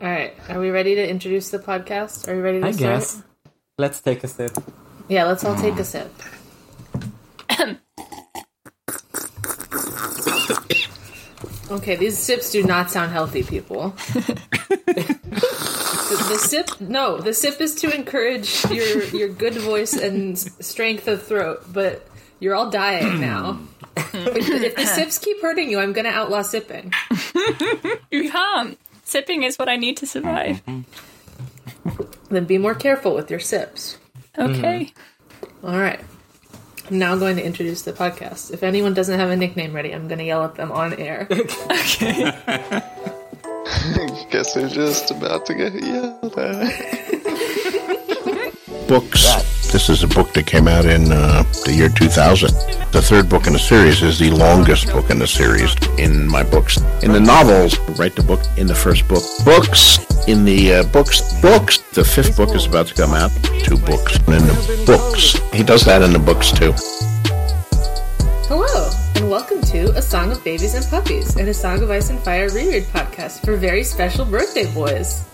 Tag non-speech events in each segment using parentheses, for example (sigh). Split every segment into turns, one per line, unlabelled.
All right. Are we ready to introduce the podcast? Are we ready to
I
start?
guess. Mm. Let's take a sip.
Yeah, let's all take a sip.
(coughs)
okay, these sips do not sound healthy,
(laughs)
people. the, the sip, no, the sip is to encourage your your good voice and s- strength of throat, but you're all
(coughs)
dying now. if, if the sips keep hurting you, I'm going to outlaw sipping.
You can't. Sipping is what I need to survive.
Mm-hmm. Then be more careful with your sips.
Okay.
All right. I'm now going to introduce the podcast. If anyone doesn't have a nickname ready, I'm going to yell at them on
(laughs)
air.
Okay.
Guess we're just about to get yelled (laughs) at.
books. This is a book that came out in uh, the year 2000. The third book in the series is the longest book in the series in my books. In the novels, write the book in the first book. Books in the uh, books. Books. The fifth book is about to come out. Two books. And in the books, he does that in the books too.
Hello, and welcome to A Song of Babies and Puppies and A Song of Ice and Fire reread podcast for very special birthday
(laughs)
boys.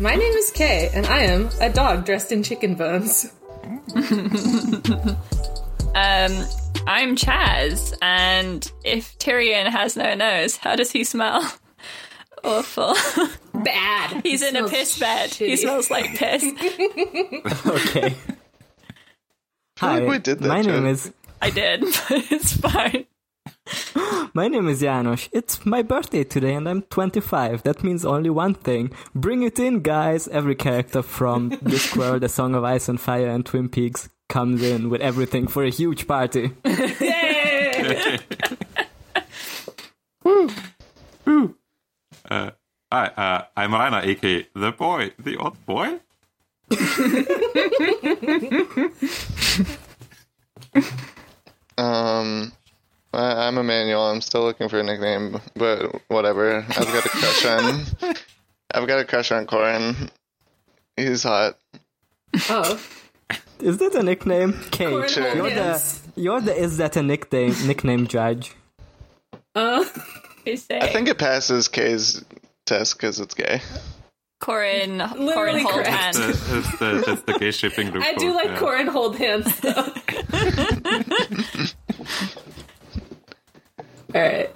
My name is Kay, and I am a dog dressed in chicken bones. Mm-hmm.
Um, I'm Chaz, and if Tyrion has no nose, how does he smell? (laughs)
(laughs)
Awful.
Bad.
He's in a
Smells
piss bed. He
shitty.
smells like piss.
(laughs)
(laughs)
Okay. Hi.
we did that
my name
joke.
is
I did, (laughs) but it's fine.
my name is Janos. It's my birthday today and I'm 25. That means only one thing. Bring it in, guys. Every character
(laughs)
from Discworld, The Song of Ice and Fire and Twin Peaks comes in with everything for a huge party. (laughs)
Hi, uh, I'm Rainer, aka the boy, the odd boy.
Um, I, I'm Emmanuel. I'm still looking for a nickname, but whatever. I've got
(laughs)
a crush on. I've got a crush on Corin. He's hot.
Oh,
Is that a nickname? Kate.
Corin
Sure.
You're the,
Hawkins.
you're the is that a nickname nickname judge.
Uh,
He's
I think it passes Kay's test because it's gay.
Corin, Corin
Literally correct.
Holdhand.
That's, that's the,
(laughs)
that's the gay shipping uh,
I do like
yeah.
Corin hold hands though.
(laughs)
All right.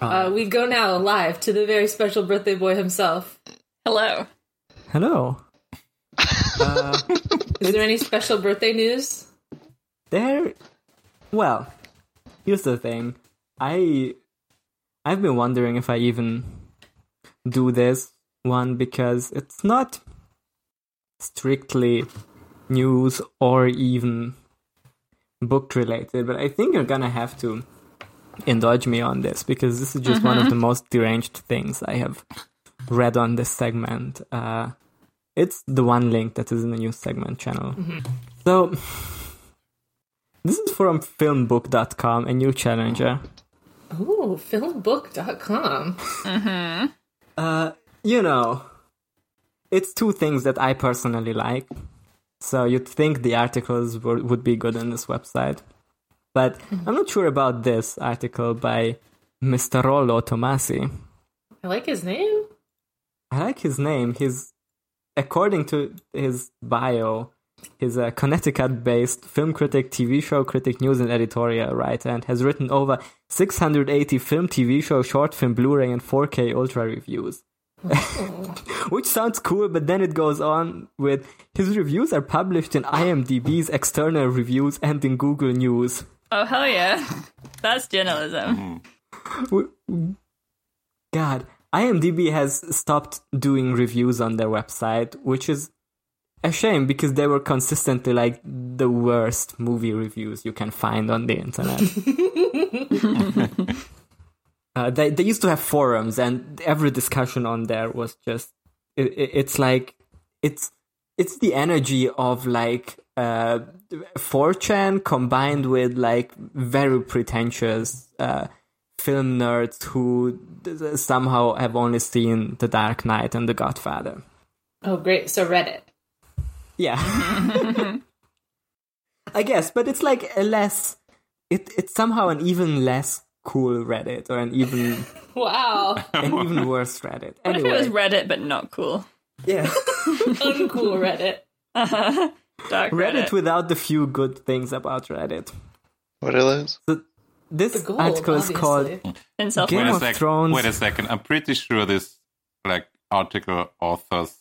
Uh, we go now live to the very special birthday boy himself.
Hello.
(laughs)
Hello. Uh,
Is there any special birthday news?
There, well, here's the thing. I, I've been wondering if I even do this one because it's not strictly news or even book related, but I think you're gonna have to indulge me on this because this is just one of the most deranged things I have read on this segment. Uh, it's the one link that is in the news segment channel. So. This is from filmbook.com, a new challenger.
Ooh, filmbook.com.
Uh, you know, it's two things that I personally like. So you'd think the articles were, would be good on this website. But I'm not sure about this article by Mr. Rollo Tomasi.
I like his name.
I like his name. He's, according to his bio, he's a Connecticut-based film critic, TV show critic, news and editorial writer, and has written over 680 film, TV show, short film, Blu-ray, and 4K Ultra reviews. (laughs) Which sounds cool, but then it goes on with his reviews are published in IMDb's external reviews and in Google News.
Oh, hell yeah. That's
Mm.
journalism.
W- God, IMDb has stopped doing reviews on their website, which is a shame because they were consistently like the worst movie reviews you can find on the internet. uh, they they used to have forums, and every discussion on there was just it, it, it's like it's it's the energy of like uh 4chan combined with like very pretentious uh film nerds who d- d- somehow have only seen The Dark Knight and The Godfather.
Oh, great. So Reddit.
Yeah. (laughs) I guess, but it's like a less it it's somehow an even less cool Reddit or an even
Wow.
an even worse Reddit.
What if
Anyway,
it was Reddit but not cool? (laughs)
yeah,
Uncool Reddit.
Dark Reddit.
Reddit without the few good things about Reddit.
What are those?
This
Gold,
article
obviously.
is called
in self
Game
wait, a
of
sec,
Thrones.
wait a second. I'm pretty sure this like article author's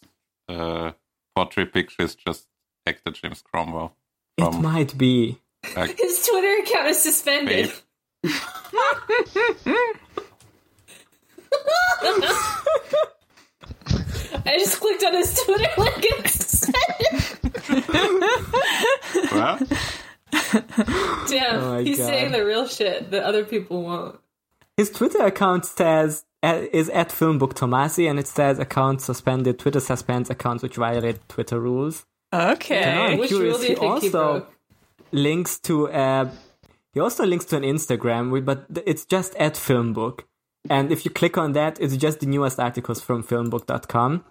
uh, portrait pictures just actor James Cromwell.
"It
From,
Might Be."
like,
His Twitter account is suspended.
babe.
(laughs) I just clicked on his Twitter (laughs) like it's (laughs)
well,
Damn,
(laughs) Oh my
he's
God.
saying the real shit that other people won't.
His Twitter account says uh, is at Filmbook Tomasi, and it says account suspended. Twitter suspends accounts which violate Twitter rules.
Okay.
I'm
Which
curious.
rule do you
he
think he
also
broke?
links to uh, he also links to an Instagram, wi- but th- it's just at Filmbook. And if you click on that, it's just the newest articles from filmbook.com. Uh,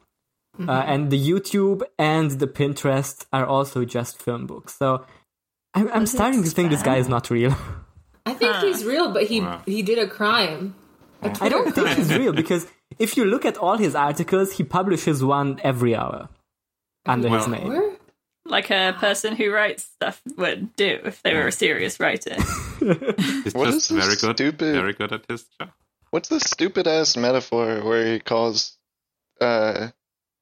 Mm-hmm.
and the YouTube and the Pinterest are also just Filmbook. So I'm, I'm starting to think this guy is not
(laughs)
real.
I think he's real, but he he did a crime. A
I
Twitter
don't think
crime.
he's real because if you look at all his articles, he publishes one every hour under his
Well-
name.
Or-
Like a person who writes stuff would do if they were a serious
(laughs)
writer.
he's
What
just
is this
very good,
stupid-
very good at his job.
What's this stupid ass metaphor where he calls? Uh,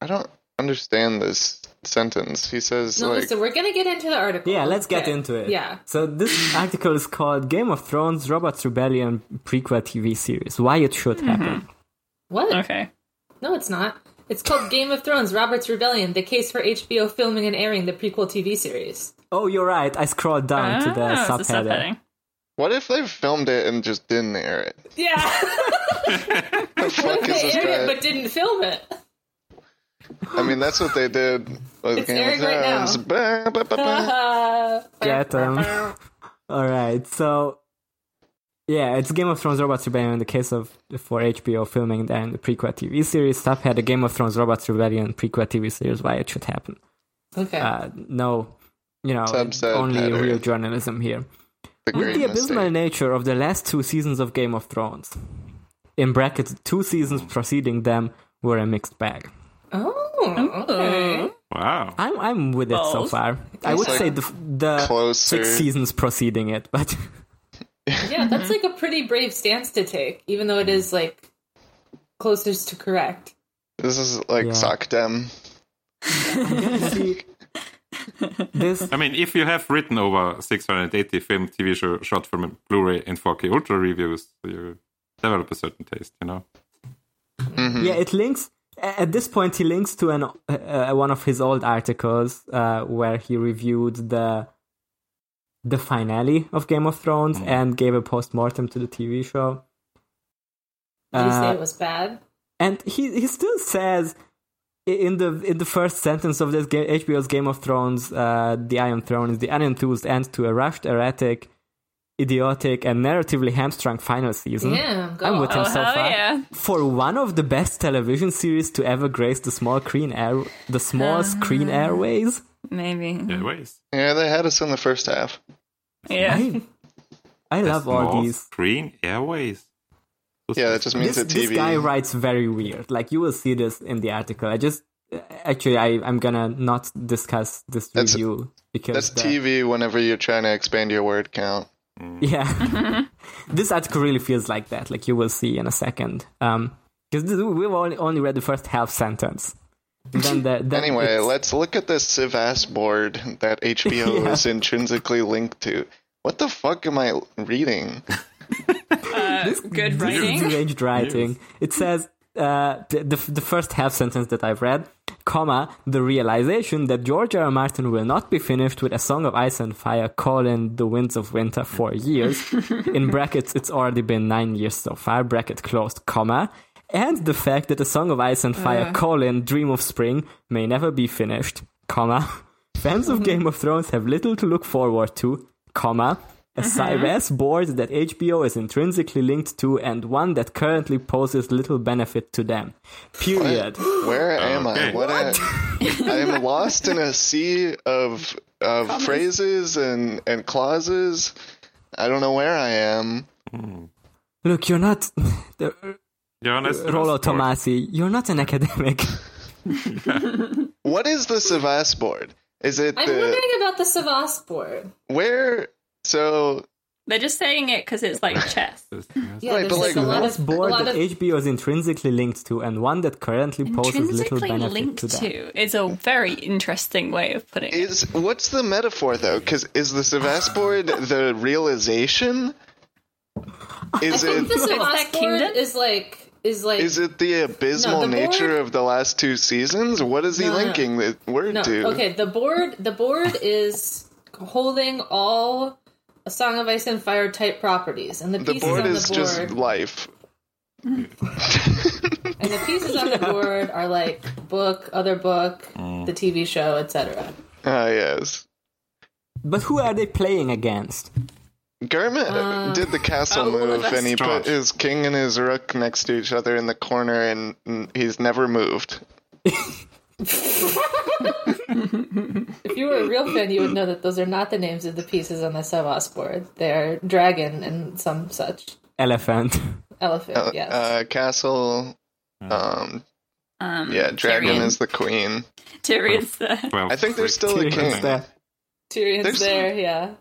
I don't understand this sentence. He says
No,
like,
listen, we're gonna get into the article.
Yeah, let's get
Okay.
into it.
Yeah.
So
(laughs)
this article is called "Game of Thrones: Robert's Rebellion prequel TV series: Why It Should
Mm-hmm.
Happen."
What?
Okay.
No, it's not. It's called Game of Thrones: Robert's Rebellion: The Case for HBO Filming and Airing the Prequel TV Series.
Oh, you're right. I scrolled down to the
Ah, it's a
subheader.
subheading.
what if they filmed it and just didn't air
(laughs)
it?
Yeah,
The fuck is
they
this
aired it
guy?
but didn't film it. (laughs)
I mean, that's what they did with Game of
airing right
Thrones. Bah, bah, bah, bah.
(laughs) Uh,
Get
(laughs)
'em. All right. So yeah, it's Game of Thrones: Robert's Rebellion in the case of for HBO filming and the prequel TV series. Subheader: Game of Thrones: Robert's Rebellion prequel TV series: Why It Should Happen.
okay.
Uh, no, you know,
Subset
only
header.
real journalism here.
the
With
great
the abysmal
mistake.
nature of the last two seasons of Game of Thrones, in brackets, two seasons preceding them were a mixed bag.
oh, okay.
Wow.
I'm I'm with it so
Balls.
far. I would
like
say the f- the
closer.
six seasons preceding it, but (laughs)
Yeah, that's like a pretty brave stance to take, even though it is like closest to correct.
This is like
Yeah.
Sockdem.
see,
(laughs)
this
I mean, if you have written over 680 film, TV show, short film, and Blu-ray, and 4K Ultra reviews, you develop a certain taste, you know.
Mm-hmm.
yeah it links a- at this point he links to an uh, uh, one of his old articles uh, where he reviewed the the finale of Game of Thrones
Mm.
and gave a post mortem to the TV show.
Did you say
Uh,
it was bad?
and he he still says i- in the in the first sentence of this game, HBO's Game of Thrones, uh, the Iron Throne is the unenthused end to a rushed, erratic, idiotic, and narratively hamstrung final season.
Damn, go
hmm. I'm with
on.
him
Oh,
so
hell
far.
yeah.
For one of the best television series to ever grace the small screen air, the small
Uh-huh.
screen airways.
Maybe.
Mm-hmm.
Yeah, ways.
Yeah, they had us in the first half.
Yeah.
I, I love all
Small
these.
Screen airways.
Yeah, that just means
This,
that
this
TV.
guy writes very weird. Like you will see this in the article. I just actually I I'm gonna not discuss this
That's-
review because
that's
the-
TV. Whenever you're trying to expand your word count.
(laughs) Yeah, (laughs) this article really feels like that. Like you will see in a second. Um, because we've only, only read the first half sentence. Then the, then
(laughs) Anyway,
it's-
let's look at this Civass board
(laughs)
that HBO
Yeah.
is intrinsically linked to. What the fuck am I reading?
Good writing.
deranged writing. It says uh, the, the the first half sentence that I've read, comma the realization that George R. R. Martin will not be finished with a Song of Ice and Fire, colon the Winds of Winter for years. in brackets, it's already been nine years so far. Bracket closed, comma. And the fact that a Song of Ice and Fire, colon Dream of Spring, may never be finished, comma. (laughs) Fans of Game of Thrones have little to look forward to, comma, a
Mm-hmm.
Cybers board that HBO is intrinsically linked to and one that currently poses little benefit to them. Period.
Where am I?
Okay.
What? I, (laughs) I am lost in a sea of of phrases and and clauses. I don't know where I am.
Look, you're not (laughs) the,
Johann is the
Rollo
best board.
Tomasi. You're not an academic.
(laughs)
What is the Savas board? Is it
I'm
the
wondering about the Savas board.
where? So
They're just saying it because it's like chess.
Yeah, there's
Right, but,
like,
like,
a lot
Last
of, a
board
lot
that
of
HBO is intrinsically linked to, and one that currently poses little
Intrinsically
benefit to
linked
that.
to is a very interesting way of putting it.
is what's the metaphor though? Because is the Savas board the realization? Is
I think
it
the Savas
that
board
kingdom?
is like is like
is it the abysmal
No, the board-
nature of the last two seasons? What is he
No, no, no.
linking the word
no
to?
okay. The board the board is holding all a Song of Ice and Fire type properties, and the,
The
pieces
board
on the
is
board
just life.
and the pieces on the board are like book, other
(laughs)
book,
Mm.
the TV show, etc.
Ah, yes.
But who are they playing against?
Garment
Uh,
did the castle
Owl of
move, and he
Estrade.
put his king and his rook next to each other in the corner, and and he's never moved.
If you were a real fan, you would know that those are not the names of the pieces on the Savas board. They are dragon and some such
(laughs)
Elephant.
elephant. yes.
Uh, castle.
Hmm.
Um,
Um,
yeah, dragon
Tyrion.
is the queen.
Tyrion's there.
Well,
I think there's
freak.
still a
(laughs)
Tyrion's
king.
there.
Tyrion's
There's-
there. Yeah.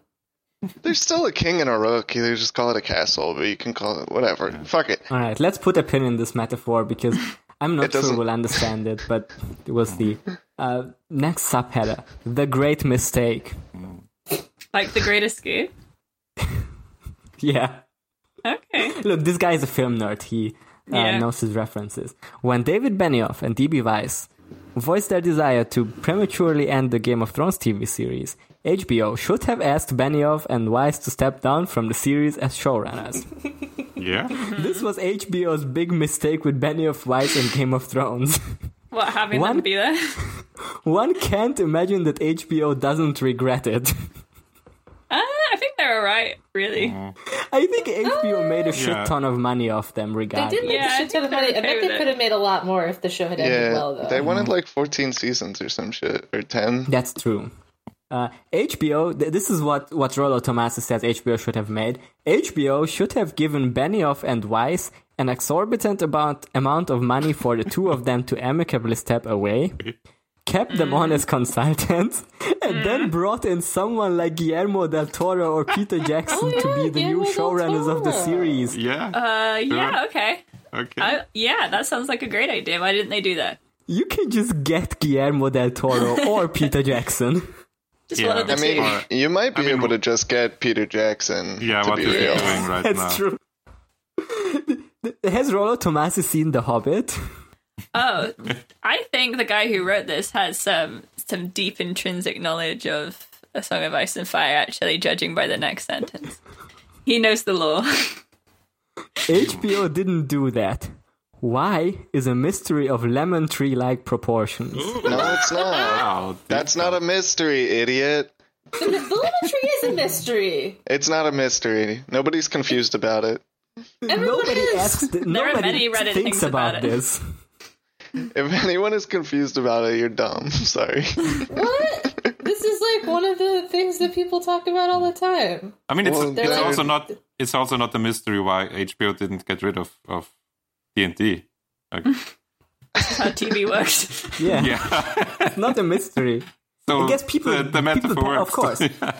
There's still a king and a rook. You just call it a castle, but you can call it whatever. Fuck it.
All right, let's put a pin in this metaphor
(laughs)
because I'm not
It
sure
doesn't-
we'll understand it, but we'll see. Uh, next subheader: the great mistake.
Like the greatest goo.
(laughs) Yeah.
Okay.
(laughs) Look, this guy is a film nerd. He uh,
Yeah.
knows his references. When David Benioff and D.B. Weiss voiced their desire to prematurely end the Game of Thrones TV series, HBO should have asked Benioff and Weiss to step down from the series as showrunners.
Mm-hmm. (laughs)
Yeah.
this was HBO's big mistake with Benioff, Weiss, and Game of Thrones. (laughs)
What, having
One-
them be there? (laughs)
One can't imagine that HBO doesn't regret it. (laughs)
Uh, I think they're alright, really.
I think HBO made a shit
Yeah.
ton of money off them
They
regardless.
did make
Yeah, I
a shit ton
think
of money.
they're
I
okay
bet
with
they
it.
could have made a lot more if the show had ended
Yeah,
well, though.
they wanted
Mm-hmm.
like 14 seasons or some shit, or 10.
That's true. Uh, HBO, th- this is what, what Rollo Tomasi says HBO should have made. HBO should have given Benioff and Weiss an exorbitant about, amount of money for the two of them to amicably step away, kept them
Mm-hmm.
on as consultants, (laughs) and then brought in someone like Guillermo del Toro or Peter Jackson to be the
Oh, Guillermo
new
del
showrunners of the
Toro.
series.
Yeah.
Uh, yeah, okay.
Okay.
I, yeah, that sounds like a great idea. Why didn't they do that?
You can just get Guillermo del Toro or Peter Jackson.
Just
Yeah.
one of the
I
I mean,
two.
Or-
you might be
mean,
able
wh-
to just get Peter Jackson.
yeah.
to
What
be
is he
real.
doing right
That's
now?
true. Has Rollo Tomasi seen The Hobbit?
Oh, I think the guy who wrote this has some some deep intrinsic knowledge of A Song of Ice and Fire, actually, judging by the next sentence. He knows the law. (laughs)
HBO didn't do that. Why is a mystery of lemon tree like proportions?
No, it's
(laughs)
not.
Oh, dude.
That's not a mystery, idiot.
The, the little tree is a
(laughs)
mystery.
It's not a mystery. Nobody's confused about it.
Everyone
nobody
is.
asks.
are
nobody
many Reddit
thinks
things
about,
about it.
this.
If anyone is confused about it, you're dumb. (laughs) Sorry.
What? This is like one of the things that people talk about all the time.
I mean, it's,
Well,
it's
they're-
also not it's also not a mystery why HBO didn't get rid of of D and D.
How TV works.
Yeah,
Yeah.
it's not a mystery. (laughs)
So
I guess people-
the, the
people-
metaphor
of
works. (laughs)
course.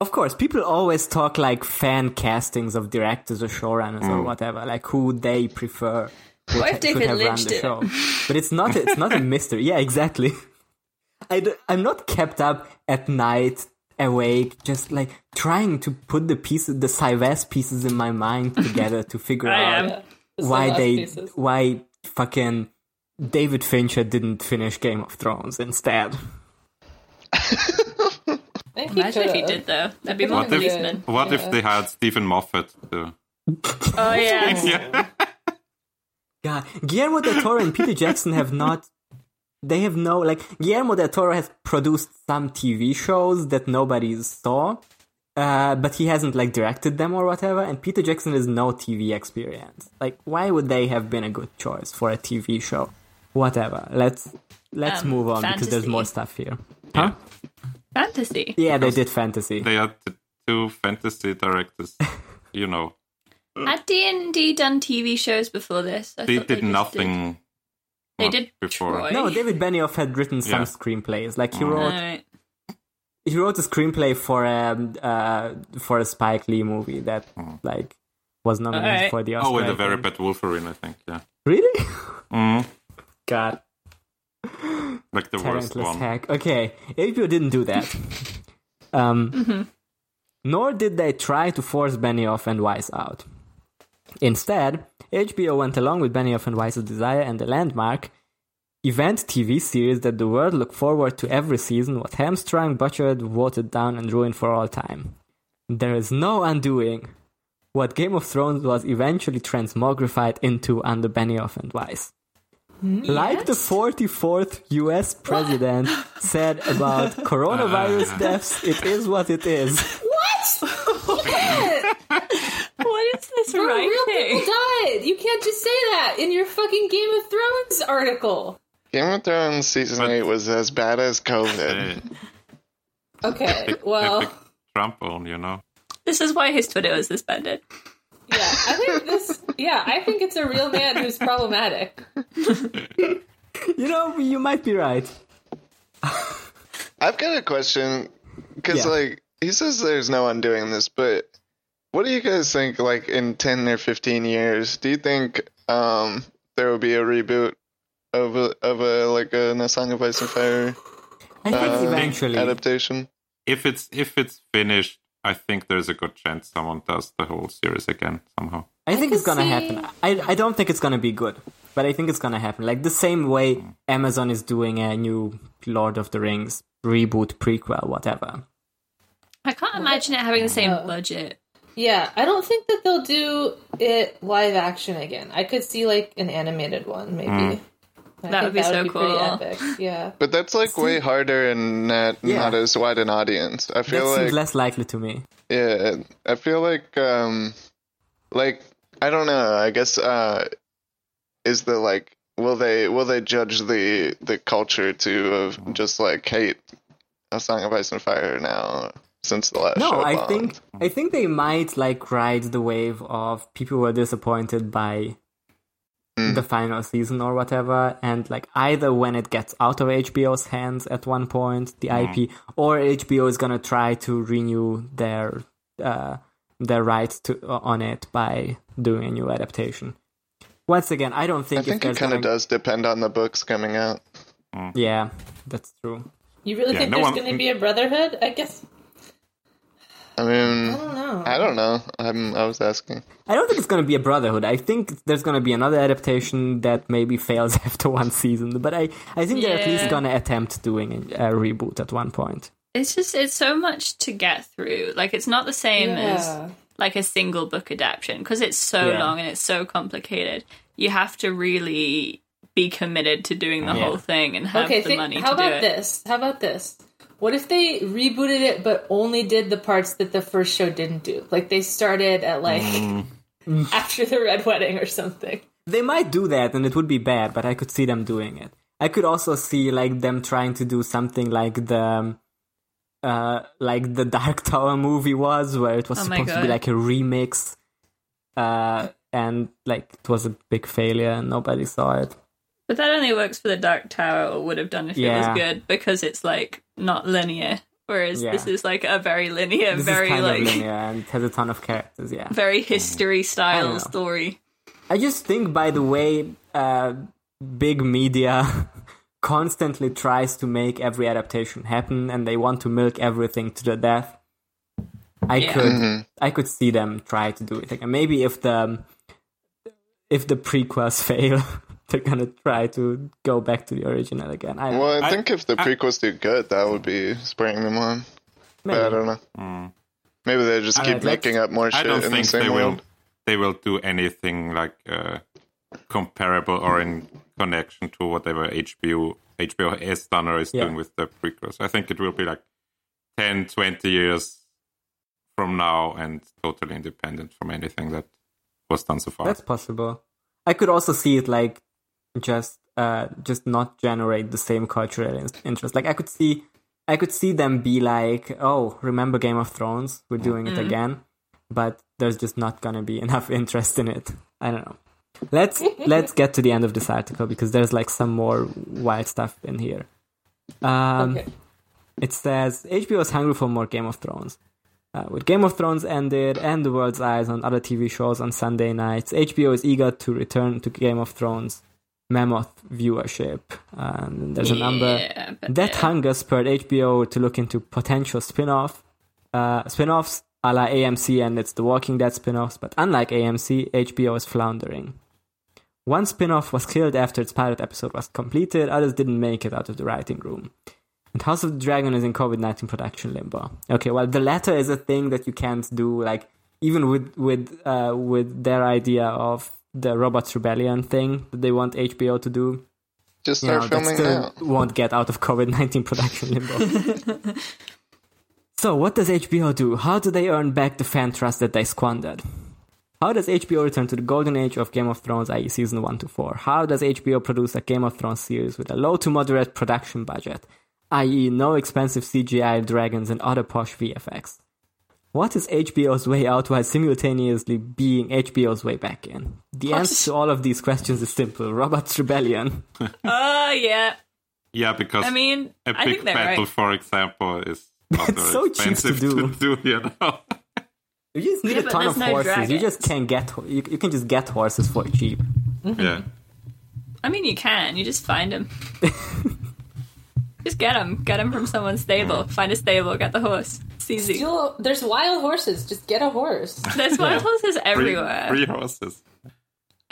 Of course, people always talk like fan castings of directors or showrunners or whatever, like who they prefer. would
What if
ha-
David
should have run
Lynch
the
did it?
show. But it's not. It's not a mystery. Yeah, exactly. (laughs) I d- I'm not kept up at night awake, just like trying to put the pieces, the Sivas pieces in my mind together to figure
(laughs) I
out
am.
Just the
why
last
they
pieces.
why fucking David Fincher didn't finish Game of Thrones instead.
I think he
Imagine if he
could've.
did, though. That'd be more
What
policeman.
if what if they had Stephen Moffat? To,
Oh, yeah.
yeah.
God, Guillermo del Toro and Peter Jackson have not. They have no like Guillermo del Toro has produced some TV shows that nobody saw, uh, but he hasn't like directed them or whatever. And Peter Jackson has no TV experience. Like, why would they have been a good choice for a TV show? Whatever. Let's let's
Um,
move on because there's
fantasy.
more stuff here.
Fantasy.
Yeah, they did fantasy. (laughs)
They are the two fantasy directors. You know,
Had D and D done TV shows before this? I
They
thought
did
just
nothing.
They
much
did
before.
Troy.
No, David Benioff had written some
Yeah.
screenplays. Like he
Mm.
wrote,
Alright.
he wrote a screenplay for um uh for a Spike Lee movie that like was nominated
Alright.
for the Oscar.
Oh, with
I
a very
think.
bad Wolverine, I think. Yeah.
Really?
Mm,
God,
like the worst
talentless
one.
hack. Okay, HBO didn't do
(laughs)
that. um, nor did they try to force Benioff and Weiss out. Instead, HBO went along with Benioff and Weiss's desire and the landmark event TV series that the world looked forward to every season was hamstrung, butchered, watered down, and ruined for all time. There is no undoing what Game of Thrones was eventually transmogrified into under Benioff and Weiss. Like the 44th US president said about coronavirus deaths, it is what it is.
What? (laughs) Yeah,
What is this
bro, real people
writing?
died. You can't just say that in your fucking Game of Thrones article.
Game of Thrones season
But-
eight was as bad as COVID.
They,
Okay,
they
well,
picked Trump on, you know.
This is why his Twitter was suspended.
yeah, I think this. Yeah, I think it's a real man who's problematic.
You know, you might be right.
I've got a question because,
Yeah.
like, he says there's no undoing this, but what do you guys think? Like, in ten or fifteen years, do you think um there will be a reboot of a, of a like a, a Song of Ice and Fire
I think
uh,
eventually.
adaptation?
If it's if it's finished, I think there's a good chance someone does the whole series again somehow.
I think
I
it's
can
gonna
see-
happen. I, I don't think it's gonna be good, but I think it's gonna happen. Like the same way Amazon is doing a new Lord of the Rings reboot, prequel, whatever.
I can't imagine it having the same budget.
Yeah, I don't think that they'll do it live action again. I could see like an animated one, maybe.
Hmm.
I think
That would be so cool.
Pretty epic. Yeah.
But that's like way harder and not,
Yeah.
not as wide an audience. I
That
feel
seems
like
less likely to me.
Yeah, I feel like um like I don't know, I guess uh is the like will they will they judge the the culture too of just like hate a song of ice and fire now since the last
No,
show
I
bombed?
think I think they might like ride the wave of people were disappointed by
Mm.
the final season or whatever, and like either when it gets out of HBO's hands at one point, the
Mm.
IP, or HBO is gonna try to renew their uh, their rights to on it by doing a new adaptation. Once again, I don't think,
I think
if
it
there's
kind of
gonna-
does depend on the books coming out.
Yeah, that's true.
You really
Yeah,
think
no
there's
one-
going to be a brotherhood? I guess.
I mean,
I don't know.
I don't know. I'm I was asking.
I don't think it's going to be a brotherhood. I think there's going to be another adaptation that maybe fails (laughs) after one season, but I, I think they're at least
Yeah.
going to attempt doing a, a reboot at one point.
It's just it's so much to get through. Like it's not the same
Yeah.
as like a single book adaptation because it's so
Yeah.
long and it's so complicated. You have to really be committed to doing the
Yeah.
whole thing and have
Okay,
the
think,
money
how
to
about
do it.
this? How about this? What if they rebooted it but only did the parts that the first show didn't do? Like they started at like
Hmm.
(laughs) after the red wedding or something.
They might do that and it would be bad, but I could see them doing it. I could also see like them trying to do something like the um, uh like the Dark Tower movie was where it was
Oh my
supposed to be
God.
like a remix uh and like it was a big failure and nobody saw it.
But that only works for the Dark Tower, or would have done if it
Yeah.
was good, because it's like not linear. Whereas
Yeah.
this is like a very linear,
This
very
is kind
like
of linear and it has a ton of characters, yeah.
(laughs) very history
I know.
style story.
I just think, by the way, uh, big media (laughs) constantly tries to make every adaptation happen, and they want to milk everything to the death. I
Yeah.
could,
Mm-hmm.
I could see them try to do it again. Maybe if the if the prequels (laughs) fail, they're gonna try to go back to the original again. I,
Well, I,
I-
think if the
I-
prequels do good, that would be spurring them on. But I
maybe.
don't know. Maybe they just
All
keep
right, let's-
making up more
Hmm. I
shit
don't
in the
think
same
they
world.
will. They will do anything like uh, comparable or in connection to whatever HBO HBO has done or is
Yeah.
doing with the prequels. I think it will be like 10, 20 years from now and totally independent from anything that was done so far.
That's possible. I could also see it like just uh just not generate the same cultural in- interest. Like I could see I could see them be like, "Oh, remember Game of Thrones? We're doing it again." but there's just not gonna be (laughs) enough interest in it. I don't know. Let's let's get to the end of this article because there's like some more wild stuff in here. Um,
Okay.
It says HBO is hungry for more Game of Thrones. Uh, with Game of Thrones ended and the world's eyes on other TV shows on Sunday nights, HBO is eager to return to Game of Thrones mammoth viewership. And there's a number
Yeah, but
that hunger spurred HBO to look into potential spin-off, uh, spin-offs a la AMC and it's The Walking Dead spin-offs, but unlike AMC, HBO is floundering. One spin-off was killed after its pilot episode was completed, others didn't make it out of the writing room. And House of the Dragon is in COVID-19 production limbo. Okay, well, the latter is a thing that you can't do, like, even with, with, uh, with their idea of the Robots Rebellion thing that they want HBO to do
Just
you know,
start
that
filming
still
now. (laughs)
won't get out of COVID 19 (laughs) production limbo. so, what does HBO do? How do they earn back the fan trust that they squandered? How does HBO return to the golden age of Game of Thrones, i.e., season 1 to 4? How does HBO produce a Game of Thrones series with a low to moderate production budget, i.e., no expensive CGI dragons and other posh VFX? What is HBO's way out while simultaneously being HBO's way back in? The answer to all of these questions is simple Robert's Rebellion.
Oh yeah.
Yeah, because
I mean,
a
I
big
think they're
battle,
right.
for example, is not
That's
very
so cheap to
expensive
do.
to do. You know, (laughs)
You just need
Yeah,
a
but
ton
there's
of
no
horses. You
dragons.
just can't get. ho- You, you can just get horses for cheap.
Mm-hmm.
yeah.
I mean, you can. You just find them. just get them. Get them from someone's stable. Find a stable. Get the horse. It's easy.
You'll- there's wild horses. Just get a horse.
There's wild horses
Three,
everywhere.
three horses.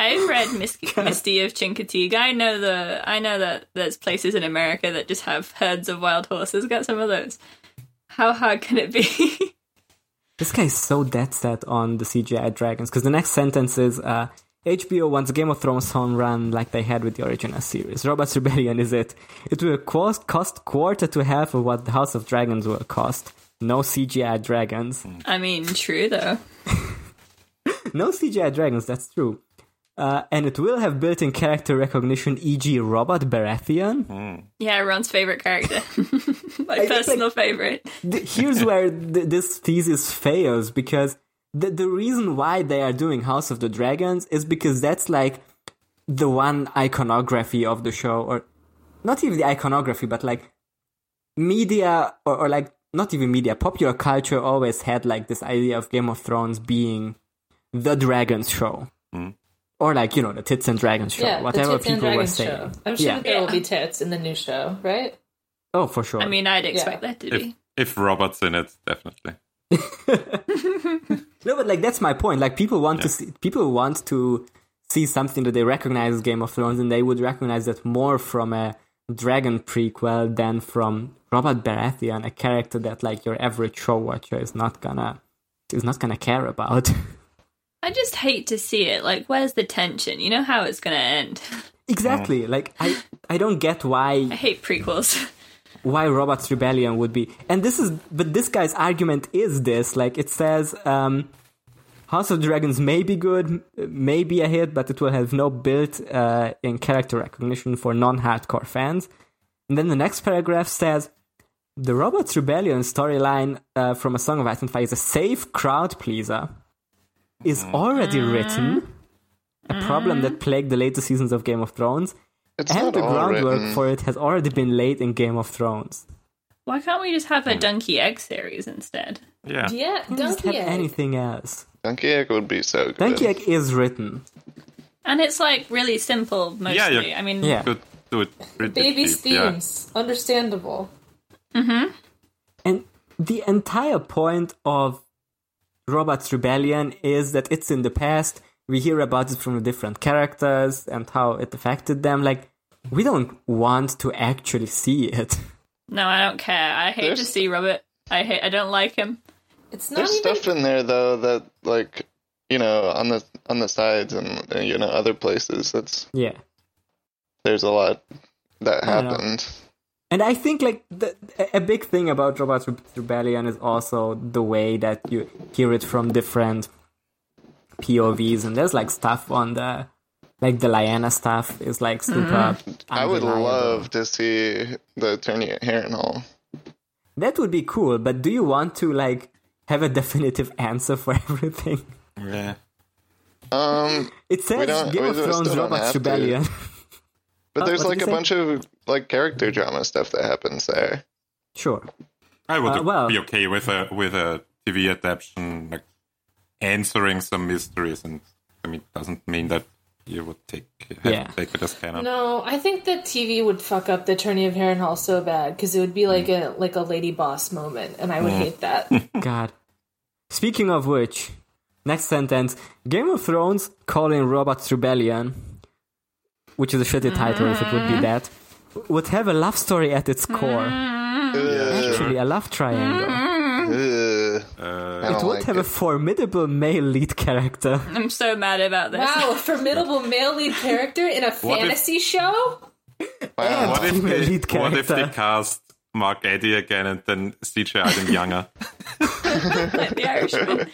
I've read Mis- Misty of Chincoteague. I know the I know that there's places in America that just have herds of wild horses. Get some of those. How hard can it be? (laughs)
This guy is so dead set on the CGI dragons because the next sentence is uh, HBO wants Game of Thrones home run like they had with the original series. Robots Rebellion is it? It will cost cost quarter to half of what the House of Dragons will cost. No CGI dragons.
I mean, true though.
No CGI dragons. That's true. Uh, and it will have built-in character recognition, e.g., Robert Baratheon.
Yeah, Ron's favorite character. (laughs) My
think,
personal favorite.
th- here's where th- this thesis fails because the the reason why they are doing House of the Dragons is because that's like the one iconography of the show, or not even the iconography, but like media or, or like not even media, popular culture always had like this idea of Game of Thrones being the dragons show. Or like you know the tits and dragons show,
Yeah,
whatever
the tits
people
and
were
dragons
saying.
show. I'm sure
Yeah.
that there will
Yeah.
be tits in the new show, right?
Oh, for sure.
I mean, I'd expect that to
If
be.
if Robert's in it, definitely.
No, but like that's my point. Like people want to see people want to see something that they recognize as Game of Thrones, and they would recognize that more from a dragon prequel than from Robert Baratheon, a character that like your average show watcher is not gonna is not gonna care about. (laughs)
I just hate to see it. Like, where's the tension? You know how it's gonna end.
exactly. Like I I don't get
I
why
hate prequels. (laughs)
why Robert's Rebellion would be. And this is but this guy's argument is this like it says. um House of Dragons may be good, m- may be a hit, but it will have no built uh, in character recognition for non hardcore fans. And then the next paragraph says The Robots Rebellion storyline uh, from A Song of Ice and Fire is a safe crowd pleaser, is
Mm.
already written, a problem that plagued the later seasons of Game of Thrones,
It's
and
not
the
all
groundwork
written.
for it has already been laid in Game of Thrones.
Why can't we just have a Donkey Egg series instead?
Yeah.
Yeah,
Just
donkey
have
egg.
anything else.
Donkey Egg would be so good.
Donkey Egg is written.
And it's like really simple mostly.
yeah.
I mean,
Yeah.
Could do it pretty
Baby's
cheap, yeah.
themes, understandable.
And the entire point of Robots Rebellion is that it's in the past. We hear about it from the different characters and how it affected them. Like, we don't want to actually see it. (laughs)
no, I don't care. I hate to
There's-
see Robert. I hate. I don't like him.
It's not
There's
even
stuff in there though that like you know on the on the sides and uh, you know other places. That's
Yeah.
there's a lot that
I know.
happened.
And I think like the, a- a big thing about Robots Re- Rebellion is also the way that you hear it from different POVs, and there's like stuff on the like the Lyanna stuff is like super.
Mm-hmm. I would
unreliable.
love to see the attorney at Harrenhal.
That would be cool, but do you want to like have a (laughs) definitive answer for everything.
Yeah.
Um,
It says
don't-
Game
we
of
don't-
Thrones
still don't
Robots
have to.
Rebellion. (laughs)
but
Oh,
there's
what
like
did
a
you
bunch of like character drama stuff that happens there.
sure.
I would
Uh, well-
be okay with a with a TV adaptation, like answering some mysteries, and I mean, doesn't mean that you would take have
Yeah.
to take it as canon.
No, I think that TV would fuck up the Attorney of Harrenhal so bad because it would be like
Mm.
a like a lady boss moment, and I would hate
(laughs)
that.
God. Speaking of which, next sentence Game of Thrones calling Robots Rebellion, which is a shitty title if it would be that, would have a love story at its core.
Ugh,
Actually, a love triangle.
ugh. I
Uh,
don't
It would
like
have a
it.
formidable male lead character.
I'm so mad about this.
wow, a formidable male lead character in a
(laughs)
What if-
fantasy show.
Wow.
what if
female
they,
(laughs) lead
what if they
character.
cast Mark Eddy again and then CGI him
(laughs)
younger?
Like the
(laughs)
Irishman.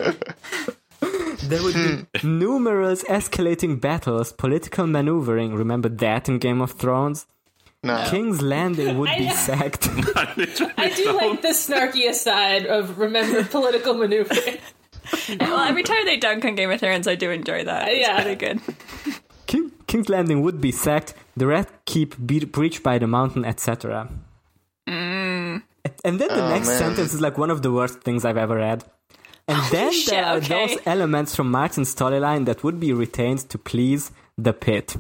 There would
(laughs)
be numerous escalating battles, political maneuvering. Remember that in Game of Thrones?
No.
King's Landing would be
know.
sacked. (laughs)
I do like the snarky aside of remember political
(laughs)
maneuvering.
well, every time they dunk on Game of Thrones, I do enjoy that. It's
Yeah.
pretty good.
King, King's Landing would be sacked, the Red Keep be- breached by the mountain, etc.
Mm.
And then the next
man.
sentence is like one of the worst things I've ever read. And then
shit,
there are
okay.
those elements from Martin's storyline that would be retained to please the pit.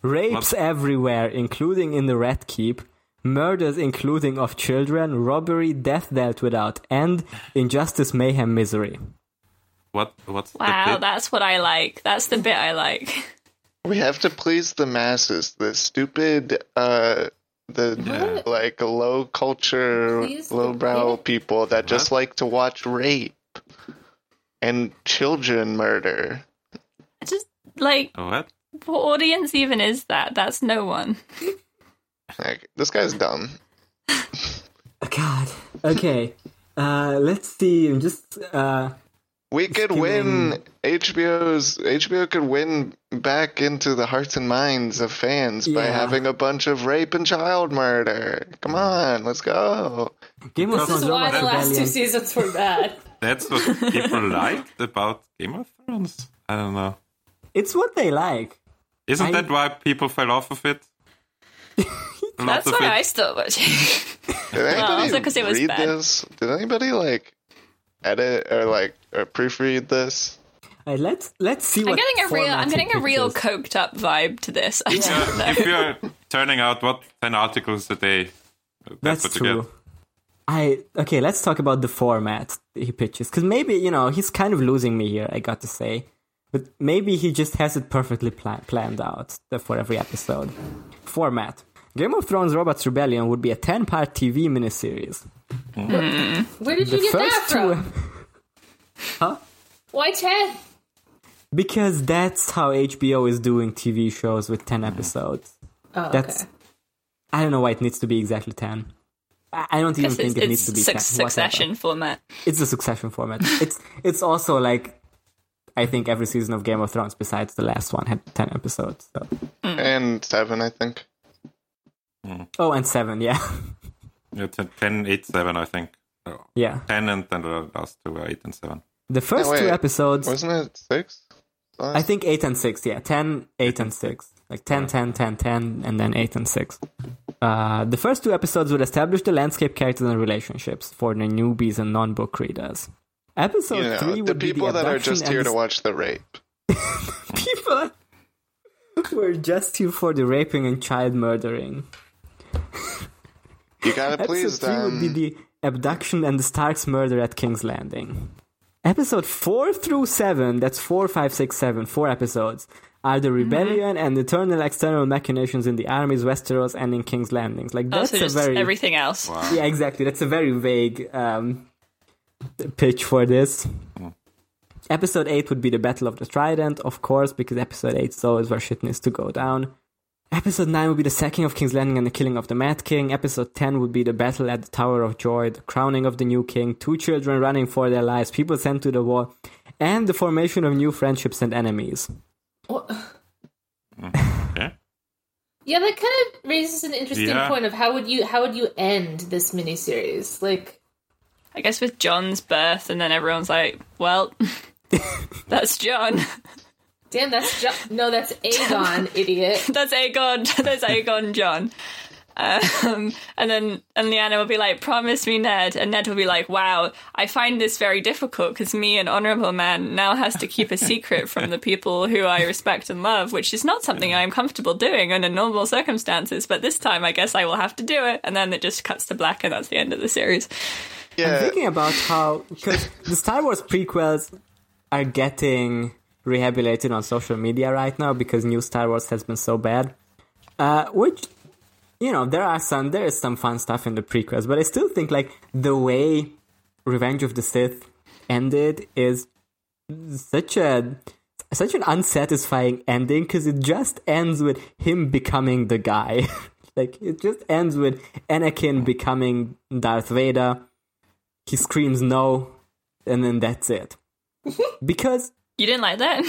Rapes everywhere, including in the Red Keep, murders, including of children, robbery, death dealt without end, injustice, mayhem, misery.
What? What's the
Wow,
bit?
that's what I like. That's the bit I like. (laughs)
We have to please the masses. The stupid, uh, the like low culture,
Please the people?
lowbrow people that just like to watch rape and children murder.
I Just like,
What?
what audience even is that? That's no one.
Like this guy's dumb.
God. Okay. Uh, let's see. I'm just. Uh,
We could win HBO's HBO could win back into the hearts and minds of fans by
Yeah.
having a bunch of rape and child murder. Come on, let's go.
Game of
This
Thrones
is why
Robots
the last two
Rebellion.
seasons were bad.
That's what
(laughs)
people liked about Game of Thrones. I don't know.
It's what they like.
Isn't
I-
that why people fell off of
(laughs)
it? Lots
That's
of
why
it.
I stopped watching.
Did anybody
also 'cause it was
read
bad.
this? Did anybody like edit or like or proofread this?
Uh, let's let's see.
(laughs) I'm
what
getting a real,
format
I'm
he
getting a real
pictures.
coked up vibe to this. I don't know.
if you're turning out what ten articles a day, that's,
That's
what you
true.
get.
I okay. Let's talk about the format he pitches because maybe you know he's kind of losing me here. I got to say, but maybe he just has it perfectly pla- planned out uh, for every episode. Format: Game of Thrones: Robots Rebellion would be a ten-part TV miniseries.
Where did you get that from?
(laughs)
Why ten?
Because that's how HBO is doing TV shows with
Mm.
10 episodes.
Oh,
That's.
okay.
I don't know why it needs to be exactly 10. I I don't even
It's,
think
it's,
it needs to be
suc-
10. whatever.
succession format.
It's a succession
(laughs)
format. it's it's also like I think every season of Game of Thrones besides the last one had 10 episodes. So.
Mm.
And seven, I think.
Oh, and 7, yeah. (laughs)
Yeah, ten, 10, 8, 7, I think. Oh,
yeah.
10 and then the last two were 8 and 7.
The first
wait.
two episodes,
Wasn't it six?
I think 8 and 6, yeah. 10, 8 and 6. Like 10, 10, 10, 10, and then 8 and 6. Uh, the first two episodes will establish the landscape, characters, and relationships for the newbies and non-book readers. Episode
You know,
three
the
would be
people
the
that are
abduction
just
and
here
the
to watch the rape.
people were just here for the raping and child murdering.
You gotta please
(laughs) Episode 3 would
them.
be the abduction and the Stark's murder at King's Landing. Episode 4 through 7, that's four, five, six, seven, four episodes, are the rebellion and internal external machinations in the armies, Westeros, and in King's Landings. Like, that's
Also,
a
Oh, just
very.
everything else.
Yeah, exactly. That's a very vague um, pitch for this. Episode 8 would be the Battle of the Trident, of course, because episode 8 so is where shit needs to go down. Episode 9 would be the sacking of King's Landing and the killing of the Mad King. Episode 10 would be the battle at the Tower of Joy, the crowning of the new king, two children running for their lives, people sent to the war, and the formation of new friendships and enemies.
Well,
Yeah?
yeah, that kind of raises an interesting
Yeah.
point of how would you how would you end this miniseries? Like,
I guess with John's birth, and then everyone's like, well, (laughs) that's John. (laughs)
Damn, that's jo- no, that's Aegon, idiot.
That's Aegon. (laughs) That's Aegon John. Um, and then and Leanna will be like, "Promise me, Ned," and Ned will be like, "Wow, I find this very difficult because me, an honourable man, now has to keep a secret from the people who I respect and love, which is not something I am comfortable doing under normal circumstances. But this time, I guess I will have to do it." And then it just cuts to black, and that's the end of the series.
I'm
Yeah,
thinking about how because the Star Wars prequels are getting rehabilitated on social media right now because new Star Wars has been so bad. Uh, which you know there are some there is some fun stuff in the prequels, but I still think like the way Revenge of the Sith ended is such a such an unsatisfying ending because it just ends with him becoming the guy. (laughs) like it just ends with Anakin becoming Darth Vader he screams no, and then that's (laughs) it. because
You didn't like
(laughs)
that.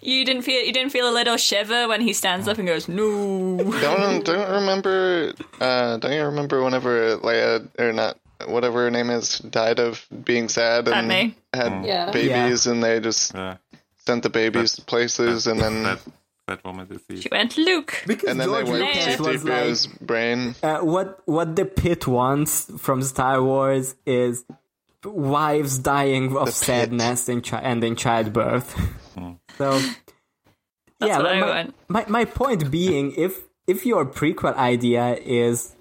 You didn't feel you didn't feel a little shiver when he stands up and goes no.
don't don't remember. Uh, don't you remember whenever Leia or not whatever her name is died of being sad and
Padme.
had
Yeah.
babies, and they just
Yeah.
sent the babies to places, and then
That that woman disease.
She went Luke.
because
and then they
George
went
Lucas
to
Lucas was like,
Dio's brain.
uh, what what the pit wants from Star Wars is wives dying of
Pit. Hmm.
sadness and, chi- and in childbirth. (laughs) so yeah,
what
but
I
my,
want.
my my point being, if if your prequel idea is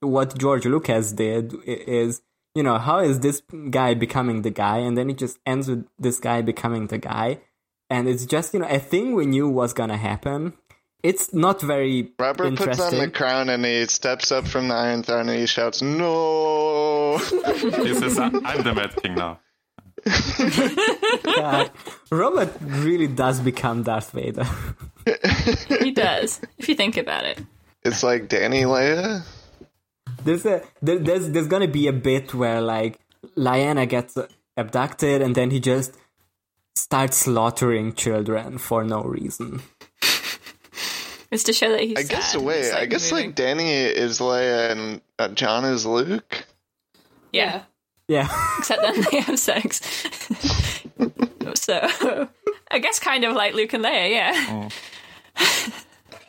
what George Lucas did, i- is you know how is this guy becoming the guy, and then it just ends with this guy becoming the guy, and it's just you know a thing we knew was gonna happen. It's not very
Robert puts on
interesting.
the crown and he steps up from the Iron Throne and he shouts, "No!" (laughs)
(laughs)
He says, "I- I'm the Mad King now.
God. Robert really does become Darth Vader. (laughs)
He does. If you think about it.
it's like Danny Leia.
There's a there, there's there's gonna be a bit where like Lyanna gets abducted and then he just starts slaughtering children for no reason.
It's to show that he's.
I guess
sad.
wait.
It's
I guess
moving.
like Danny is Leia and uh, John is Luke.
yeah.
Yeah,
Except then they have sex. (laughs) so I guess kind of like Luke and Leia. Yeah.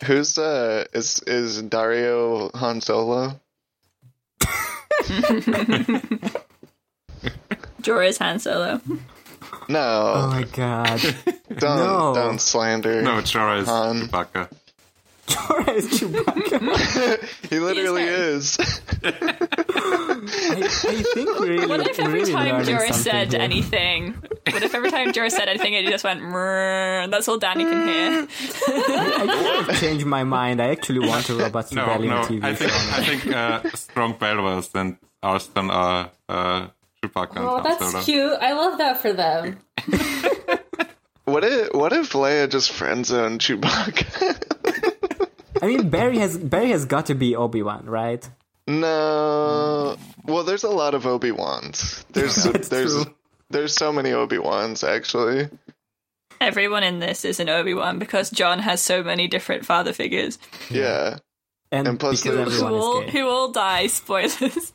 Who's uh is is Dario Han Solo?
Jorah's Han Solo.
No,
oh my (laughs) god.
don't
no.
don't slander.
No, Chara is
Han.
Chewbacca.
Jorah is Chewbacca.
he literally
He's
is.
I,
(laughs)
I think really,
What if every
really
time
learning
Jorah
something
said
here.
anything? What if every time Jorah said anything, it just went? "Mrrr," and That's all Danny can hear.
I think I've changed my mind. I actually want a Robert
No,
Rebellion
no.
TV
I think
show.
I think uh, Strong Bellows and Austin are uh, Chewbacca
Oh,
and Han Solo.
that's cute. I love that for them.
what if what if Leia just friend zoned Chewbacca? (laughs)
I mean, Barry has Barry has got to be Obi Wan, right?
no. Well, there's a lot of Obi Wan's. There's
(laughs)
there's
true.
there's so many Obi Wan's actually.
Everyone in this is an Obi Wan because John has so many different father figures
Yeah.
And,
And plus
because
the-
who
everyone
all
is gay.
who all die. (laughs) Spoilers.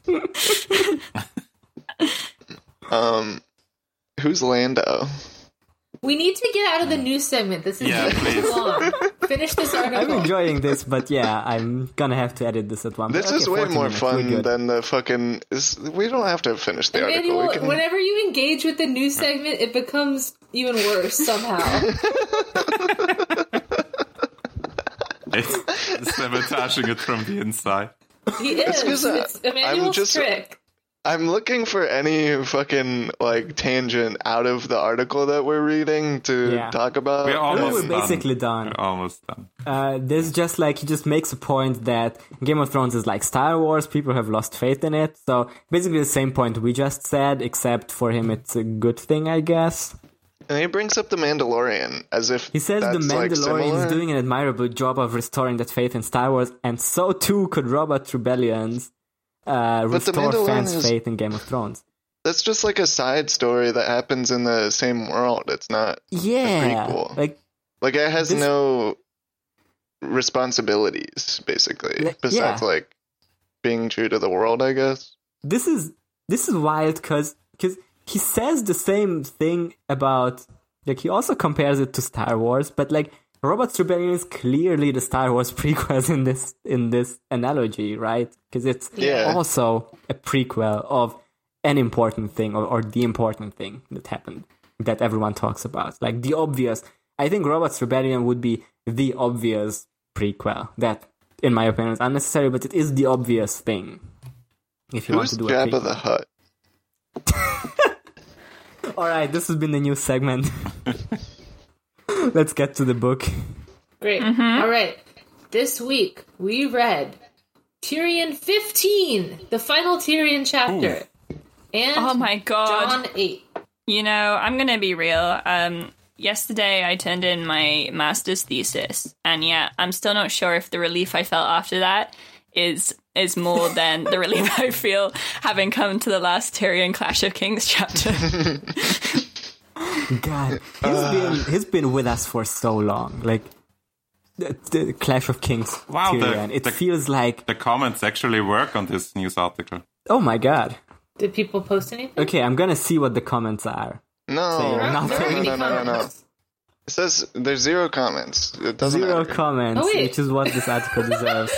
Um, who's Lando?
We need to get out of the news segment. This is
Yeah,
taking
please.
too long. Finish this
I'm
article.
enjoying this, but yeah, I'm gonna have to edit this at one.
This
okay,
is way
40
more
minutes, we're
fun
good.
than the fucking. This, we don't have to finish the article.
Manuel,
we can,
whenever you engage with the news segment, it becomes even worse somehow.
It's sabotaging it from the inside.
He is.
Excuse
It's,
me, I'm
Emmanuel's
just-
trick.
I'm looking for any fucking like tangent out of the article that we're reading to
Yeah.
talk about.
We're
No,
almost
we're basically done.
We're almost done.
Uh, there's just like he just makes a point that Game of Thrones is like Star Wars. People have lost faith in it. So basically the same point we just said, except for him, it's a good thing, I guess.
and he brings up the Mandalorian as if
He says
that's,
the
like,
Mandalorian
similar.
is doing an admirable job of restoring that faith in Star Wars, and so too could Robert Rebellions uh,
the
restore
Mandalorian
fans'
is-
faith in Game of Thrones.
That's just like a side story that happens in the same world. It's not
Yeah,
prequel.
like
like it has
This-
no responsibilities basically
Like,
besides
yeah.
like being true to the world. I guess.
this is this is wild because he says the same thing about like he also compares it to Star Wars, but like Robots Rebellion is clearly the Star Wars (laughs) prequels in this in this analogy, right? Because it's
Yeah.
also a prequel of an important thing or, or the important thing that happened that everyone talks about. Like the obvious I think Robots Rebellion would be the obvious prequel that in my opinion is unnecessary, but it is the obvious thing. If you
Who's
want to do a
Jabba
prequel.
the Hutt?
All right, this has been the new segment.
(laughs)
Let's get to the book.
Great.
Mm-hmm.
All right. This week we read Tyrion 15, the final Tyrion chapter. And
Oh my god.
John 8.
You know, I'm going to be real. Um, yesterday, I turned in my master's thesis, and yet I'm still not sure if the relief I felt after that is
(laughs)
is more than the relief I feel having come to the last Tyrion Clash of Kings
(laughs)
chapter.
God, he's
Uh.
been he's been with us for so long. Like the, the Clash of Kings,
Wow, the-
Tyrion. it
the-
feels like
The comments actually work on this news article.
oh my god.
Did people post anything?
Okay, I'm gonna see what the comments are.
No,
Zero.
no,
Nothing.
no, no, no, no, no. It says there's zero comments. It doesn't
Zero
matter.
comments,
Oh, wait.
which is what this
(laughs)
article deserves.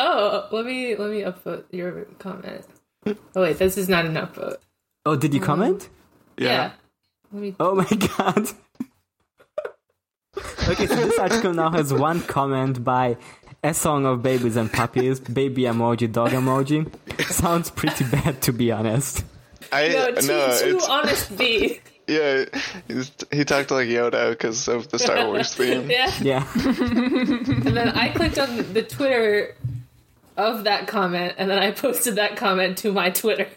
Oh, let me let me upvote your comment. Oh wait, this is not an upvote.
Oh, did you comment?
Yeah. Let me
Oh my (laughs) god. okay, so this article now has one comment by a song of babies and puppies, baby emoji, dog emoji. Sounds pretty bad to be honest.
I,
No,
no,
too, too
it's,
honest B.
yeah, he's- he talked like Yoda because of the (laughs)
(laughs)
Star Wars theme.
yeah.
Yeah. (laughs)
And then I clicked on the Twitter of that comment and then I posted that comment to my
(laughs)
Twitter.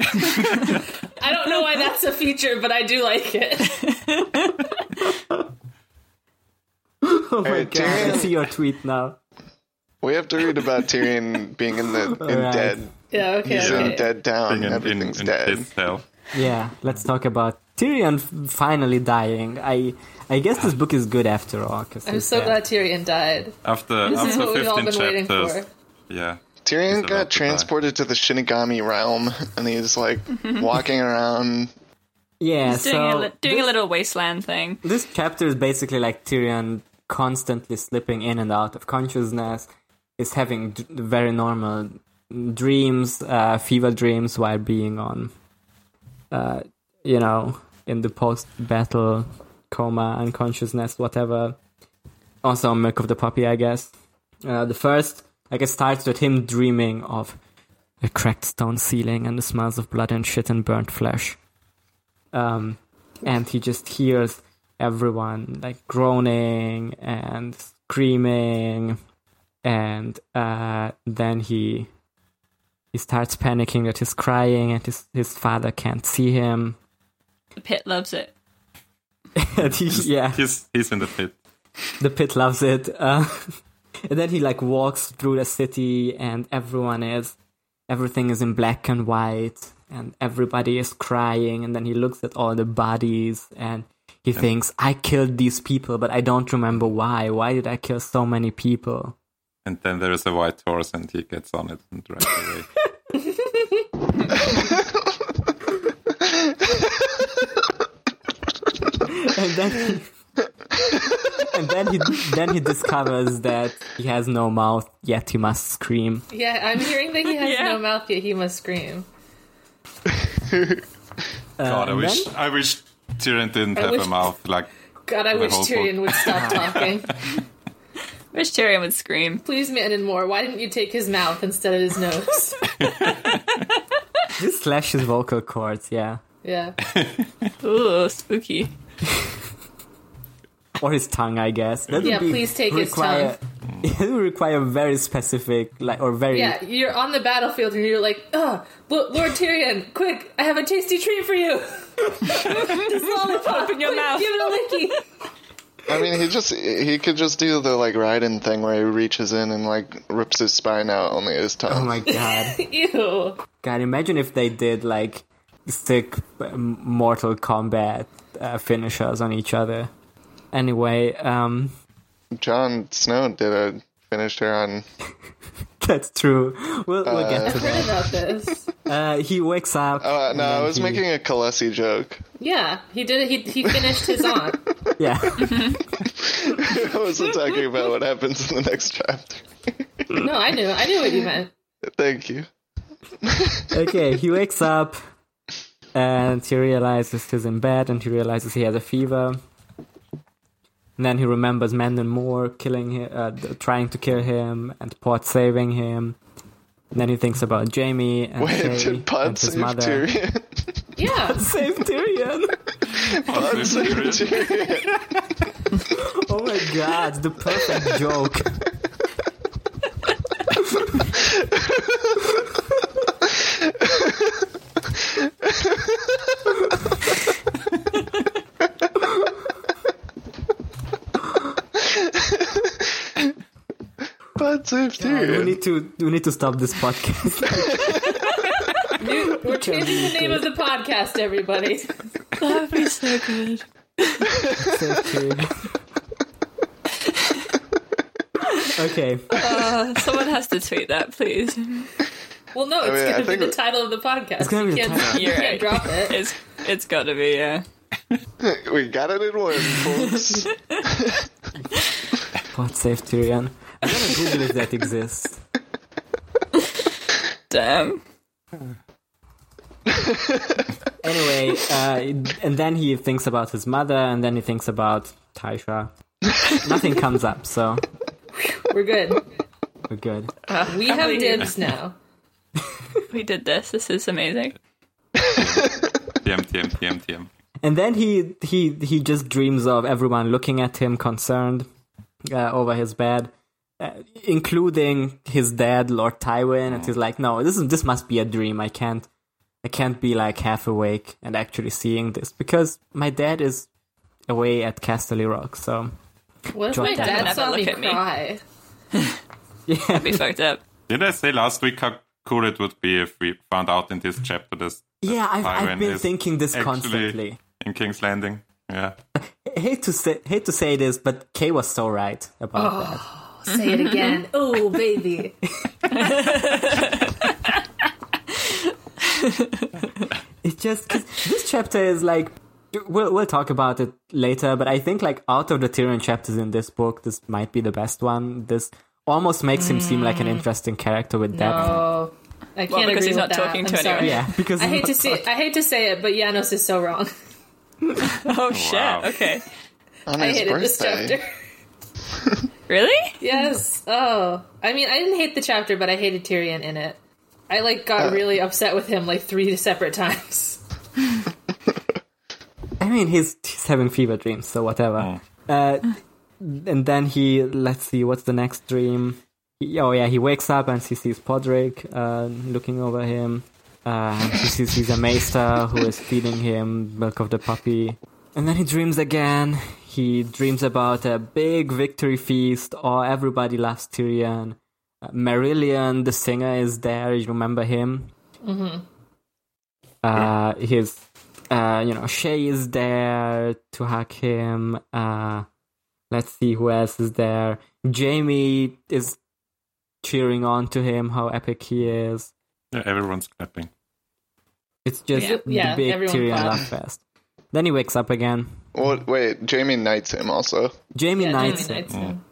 I don't know why that's a feature, but I do like it.
Oh my
Hey,
god, I
Tyrion.
see your tweet now.
We have to read about Tyrion being in the in
Right.
dead.
Yeah, okay.
He's
okay.
in dead town.
In, in, in
Everything's dead.
this hell.
Yeah, let's talk about Tyrion f- finally dying. I I guess this book is good after all. Cause
I'm so glad Tyrion died.
After,
This is
after
what we've all
15
been waiting
chapters.
for.
Yeah.
Tyrion
about to die.
got transported to the Shinigami realm, and
(laughs)
he's like walking around.
Yeah,
doing a,
so
li- doing a little wasteland thing.
this chapter is basically like Tyrion constantly slipping in and out of consciousness, is having d- very normal dreams, uh, fever dreams while being on, uh, you know, in the post battle coma, unconsciousness, whatever. Also, on Milk of the Puppy, I guess. Uh, the first, like, it starts with him dreaming of a cracked stone ceiling and the smells of blood and shit and burnt flesh. Um, and he just hears everyone like groaning and screaming and uh, then he he starts panicking that he's crying and his, his father can't see him (laughs)
The pit loves it.
And he- yeah
He's, he's in the pit.
the pit loves it uh, (laughs) and then he like walks through the city and everyone is everything is in black and white and everybody is crying and then he looks at all the bodies and he thinks i killed these people but i don't remember why why did i kill so many people (laughs)
And then there is a white horse and he gets on it and drives away.
and then (laughs) and then he then he discovers that he has no mouth yet he must scream
Yeah, I'm hearing that he has
Yeah.
no mouth yet he must scream.
God, I
and
wish, I wish Tyrion didn't have
wish-
a mouth.
(laughs)
Like,
God, I wish
whole book.
Tyrion would
(laughs)
stop talking.
Wish Tyrion would scream.
Please, man and more. Why didn't you take his mouth instead of his
(laughs)
nose?
this slashes vocal cords yeah
Yeah.
Ooh, spooky.
or his tongue, I guess. That
Yeah,
would be
please take his
require, his tongue. (laughs) It would require very specific, like, or very.
Yeah, you're on the battlefield and you're like, oh, Lord Tyrion, quick, I have a tasty treat for you. (laughs) this lollipop in
your mouth.
Give it a licky. (laughs)
I mean, he just he could just do the like Raiden thing where he reaches in and like rips his spine out, only his tongue.
Oh my god,
(laughs) Ew.
god! Imagine if they did like stick um, Mortal Kombat uh, finishers on each other. Anyway, um, (laughs)
John Snow did a finished her on
That's true. We'll, we'll get to
I've heard
that.
about this.
Uh, he wakes up.
Uh,
and
no, I
then
was
he-
making a Kalesi joke. (laughs)
Yeah, he did it. He, he finished his aunt.
Yeah.
I wasn't talking about what happens in the next chapter.
No, I knew. I knew what you meant.
Thank you.
okay, he wakes up and he realizes he's in bed and he realizes he has a fever. And then he remembers Mandan Moore killing him, uh, d- trying to kill him, and Pod saving him. And then he thinks about Jamie and
(laughs) Wait,
Faye
did Pod
and his
save
mother.
Tyrion?
(laughs)
Yeah.
Save Tyrion!
Pod saved (laughs) Tyrion.
Oh my god, the perfect joke.
Pod saved
We
Tyrion.
need to we need to stop this podcast. (laughs)
We're changing the name of the podcast, everybody.
That would be so good.
Save Tyrion. (laughs) okay.
Uh, (laughs) someone has to tweet that, please.
Well, no, it's
mean, I
going to be
think-
the title of the podcast.
gonna
you
be the
can't,
title.
you
You're
can't
right.
drop it.
It's it's gotta be uh, yeah.
We got it in one,
(laughs)
folks.
Pod save Tyrion. I'm gonna Google if that exists.
Damn.
Anyway, uh, and then he thinks about his mother, and then he thinks about Taisha. Nothing comes up, so
We're good.
we're good.
We have
believe-
dibs now.
We did this. This is amazing.
TM, TM, TM, TM.
And then he he he just dreams of everyone looking at him, concerned uh, over his bed, uh, including his dad, Lord Tywin. And he's like, "No, this is this must be a dream. I can't, I can't be like half awake and actually seeing this because my dad is away at Casterly Rock." So
What if
Drop
my
that.
dad
Never
saw me
look at me.
cry?
yeah,
We fucked up.
Did I say last week how cool it would be if we found out in this chapter this
yeah, I've, I've
Tywin
been
is
thinking this
actually-
constantly.
in King's Landing? Yeah.
hate to say hate to say this, but Kay was so right about that.
Say (laughs) it again. Oh, baby.
It just 'cause this chapter is like we'll we'll talk about it later, but I think like out of the Tyrion chapters in this book, this might be the best one. This almost makes him seem
Mm.
like an interesting character with depth.
Oh, I can't
Well, because
agree
he's
with
not
that.
talking
I'm
to anyone.
sorry.
Yeah, because
I hate to see. I hate to say it, but Janos is so wrong.
(laughs)
(laughs)
Oh shit. Okay.
On
I
his
hated this
birthday.
chapter. (laughs)
Really?
Yes. Oh, I mean, I didn't hate the chapter, but I hated Tyrion in it. I like
Uh,
got really upset with him like three separate (laughs) times.
I mean, he's, he's having fever dreams, so whatever. Uh, and then he, let's see, what's the next dream? He, oh yeah, he wakes up and he sees Podrick uh, looking over him. Uh, he sees he's a maester who is feeding him milk of the puppy. And then he dreams again. He dreams about a big victory feast, or everybody loves Tyrion. Uh, Marillion, the singer, is there. You remember him? Uh, his uh, you know, Shay is there to hack him. Uh, let's see who else is there. Jamie is cheering on to him how epic he is.
yeah everyone's clapping.
It's just
Yeah.
the
Yeah,
big
everyone
Tyrion
clapped.
love fest. Then he wakes up again.
Well, wait, Jamie knights him also.
Jamie
Yeah,
knights
Jamie
him.
Knights him.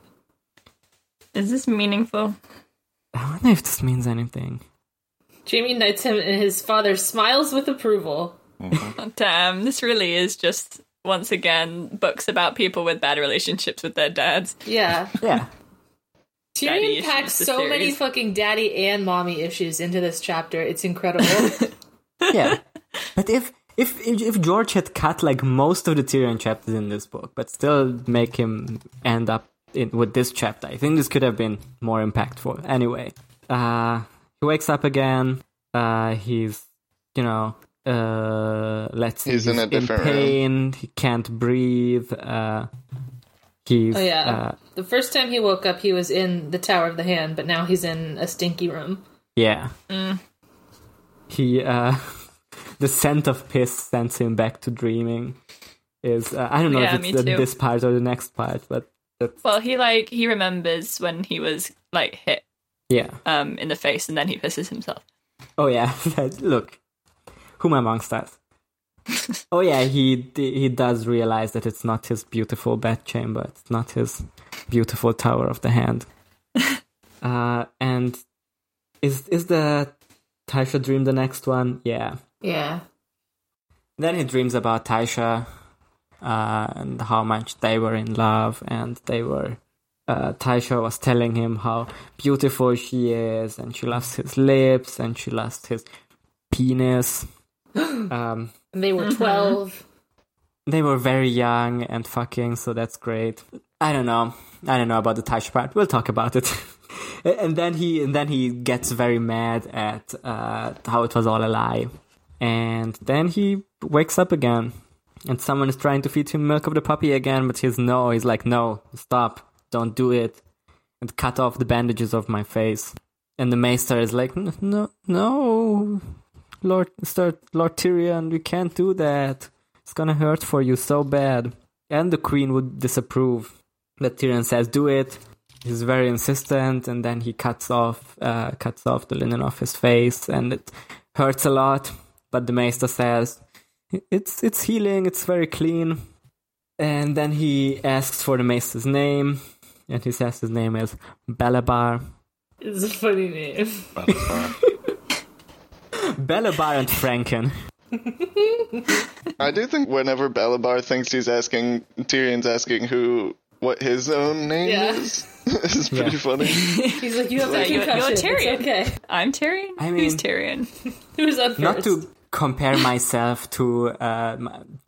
Is this meaningful?
(laughs) I wonder if this means anything.
Jamie knights him, and his father smiles with approval.
Damn. This really is just once again books about people with bad relationships with their dads.
Yeah,
Yeah.
Tyrion
Daddy
packs
issues, the
so many
series.
fucking daddy and mommy issues into this chapter. It's incredible.
yeah. (laughs) But if if if George had cut like most of the Tyrion chapters in this book, but still make him end up in, with this chapter, I think this could have been more impactful. Anyway, uh, he wakes up again. Uh, he's you know uh, let's see,
He's in a different room.
pain. He can't breathe. Uh, he's
oh yeah.
uh,
the first time he woke up, he was in the Tower of the Hand, but now he's in a stinky room.
Yeah.
Mm.
He uh (laughs) the scent of piss sends him back to dreaming. Is uh, I don't know
Yeah,
if
me
it's the,
too.
this part or the next part, but that's
Well, he like he remembers when he was like hit
Yeah.
um, in the face, and then he pisses himself. (laughs)
Oh yeah. (laughs) That- Look, whom amongst us? oh yeah, he d- he does realize that it's not his beautiful bedchamber. It's not his beautiful tower of the hand. uh, and is is the Taisha dream the next one? Yeah.
Yeah.
Then he dreams about Taisha uh, and how much they were in love, and they were. Uh, Taisha was telling him how beautiful she is, and she loves his lips, and she loves his penis. um,
And they were 12.
they were very young and fucking, so that's great. I don't know. I don't know about the Taisha part. We'll talk about it. (laughs) A- and then he and then he gets very mad at uh, how it was all a lie. And then he wakes up again, and someone is trying to feed him milk of the puppy again, but he's no. He's like, no, stop, don't do it, and cut off the bandages of my face. And the Maester is like, "N- no, no, Lord, Sir, Lord Tyrion, we can't do that. It's gonna hurt for you so bad. And the queen would disapprove. But Tyrion says, "Do it." He's very insistent, and then he cuts off, uh, cuts off the linen off his face, and it hurts a lot. But the Maester says, "It's it's healing. It's very clean." And then he asks for the Maester's name, and he says his name is Balabar.
It's a funny name.
uh, (laughs)
Balabar and Franken.
I do think whenever Balabar thinks he's asking, Tyrion's asking who, what his own name
Yeah.
is. (laughs) this is pretty
Yeah.
funny.
He's like, you have a
you're-
concussion.
you're Tyrion.
It's okay.
I'm Tyrion.
I
Who's
mean-
Tyrion?
Who's up
not
first?
to compare myself to uh, m-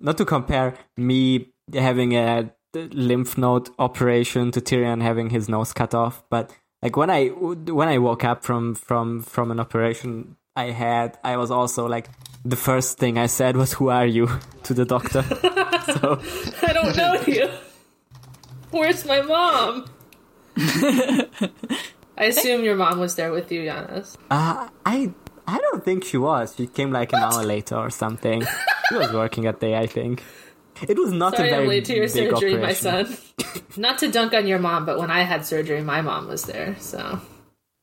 not to compare me having a lymph node operation to Tyrion having his nose cut off but like when I when I woke up from from from an operation I had I was also like the first thing I said was who are you (laughs) to the
(laughs)
doctor so
(laughs) I don't
(laughs)
know you. Where's my mom? I assume your mom was there with you, Giannis.
uh, I I don't think she was she came like an hour later or something she was working that day I think it was not
Sorry
a very
I'm late to your
big
surgery,
operation.
my
(laughs)
son. Not to dunk on your mom, but when I had surgery, my mom was there. So,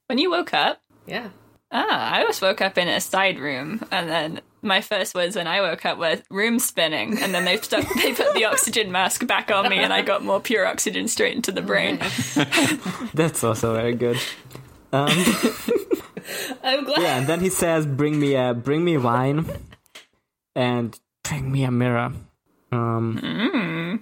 When you woke up,
yeah.
ah, I was woke up in a side room, and then my first words when I woke up were "room spinning," and then they stuck, they put the oxygen mask back on me, and I got more pure oxygen straight into the brain.
That's also very good. Um,
I'm glad.
yeah, and then he says, "Bring me a, bring me wine, and bring me a mirror." Um,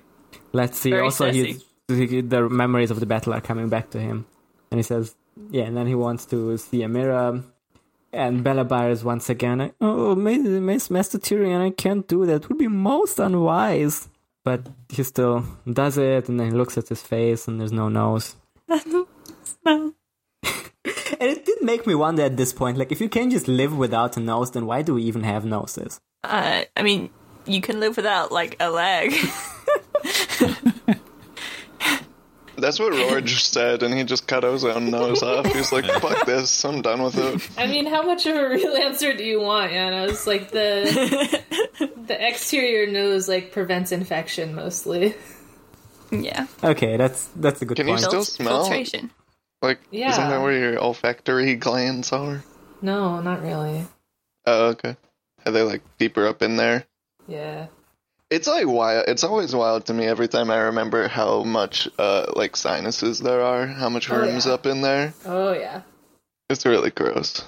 Let's see.
Very
also, he's, he- the memories of the battle are coming back to him, and he says, "Yeah." And then he wants to see a mirror, and Belabar is once again, like, "Oh, Ma- Ma- Master Tyrion, I can't do that. Would be most unwise." But he still does it, and then he looks at his face, and there's no nose. (laughs) And it did make me wonder at this point, like if you can just live without a nose, then why do we even have noses?
Uh, I mean, you can live without like a leg. (laughs)
That's what Rorge said, and he just cut his own nose off. He's like, fuck this, I'm done with it.
I mean, how much of a (laughs) real answer do you want, Giannis? Like,
(laughs)
the, the exterior nose, like, prevents infection mostly.
yeah,
Okay, that's that's a good
Can you
point.
Still smell?
filtration.
Like, isn't
Yeah.
that where your olfactory glands are?
No, not really.
Oh, okay. Are they like deeper up in there?
Yeah.
It's like wild. It's always wild to me every time I remember how much uh like sinuses there are, how much
Oh,
room's
yeah.
up in there.
Oh, yeah.
It's really gross.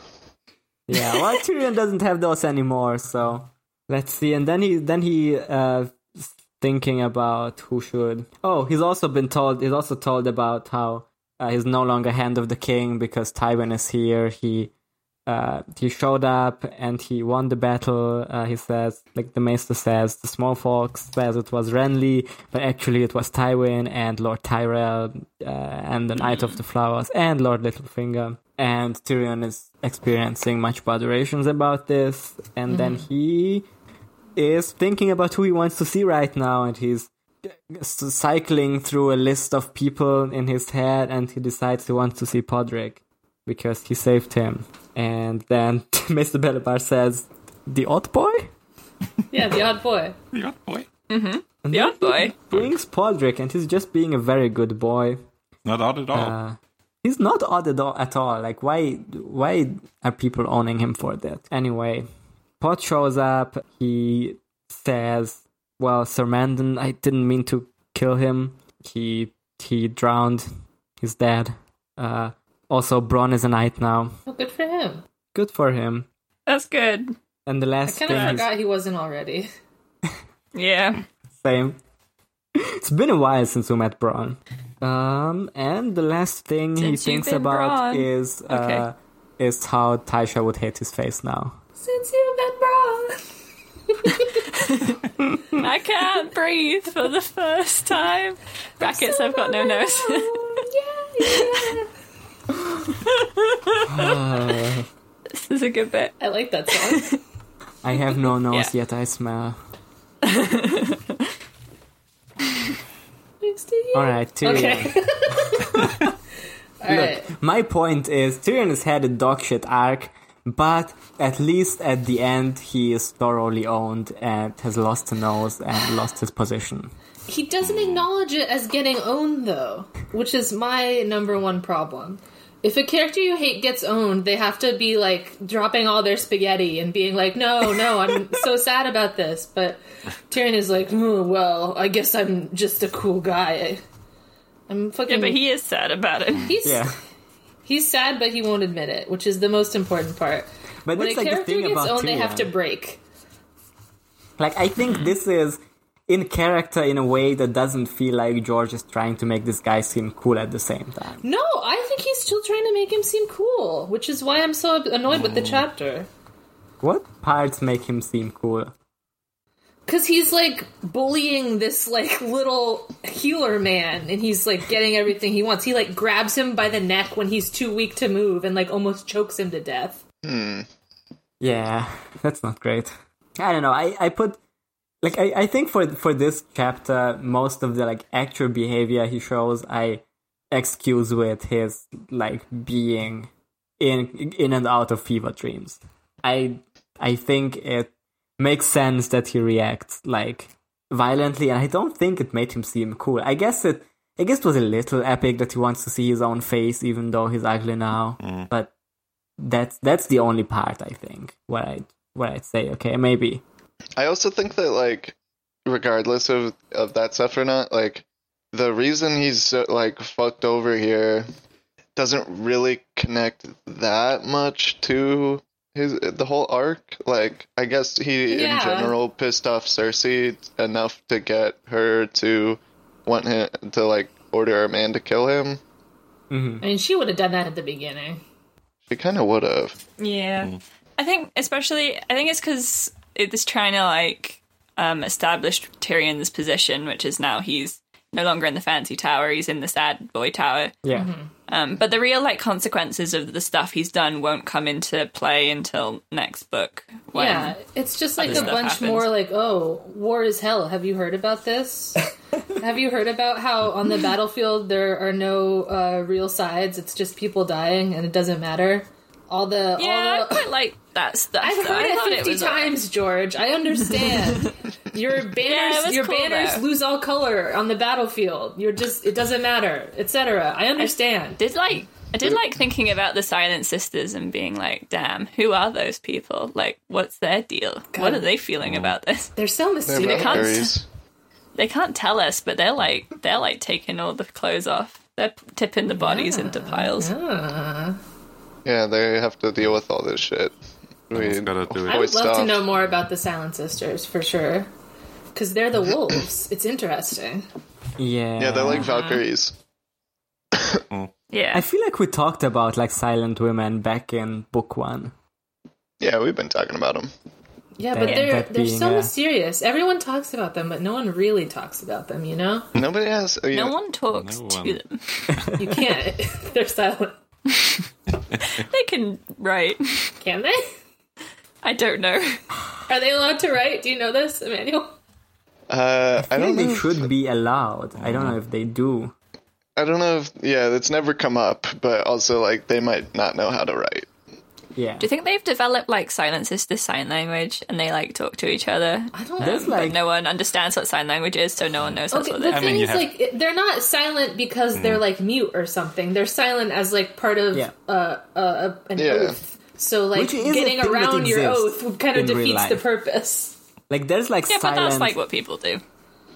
yeah, well Tyrion doesn't have those anymore, so let's see. And then he then he uh is thinking about who should Oh, he's also been told he's also told about how uh, he's no longer hand of the king because Tywin is here. He uh, he showed up and he won the battle. Uh, he says, like the maester says, the small fox says it was Renly, but actually it was Tywin and Lord Tyrell uh, and the Knight of the Flowers and Lord Littlefinger. And Tyrion is experiencing much botherations about this, and then he is thinking about who he wants to see right now, and he's s- cycling through a list of people in his head, and he decides he wants to see Podrick because he saved him. And then (laughs) Mr. Belabar says, "The odd boy."
Yeah, the odd boy.
Yeah, boy.
And
The
then
odd boy.
he brings Podrick, and he's just being a very good boy.
Not odd at all.
Uh, he's not odd at all, at all. Like why why are people owning him for that? Anyway, Pot shows up. He says, "Well, Sir Mandon, I didn't mean to kill him. He he drowned. He's dead. Uh, also, Bron is a knight now.
Oh, good for him.
Good for him."
That's good.
And the
I
last
kind of
thing is
forgot he wasn't
(laughs)
already.
Yeah.
same. It's been a while since we met Bron. Um, and the last thing he
Since you've
thinks
been
about
Bronn.
is uh, is how Taisha would hate his face now.
Since you've been wrong.
I can't breathe for the first time. Brackets, I've got no nose. (laughs) this is a good bit.
I like that song.
I
(laughs)
have no nose
Yeah.
yet. I smell.
Next to you.
All right, Tyrion.
Okay. (laughs) All right.
My point is Tyrion has had a dog shit arc, but at least at the end he is thoroughly owned and has lost a nose and lost his
(laughs)
position.
He doesn't acknowledge it as getting owned, though, which is my number one problem. If a character you hate gets owned, they have to be like dropping all their spaghetti and being like, "No, no, I'm so sad about this." But Tyrion is like, "Oh, "Well, I guess I'm just a cool guy. I'm
Yeah,
fucking."
but he is sad about it.
he's
Yeah.
he's sad, but he won't admit it, which is the most important part.
But
When a
that's like the
character
thing
gets
about
owned, they have
Tyrion.
to break.
Like I think this is in character in a way that doesn't feel like George is trying to make this guy seem cool at the same time.
No, I think he's still trying to make him seem cool, which is why I'm so annoyed with the chapter.
What parts make him seem cool?
Cause he's like bullying this like little healer man, and he's like getting everything he wants. He like grabs him by the neck when he's too weak to move, and like almost chokes him to death.
Yeah, that's not great. I don't know. I, I put like I, I think for for this chapter, most of the like actual behavior he shows, I excuse with his like being in in and out of fever dreams. I I think it makes sense that he reacts like violently, and I don't think it made him seem cool. I guess it I guess it was a little epic that he wants to see his own face, even though he's ugly now. But that's that's the only part I think where I where I'd say okay maybe
I also think that like regardless of of that stuff or not, like the reason he's so, like fucked over here doesn't really connect that much to his the whole arc. Like I guess he
Yeah.
in general pissed off Cersei enough to get her to want him to like order a man to kill him.
I mean, she would have done that at the beginning.
She kind of would have.
Yeah. I think, especially, I think it's because it's trying to like um, establish Tyrion's position, which is now he's no longer in the fancy tower, he's in the sad boy tower.
yeah
Um, but the real like consequences of the stuff he's done won't come into play until next book. When,
yeah, it's just like
other
a
stuff
bunch
happens.
more like, oh, war is hell. Have you heard about this? Have you heard about how on the battlefield there are no uh, real sides? It's just people dying, and it doesn't matter. All the
Yeah, I
all the
quite like that stuff.
(laughs) I've
though.
heard
I thought
Oh. it fifty
was alright.
times, George. I
(laughs)
understand. your banners,
it was
your
cool,
banners
though.
lose all color on the battlefield. You're just, it doesn't matter, etc. I understand.
did like I did like thinking about the Silent Sisters and being like, "Damn, who are those people? Like, what's their deal? What are they feeling about this?
They're so
They're
mysterious.
can't-
Valkyries.
They can't tell us, but they're like they're like taking all the clothes off. They're p- tipping the bodies into piles.
Ah.
Yeah, they have to deal with all this shit. We
gotta do it.
I would
hoist
love to
off.
know more about the Silent Sisters for sure, because they're the
(clears throat)
wolves. it's interesting.
yeah
Yeah, they're like Valkyries.
Yeah,
I feel like we talked about like silent women back in book one
Yeah, we've been talking
(laughs)
about them.
Yeah,
That-
but they're
that
they're
being
so
a-
mysterious. Everyone talks about them, but no one really talks about them. You know,
Nobody has. oh, you
no
know-
one talks
No
to
one.
them. (laughs)
you can't.
(laughs)
(laughs) they're silent.
They can write.
Can they?
I don't know.
Are they allowed to write? Do you know this, Emmanuel?
Uh, I
I
don't
think
know.
they
if-
should be allowed I don't know if they do
I don't know if yeah, that's never come up. But also, like, they might not know how to write.
Yeah.
Do you think they've developed like silence is the sign language and they like talk to each other?
I don't
There's
know.
like
No one understands what sign language is, so no one knows that's
Okay,
what
the
it is.
thing
mean, you
is,
have-
like, it- they're not silent because
Mm.
they're like mute or something. They're silent as like part of
Yeah.
uh, uh, an
Yeah.
oath. So like
Which is a
getting
thing that
around your
exists
oath kind of
in real
defeats the
life.
purpose.
like there's like
Yeah, but
silent.
that's like what people do.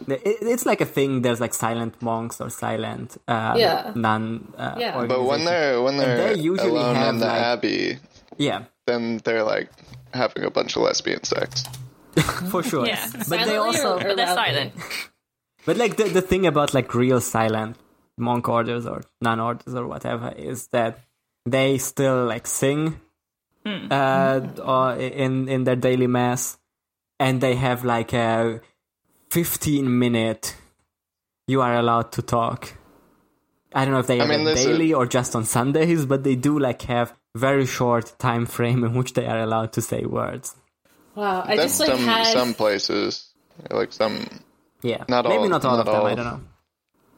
it, it's like a thing. There's like silent monks or silent uh,
Yeah.
nun. Uh,
Yeah. But
But when
organization.
they're when
And
they're
they usually
alone
have,
in the
like-
abbey,
yeah, (laughs)
then they're like having a bunch of lesbian sex.
for sure.
Yeah.
But they
Silently
also
or- or
But they're
loudly.
silent.
But like the, the thing about like real silent monk orders or nun orders or whatever is that they still like sing
Hmm.
uh, or in in their daily mass, and they have like a fifteen minute. You are allowed to talk. I don't know if they have
mean,
it
there's a-
daily or just on Sundays, but they do like have very short time frame in which they are allowed to say words.
Wow, I
That's
just like
some
had
some places, like some.
Yeah,
Not
maybe
all-
not all of
not
them. I
all.
don't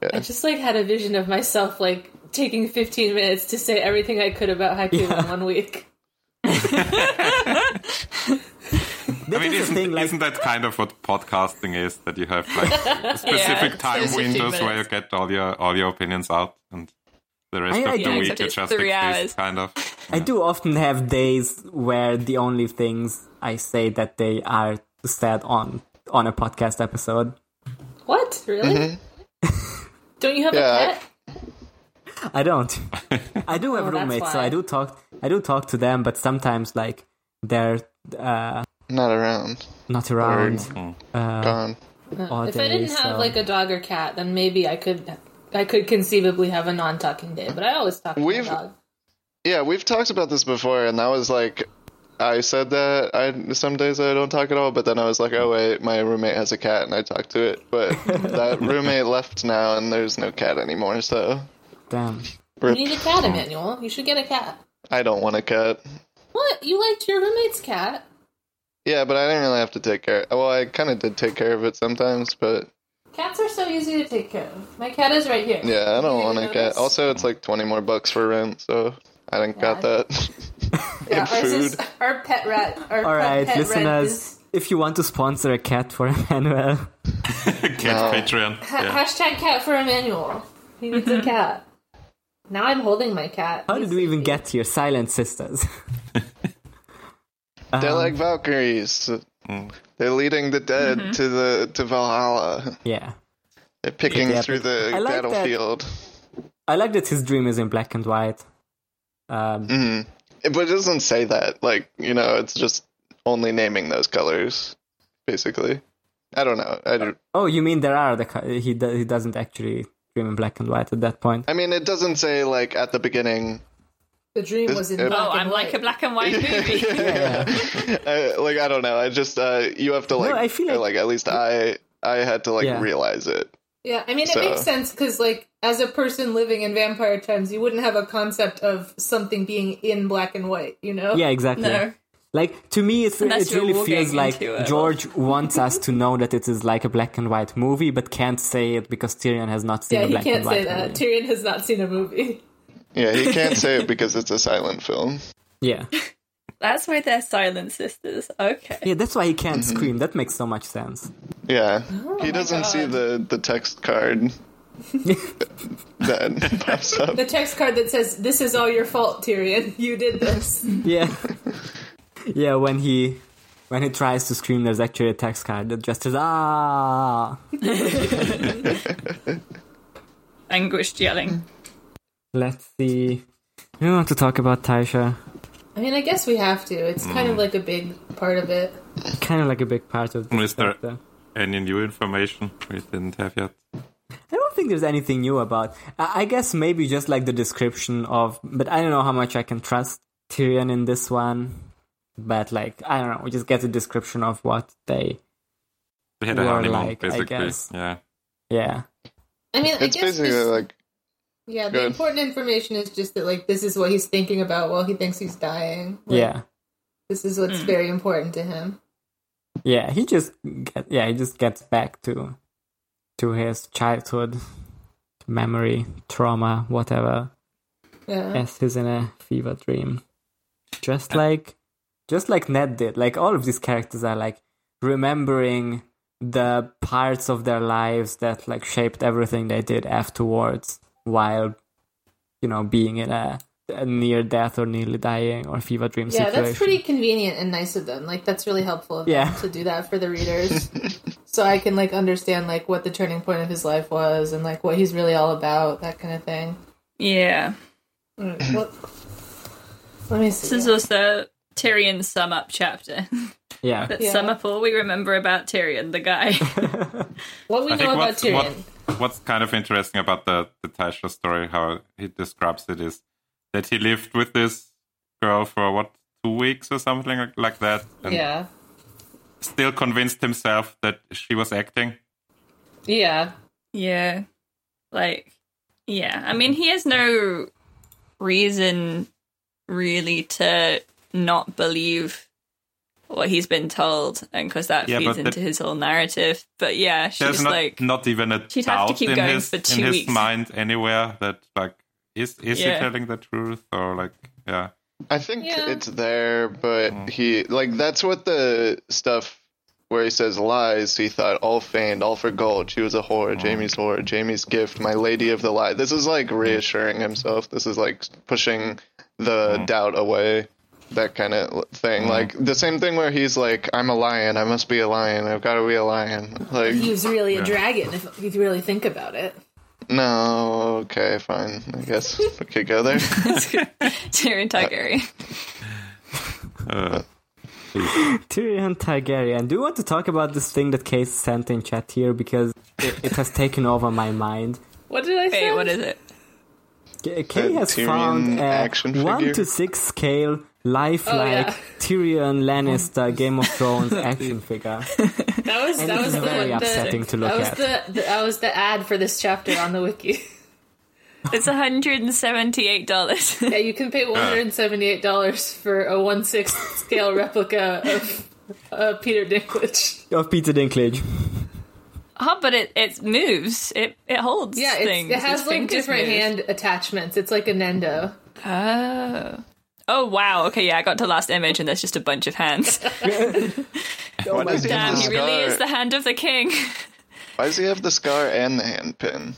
know.
I just like had a vision of myself like taking 15 minutes to say everything I could about haiku in one week.
This
I
is
mean,
the
isn't,
thing, like-
isn't that kind of what podcasting is? That you have
(laughs)
like specific
it's
time
just 15
windows where you
minutes.
get all your all your opinions out, and the rest
I- I
of
do-
the
Yeah,
week
except
you
it's
just
three
exist,
hours.
kind of.
I do often have days where the only things I say that they are said on on a podcast episode.
What? Really? Don't you have
Mm-hmm. Yeah, I-
a pet?
I
(laughs)
don't. I do have
Oh, that's
roommates, so
why.
I do talk. I do talk to them, but sometimes like they're uh,
Not around.
not around Uh.
Gone.
all
If
day.
I didn't have
so-
like a dog or cat, then maybe I could I could conceivably have a non-talking day, but I always talk to my
We've-
dog.
Yeah, we've talked about this before, and that was like, I said that I some days I don't talk at all, but then I was like, oh wait, my roommate has a cat, and I talk to it. But that roommate left now, and there's no cat anymore. So
damn.
You need a cat, Emmanuel. You should get a cat.
I don't want a cat.
What? You liked your roommate's cat?
Yeah, but I didn't really have to take care. Well, I kind of did take care of it sometimes, but
Cats are so easy to take care of. My cat is right here.
yeah, I don't
You
want a
notice?
cat. Also, it's like twenty more bucks for rent, so I didn't got that. (laughs)
yeah, ours is-
food.
our pet rat. Our
All
pet,
right,
pet rat
listeners,
is
if you want to sponsor a cat for (laughs) Emmanuel,
Get Patreon.
ha-
Yeah.
hashtag cat for Emmanuel. He needs a cat. Now I'm holding my cat.
how did we even get here? Silent sisters.
(laughs) They're
Um,
like Valkyries. They're leading the dead to the to Valhalla.
Yeah.
They're picking
Yeah,
through
but
the
I like that.
battlefield.
I like that his dream is in black and white. Um,
But Mm-hmm. it doesn't say that. Like, you know, it's just only naming those colors, basically. I don't know. I, don't-
Oh, you mean there are the co- he do, he doesn't actually dream in black and white at that point.
I mean, it doesn't say, like, at
(laughs)
the beginning.
The dream was in
Oh,
black
Oh,
and
I'm like
white.
a black and white
(laughs)
movie.
(laughs) I, Uh, like, I don't know. I just, uh, you have to, like,
I feel
or,
like-
like, at least I, I had to, like,
Yeah.
realize it.
Yeah, I mean,
So-
it makes sense because, like, as a person living in vampire times, you wouldn't have a concept of something being in black and white, you know?
Yeah, exactly.
(laughs) No.
Like to me, it's,
Unless
it
you're
really
walking
feels like
into a-
George wants us to know that it is like a black and white movie, but can't say it because Tyrion has not seen
Yeah,
a
he
black
can't
and white
say that.
movie.
Tyrion has not seen a movie.
Yeah, he can't say
(laughs)
it because it's a silent film.
Yeah,
That's why they're silent sisters. Okay.
yeah, that's why he can't scream. That makes so much sense.
Yeah.
Oh
he doesn't see the, the text
(laughs)
card that pops up.
The text card that says, This is all your fault, Tyrion. (laughs) You did this.
Yeah, (laughs) yeah. When he when he tries to scream, there's actually a text card that just says ah.
Anguished yelling.
Let's see. We want to talk about Taisha.
I mean, I guess we have to. It's kind of like a big part of it.
Kind of like a big part of this
Mister-
chapter.
Any new information we didn't have yet?
I don't think there's anything new about. I I guess maybe just like the description of, but I don't know how much I can trust Tyrion in this one. But like, I don't know. We just get a description of what they.
They had a
Well,
honeymoon,
like, I
basically.
guess.
Yeah.
Yeah,
I mean, I
It's
guess.
basically
this-
like
yeah,
go
the
ahead.
important information is just that, like, this is what he's thinking about while he thinks he's dying. Like,
yeah,
This is what's very important to him.
yeah. He just, get, yeah, he just gets back to, to his childhood, memory, trauma, whatever.
Yeah.
As he's in a fever dream. just like just like Ned did. Like all of these characters are like remembering the parts of their lives that like shaped everything they did afterwards while you know being in a, a near death or nearly dying or fever dream
Yeah,
situation.
that's pretty convenient and nice of them. Like that's really helpful of them
Yeah.
to do that for the
(laughs)
readers.
(laughs)
so I can like understand like what the turning point of his life was and like what he's really all about, that kind of thing.
Yeah.
Mm, well, let me see.
This is also Tyrion's sum up chapter. (laughs)
(laughs)
yeah.
Let's
Yeah.
sum up all we remember about Tyrion, the guy. (laughs)
what we
I
know
think
about
what's,
Tyrion.
what- what's kind of interesting about the, the Tasha story, how he describes it, is that he lived with this girl for what, two weeks or something like- like that, and
yeah.
still convinced himself that she was acting.
Yeah.
yeah. Like, yeah. I mean, he has no reason really to not believe what he's been told, and because that
Yeah,
feeds
but
into
the-
his whole narrative. But yeah,
There's
she's
not, (laughs)
like, (laughs)
not even a
she'd have to
doubt
keep
in
going
his,
for
in
two
his
weeks.
mind anywhere that, like, is, is
Yeah.
he telling the truth or, like, yeah.
I think
Yeah.
it's there, but he like that's what the stuff where he says lies. He thought all feigned, all for gold. She was a whore. Jamie's whore. Jamie's gift. My lady of the lie. This is like reassuring himself. This is like pushing the doubt away. That kind of thing. Like the same thing where he's like, "I'm a lion. I must be a lion. I've got to be a lion." Like,
He was really a dragon if you really think about it.
no, okay, fine. I guess we could
(laughs)
go there.
(laughs)
Tyrion Targaryen.
Uh,
Tyrion Targaryen. Do you want to talk about this thing that Case sent in chat here because it, it has taken over my mind?
What did I say?
Wait, what is it?
K Kay
Uh,
has
Tyrion
found a
action
one
figure?
to six scale lifelike
Oh, yeah.
Tyrion Lannister Game of Thrones action figure.
(laughs) That was that
it's
was the,
very
the-
upsetting to look
that was
at.
The, the that was the ad for this chapter on the wiki.
(laughs)
It's (laughs) $178.
yeah, you can
Ah.
pay one hundred and seventy eight dollars for a one sixth scale replica of uh, Peter Dinklage.
Of Peter Dinklage.
Oh, but it, it moves. It it holds
Yeah,
things.
it's, it has
Its
like
fingers
different
move.
hand attachments. It's like a Nendo.
Oh. Oh wow. Okay, yeah, I got to last image and there's just a bunch of (laughs) hands.
Why does he have
Damn,
the
he really is the
scar?
hand of the king.
Why does he have the scar and the handpin?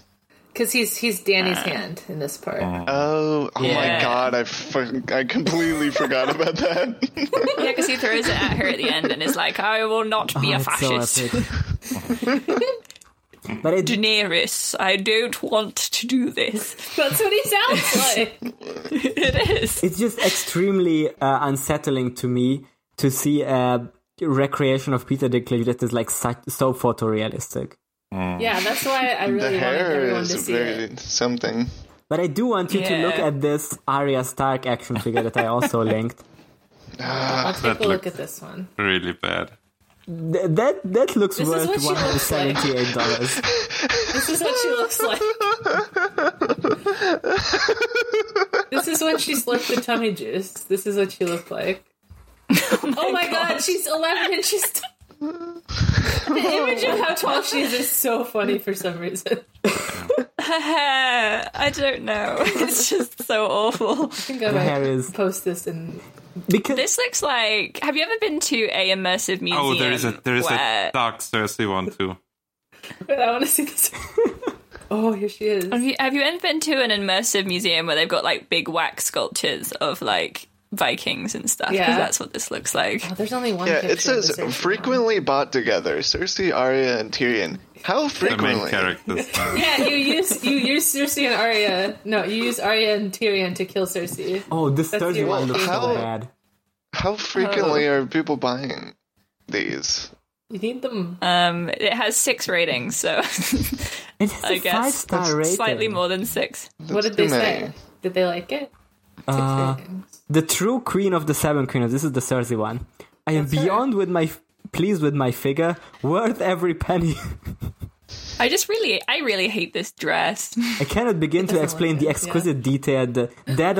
Because he's he's
Ah.
Danny's hand in this part.
Oh, oh
Yeah.
my god, I, for- I completely forgot about
(laughs)
that.
(laughs) yeah, because he throws it at her at the end and is like, I will not be
Oh,
a
it's so
fascist.
(laughs)
epic. but it,
Daenerys, I don't want to do this. (laughs)
That's what he
(laughs)
sounds like.
It is.
it's just extremely uh, unsettling to me to see a recreation of Peter Dinklage that is like such, so photorealistic. Ah.
yeah, that's why I
the
really wanted
hair
everyone
is
to see it.
very
(laughs)
something.
But I do want you to look
Yeah.
at this Arya Stark action figure that
(laughs)
I also linked.
Ah.
I'll take a
That
look
looks-
at this one.
really bad.
Th- that that looks
This is
worth
what she
one hundred
looks like.
seventy-eight dollars.
This is what she
(laughs)
looks like. this is when she slurped the tummy juice. This is what she looked like. (laughs) Oh my, god. she's 11 and she's. T- the image of how tall she is is so funny for some reason.
Haha, I don't know. (laughs) It's just so awful.
I think I
hair
might
is
post this in.
because
This looks like. Have you ever been to a immersive museum?
Oh, there is a there is
where-
a dark Cersei one too.
But I want to see this. oh, here she is.
Have you, have you ever been to an immersive museum where they've got like big wax sculptures of like Vikings and stuff? 'Cause
Yeah.
that's what this looks like.
Oh, there's only one.
Yeah,
picture
it
of
says
this ancient
frequently bought together Cersei, Arya, and Tyrion. How
The main
frequently?
characters.
one. Yeah, you use you use Cersei and Arya. No, you use Arya and Tyrion to kill Cersei.
(laughs) oh, this
That's
Thursday
your
one looks so
how-
bad.
How
Oh.
frequently are people buying these?
You need them.
Um, it has six ratings, so (laughs)
It has
I
a
guess
five-star rating.
slightly more than six.
what did they
too
say?
many.
Did they like it?
Uh,
Ratings.
the true queen of the seven queens. This is the Cersei one. I am beyond with my f- pleased with my figure, worth every penny. (laughs)
I just really, I really hate this dress. (laughs)
I cannot begin to
doesn't
explain
look
the
good,
exquisite detail, the dead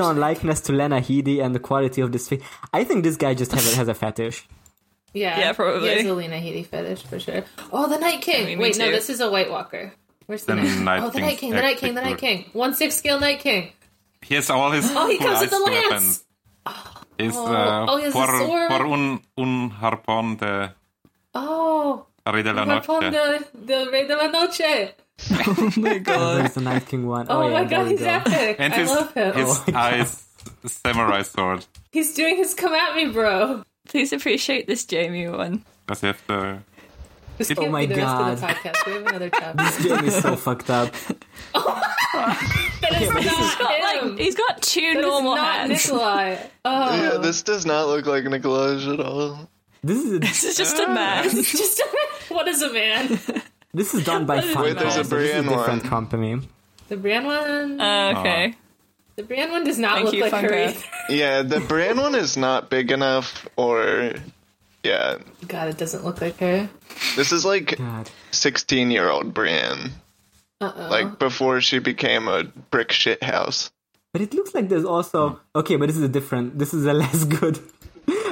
(laughs)
on likeness to Lena Headey, and the quality of this figure. I think this guy just have, has
(laughs)
a
Oh.
fetish.
Yeah,
Yeah, probably.
He has a Lena Headey fetish for sure. Oh, the Night King.
mean, me
Wait, no,
too.
this is a White Walker. Where's the
The
Night?
Night
oh, the
King's
Night King, the Night King, the Night
active
King. One six scale Night King.
He has all his
Oh, he
cool
comes with
ice
the
stuff
lance.
is
Oh,
uh,
oh, he has a
por,
sword.
por un, un harpón de
Oh,
Rey de la
Harpon
Noche.
de, de Rey de la Noche.
Oh my god.
There's the Night King one.
Oh,
yeah,
my
there
god,
we
he's
go.
epic.
And
I
his,
love him.
his ice samurai sword.
He's doing his come at me, bro.
Please appreciate this Jamie one.
Does he have the
Just
It-
give
Oh
my
me the rest of
God.
the podcast. We have
(laughs)
another chapter.
This game is so fucked up.
that is
He's got
not him.
like he's got two
That is
normal
not
(laughs) hands.
Nikolai. Oh, (laughs)
Yeah, this does not look like Nicolaj at all.
This is
This is just
(laughs)
a mess.
just what is a man?
this is done by Funko.
Wait, there's
so
a
this is a
Brienne
different
one.
company.
The Brian one.
Ah, okay.
the Brian one does not
Thank
look
you,
like her.
Funko.
either.
Yeah, the brand one is not big enough, or yeah,
God, it doesn't look like her.
this is like
God.
16 year old Brienne.
Uh-oh.
Like before she became a brick shit house.
But it looks like there's also okay, but this is a different. This is a (laughs) less good.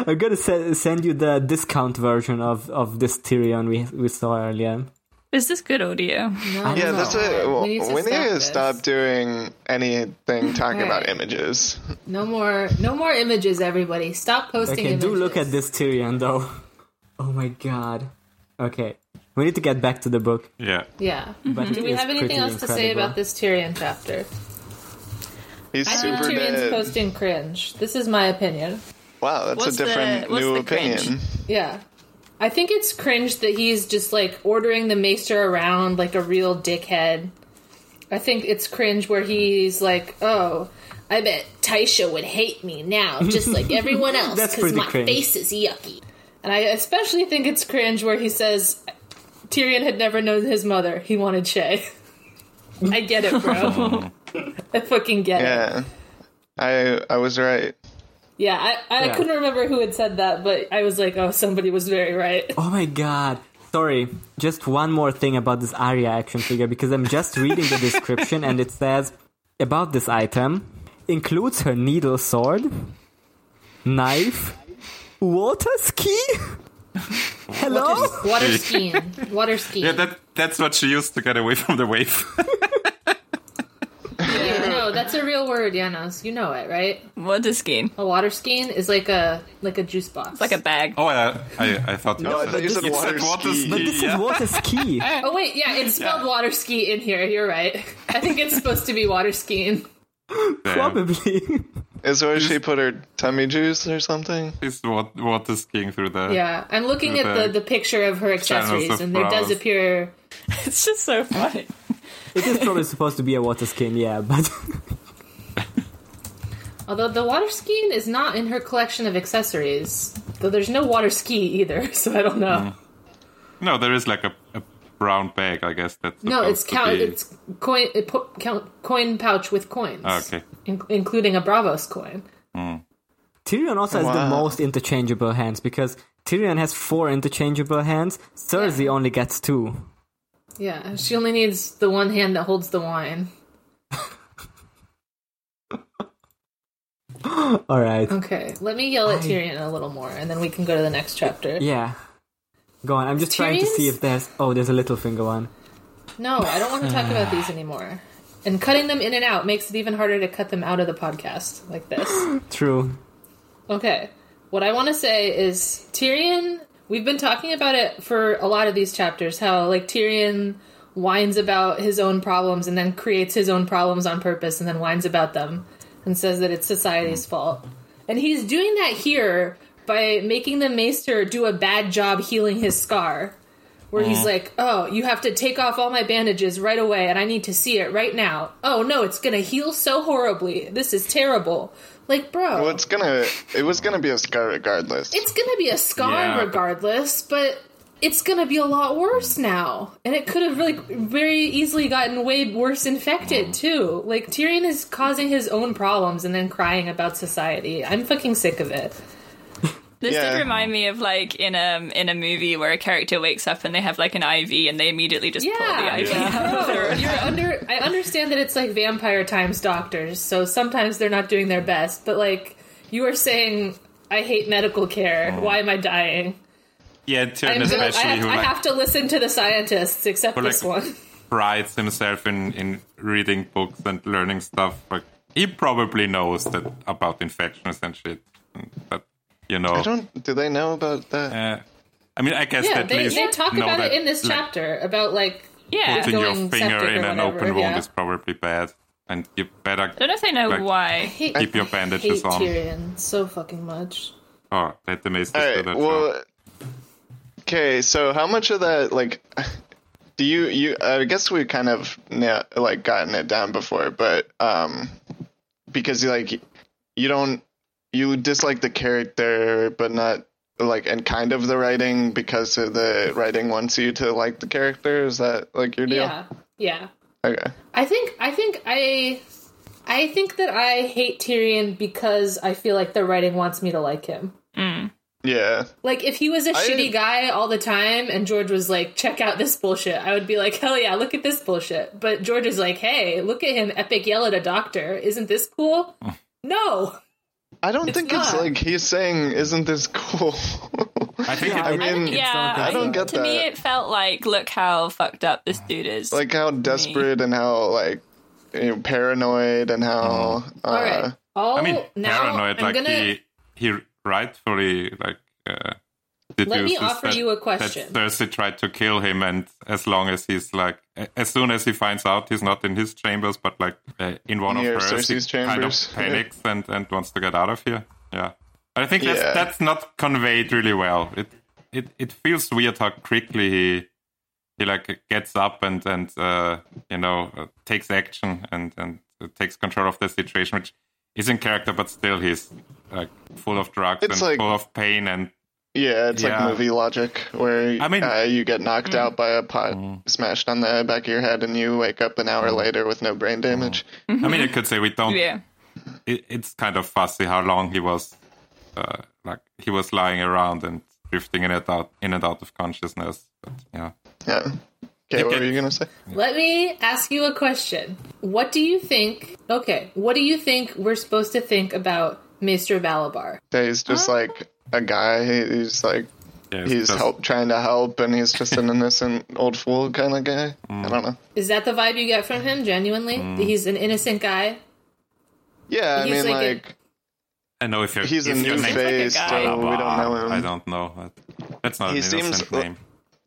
I'm gonna se- send you the discount version of of this Tyrion we we saw earlier.
Is this good audio?
I
Yeah,
don't
that's
know.
it. Well,
We need to
we need to
stop
stop doing anything talking
Alright.
about images.
No more, no more images, everybody. Stop posting
Okay,
images.
do look at this Tyrion though. Oh my god. Okay, we need to get back to the book.
yeah?
Yeah. (laughs)
But
Do we have anything else to say about this Tyrion chapter?
He's
I think
super
Tyrion's
dead.
posting cringe. This is my opinion.
wow, that's
What's
a different
the- what's
new
the
opinion.
cringe?
Yeah. I think it's cringe that he's just like ordering the maester around like a real dickhead. I think it's cringe where he's like, oh, I bet Taisha would hate me now, just
(laughs)
like everyone else,
That's
because
pretty
my
cringe.
face is yucky. And I especially think it's cringe where he says Tyrion had never known his mother. He wanted Shay. (laughs) I get it, bro. I fucking get it.
Yeah. I I was right.
Yeah, I, I
Yeah.
couldn't remember who had said that, but I was like, oh, somebody was very right.
Oh my god. Sorry, just one more thing about this Aria action figure because I'm just reading the description and it says about this item includes her needle sword, knife, water ski. Hello?
Water skiing.
(laughs)
Water skiing.
Yeah, that that's what she used to get away from the wave. (laughs)
Yeah, no, that's a real word, Janos. You know it, right?
What is skin?
A water skiing is like a like a juice box.
Like a bag.
oh, I I, I thought you
No, I thought you said
It's
water
that water
ski.
ski,
But this
yeah.
is water ski.
Oh wait, yeah, it's spelled water ski in here. You're right. (laughs) I think it's supposed to be water skiing.
Damn.
Probably.
Is where she put her tummy juice or something?
She's wa- water skiing through the
Yeah, I'm looking at the the picture of her accessories,
of
and there does
brows.
appear.
It's just so funny.
it is probably supposed to be a water skin, yeah, but (laughs)
Although the water skiing is not in her collection of accessories, though there's no water ski either, (laughs) so I don't know.
Mm, No, there is like a, a brown bag, I guess. That's
No, it's count.
supposed to be-
It's coin. It po- count, coin pouch with coins.
Ah, okay.
in- including a Bravos coin.
Tyrion also has the
Wow.
most interchangeable hands because Tyrion has four interchangeable hands, Cersei only gets two.
Yeah, she only needs the one hand that holds the wine.
Alright.
Okay, let me yell at Tyrion a little more, and then we can go to the next chapter.
Yeah. Go on. I'm just trying to see
Tyrion's-
if there's. Oh, there's a little finger one.
No, I don't want to talk about these anymore. And cutting them in and out makes it even harder to cut them out of the podcast like this.
True.
Okay. What I want to say is Tyrion, we've been talking about it for a lot of these chapters how like Tyrion whines about his own problems and then creates his own problems on purpose and then whines about them and says that it's
Mm.
society's fault. And he's doing that here by making the maester do a bad job healing his scar. Where
Mm.
he's like, "Oh, you have to take off all my bandages right away and I need to see it right now." Oh no, it's going to heal so horribly. This is terrible. Like, bro.
Well, it's gonna it was gonna be a scar regardless.
It's gonna be a scar
Yeah.
regardless, but it's gonna be a lot worse now. And it could have really very easily gotten way worse infected too. Like Tyrion is causing his own problems and then crying about society. I'm fucking sick of it.
This
Yeah.
did remind me of like in um in a movie where a character wakes up and they have like an IV and they immediately just pull
Yeah.
the IV out of
Bro,
their
(laughs) you're under I understand that it's like vampire times doctors, so sometimes they're not doing their best, but like you are saying I hate medical care. Why am I dying?
yeah, Tyrion
I'm, I,
Oh. especially
have,
who
I
like
have to listen to the scientists except
Well,
this
like-
one.
prides himself in in reading books and learning stuff. Like he probably knows that about infections and shit. But you know,
I don't. Do they know about that?
uh, I mean, I guess
Yeah,
at
they,
least
they talk
know
about
that,
it in this
like,
chapter about like
Yeah.
it's
Putting your
going
finger
septic or
in an
whatever,
open wound
yeah.
is probably bad, and you better.
I don't know if they know
Right.
why.
hate,
Keep your bandages
hate
on.
Tyrion so fucking much.
Oh, let the mace do
All right.
that.
Well. Okay. So how much of that like? (laughs) Do you you? I guess we kind of na- like gotten it down before, but um, because you like you don't you dislike the character, but not like and kind of the writing because of the writing wants you to like the character. Is that like your deal?
Yeah, yeah.
Okay.
I think I think I I think that I hate Tyrion because I feel like the writing wants me to like him.
Yeah.
Like if he was a shitty guy all the time and George was like, check out this bullshit, I would be like, Hell yeah, look at this bullshit. But George is like, Hey, look at him epic yell at a doctor. Isn't this
(laughs)
cool? no.
I don't think it's
not.
like he's saying, "Isn't this cool?" (laughs)
I think
I
it-
mean,
yeah,
I don't get
to
that.
me it felt like, look how fucked up this dude is.
like how desperate and how like you know, paranoid and how uh,
All right. All
I mean,
Oh, now
paranoid.
I'm
like
gonna
he he rightfully like. Uh,
let me
deduces
offer
that-
you a
that
question.
Cersei tried to kill him, and as long as he's like, a- as soon as he finds out he's not in his chambers, but like uh, in one
Near
of hers,
Cersei's
he kind of
chambers, (laughs) yeah.
panics and, and wants to get out of here. Yeah, I think that's
Yeah.
that's not conveyed really well. It it it feels weird how quickly he he like gets up and and uh, you know uh, takes action and and uh, takes control of the situation, which is in character, but still he's like full of drugs
It's
and
like-
full of pain and
yeah, it's
Yeah.
like movie logic where
I mean- Mm-hmm.
uh, you get knocked
mm-hmm.
out by a pot smashed on the back of your head and you wake up an hour later with no brain
Mm-hmm.
damage.
I mean, you
(laughs)
could say we don't.
yeah.
It, it's kind of fuzzy how long he was, uh, like he was lying around and drifting in and out, in and out of consciousness. But yeah,
Yeah. Okay, what were you gonna say?
Let me ask you a question. What do you think? Okay, what do you think we're supposed to think about Maester Valabar?
That he's just like a guy who's like
yeah it's
he's
just-
help trying to help and he's just
(laughs)
an innocent old fool kind of guy.
Mm.
I don't know.
Is that the vibe you get from him? Genuinely, he's an innocent guy.
Yeah, I
He's
mean
like a-
like
I know if you're,
he's a
if your
new
name's
face,
guy.
so we don't know him.
I don't know. That- That's not
He
an
seems-
innocent name.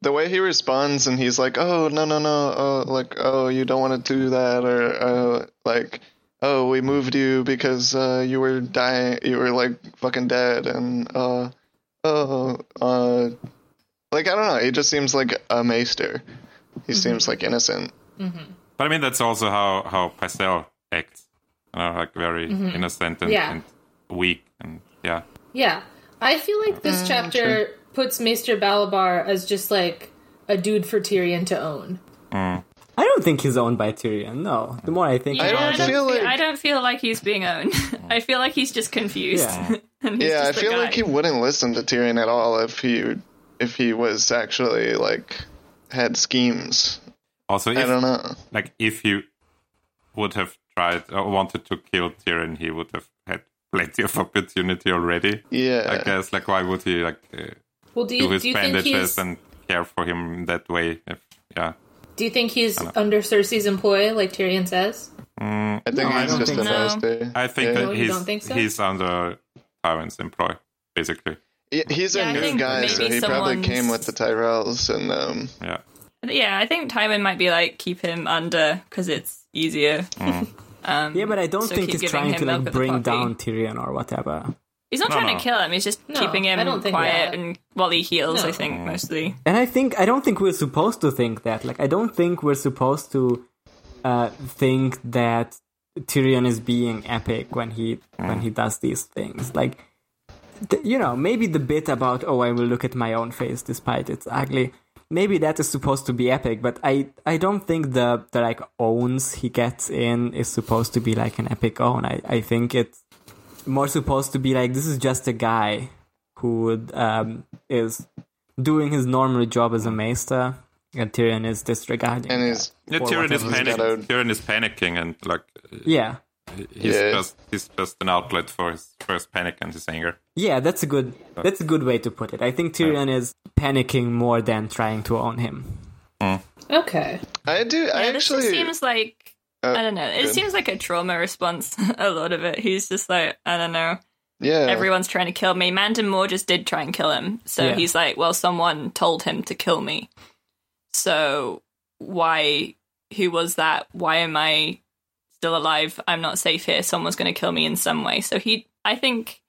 the way he responds and he's like oh no no no oh like oh you don't want to do that or uh, like oh we moved you because uh, you were dying you were like fucking dead and uh oh uh like i don't know he just seems like a maester
Mm-hmm.
he seems like innocent
But I mean, that's also how how Pastel acts. You know, like very innocent
Mm-hmm.
and,
Yeah.
and weak and yeah.
Yeah, I feel like this chapter puts Maester Balabar as just like a dude for Tyrion to own.
I don't think he's owned by Tyrion. No. The more I think
I
don't
about
don't,
it,
feel like-
I don't feel like he's being owned. (laughs) I feel like he's just confused.
Yeah.
(laughs) And he's
yeah i
just a
feel
guy.
like he wouldn't listen to tyrion at all if he if he was actually like had schemes
Also,
i
if,
don't know
like if he would have tried or wanted to kill Tyrion, he would have had plenty of opportunity already.
yeah
I guess, like, why would he like uh,
Well, do you
do his
do you think
bandages
he's
and care for him in that way? If yeah,
do you think he's under Cersei's employ, like Tyrion says?
I think
No, I
he's
don't
just
think
a
so.
master.
I think
Yeah.
No, you
that he's
don't think so?
he's under Tyrion's employ, basically.
Yeah, he's a
Yeah, I
new
think
guy, so
maybe
he probably
someone's-
came with the Tyrells, and um,
Yeah,
yeah, I think Tywin might be like keep him under because it's easier. (laughs)
Hmm.
um,
Yeah, but I don't
So
think
keep
he's
giving
trying
him
to like
milk at the
bring
puppy.
down Tyrion or whatever.
he's not
No,
trying
no.
to kill him. He's just
No,
keeping him
I don't think
quiet
that.
and while he heals.
No.
I think
Hmm.
mostly.
And I think I don't think we're supposed to think that. Like I don't think we're supposed to uh, think that Tyrion is being epic when he when he does these things. Like th- you know, maybe the bit about oh I will look at my own face despite it's ugly. Maybe that is supposed to be epic, but I I don't think the the like owns he gets in is supposed to be like an epic own. I I think it's more supposed to be like this is just a guy who um is doing his normal job as a maester, and Tyrion is disregarding.
and
that.
he's
yeah.
Or
Tyrion is
whatever.
panicking.
Gotta-
Tyrion is panicking, and like
yeah,
he's
Yeah.
just he's just an outlet for his first panic and his anger.
yeah, that's a good that's a good way to put it. I think Tyrion is panicking more than trying to own him.
Okay,
I do. I
Yeah, this
actually.
just seems like
uh,
I don't know. It
good.
(laughs) seems like a trauma response. a lot of it. He's just like I don't know.
Yeah.
everyone's trying to kill me. Mandan Moore just did try and kill him. So
Yeah.
he's like, well, someone told him to kill me. So why? Who was that? Why am I still alive? I'm not safe here. Someone's going to kill me in some way. So he, I think,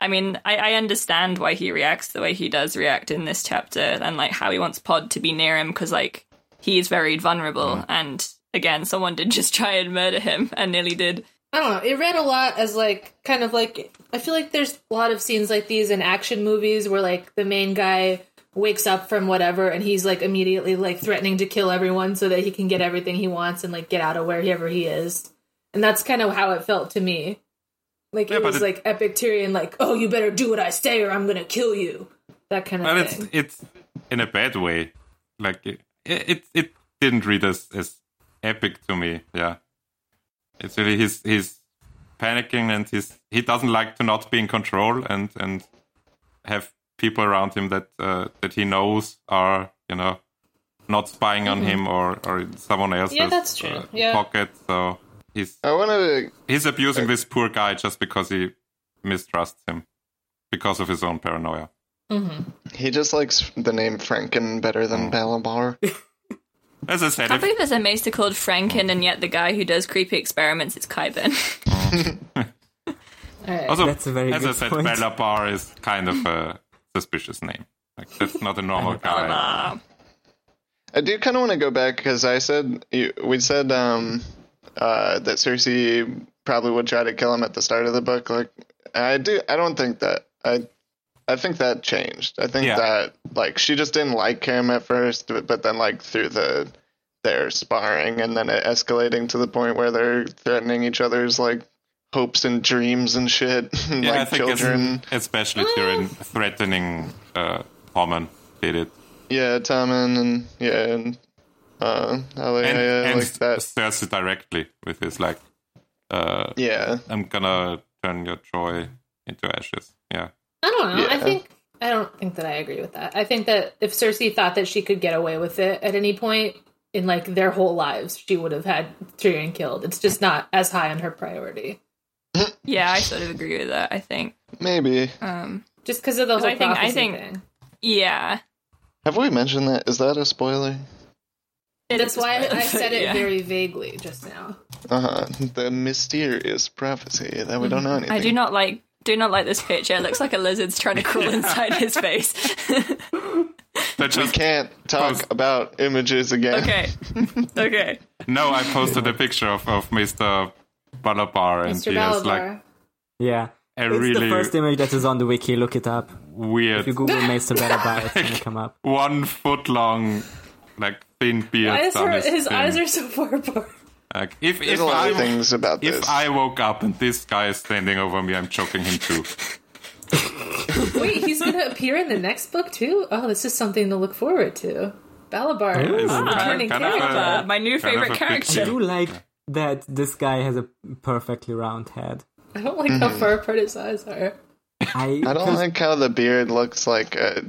I mean, I, I understand why he reacts the way he does react in this chapter and like how he wants Pod to be near him because like he is very vulnerable. And again, someone did just (laughs) try and murder him and nearly did.
I don't know. It read a lot as like kind of like I feel like there's a lot of scenes like these in action movies where like the main guy wakes up from whatever and he's like immediately like threatening to kill everyone so that he can get everything he wants and like get out of wherever he is. And that's kind of how it felt to me. Like
Yeah,
it
but
was
it-
like epic Tyrion like, "Oh, you better do what I say or I'm going to kill you." That kind of
Well, it's
thing.
it's in a bad way. Like it it, it didn't read as, as epic to me. Yeah, it's really he's he's panicking and he's he doesn't like to not be in control and and have people around him that uh, that he knows are you know not spying on him or or in someone else's
Mm-hmm. that's true.
uh,
Yeah.
pocket. So he's
I wanted to
he's
Uh,
abusing this poor guy just because he mistrusts him because of his own paranoia.
He just likes the name Franken better than Balabar.
As I said,
I can't
if,
believe there's a maester called Franken, and yet the guy who does creepy experiments is Kyburn. (laughs)
All right.
Also,
That's a very
as I
good
said,
point.
Bellabar is kind of a suspicious name. Like that's not
(laughs)
a normal guy.
Ah.
I do kind of want to go back because I said you- we said um, uh, that Cersei probably would try to kill him at the start of the book. Like I do, I don't think that I. I think that changed. I think
Yeah.
that like she just didn't like him at first, but, but then like through the their sparring and then it escalating to the point where they're threatening each other's like hopes and dreams and shit, (laughs) and,
Yeah, I
like
think es-
children.
especially during threatening uh, Tommen did it,
Yeah, Tommen and yeah, and uh, oh, yeah,
and,
yeah,
and
like that.
Cersei directly with his like, uh,
Yeah,
"I'm gonna turn your joy into ashes." Yeah,
I don't know. I
Yeah.
think I don't think that I agree with that. I think that if Cersei thought that she could get away with it at any point in like their whole lives, she would have had Tyrion killed. It's just not as high on her priority.
yeah, I sort of agree with that. I think.
maybe.
Um,
Just because of the whole
I think- I
prophecy
think-
thing.
yeah,
Have we mentioned that? Is that a spoiler?
It
That's
is
why
(laughs) spoiled,
I said
but
it
yeah.
very vaguely just now.
Uh huh. The mysterious prophecy that we don't know anything.
Mm-hmm. I do not like. Do not like this picture. It looks like a lizard's trying to crawl inside his face.
that just
Can't talk
Post.
about images again. (laughs)
okay, okay.
no. I posted a picture of of Mister Bellabar, and
Mr.
he has like
Balabar.
Yeah.
a
It's
really
the first image that is on the wiki. Look it up.
weird
If you Google Maester Bellabar, it's
(laughs)
gonna come up.
one foot long, like thin beard.
Eyes
down
are,
his
his
chin.
eyes are so far
(laughs)
apart.
Like, if
There's
if
a lot of
I
things about
if
this.
I woke up and this guy is standing over me, I'm choking him too.
Wait, he's going to appear in the next book too? Oh, this is something to look forward to.
Ah,
Balabar.
It's
Ah,
Ooh,
kind of-
turning
kind of a-
character.
Uh, my new
Kind of
favorite
a big
I
character.
deal.
do like that this guy has a perfectly round head.
I don't like
Hmm.
how far apart his eyes are.
I,
I don't like how the beard looks like a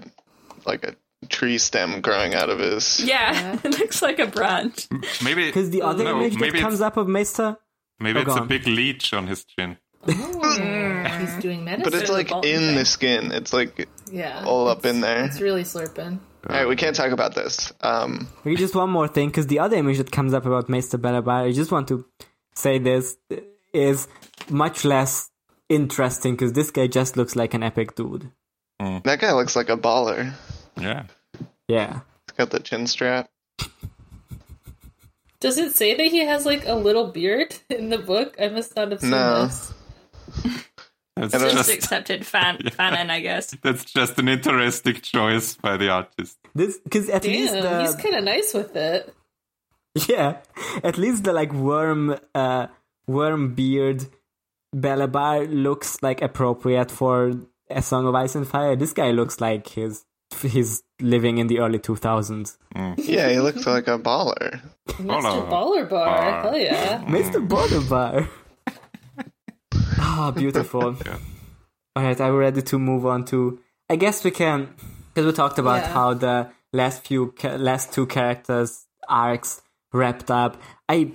like a tree stem growing out of his.
Yeah, (laughs) it looks like a branch.
Maybe
because the other
no,
image that
maybe
comes
it's,
up of Maester.
maybe
Oh,
it's a
gone.
big leech on his chin.
He's doing medicine.
But it's like
bottom
in
thing.
the skin. It's like
Uh.
yeah.
all up in there.
It's really slurping.
All right, we can't talk about this. Um,
Maybe just one more thing, because the other image that comes up about Maester Bellabar, I just want to say this uh, is much less interesting because this guy just looks like an epic dude.
Hmm.
that guy looks like a baller.
Yeah.
Yeah.
He's got the chin
(laughs)
strap.
Does it say that he has like a little beard in the book? I must not have seen
No.
this.
That's
And
Just
just,
accepted fan fanon, I guess.
that's just an interesting choice by the artist.
This because at least
Damn,
the (laughs)
he's kind of nice with it.
yeah, at least the like worm uh worm beard Bellabar looks like appropriate for a Song of Ice and Fire. This guy looks like he's he's living in the early two thousands.
Yeah, he looks like a baller.
Mr. Baller Bar.
Bar.
Hell yeah.
Mr. Bodabar. Ah, beautiful. All right, are we ready to move on to? I guess we can, because we talked about
Yeah.
how the last few, ca- last two characters arcs wrapped up. I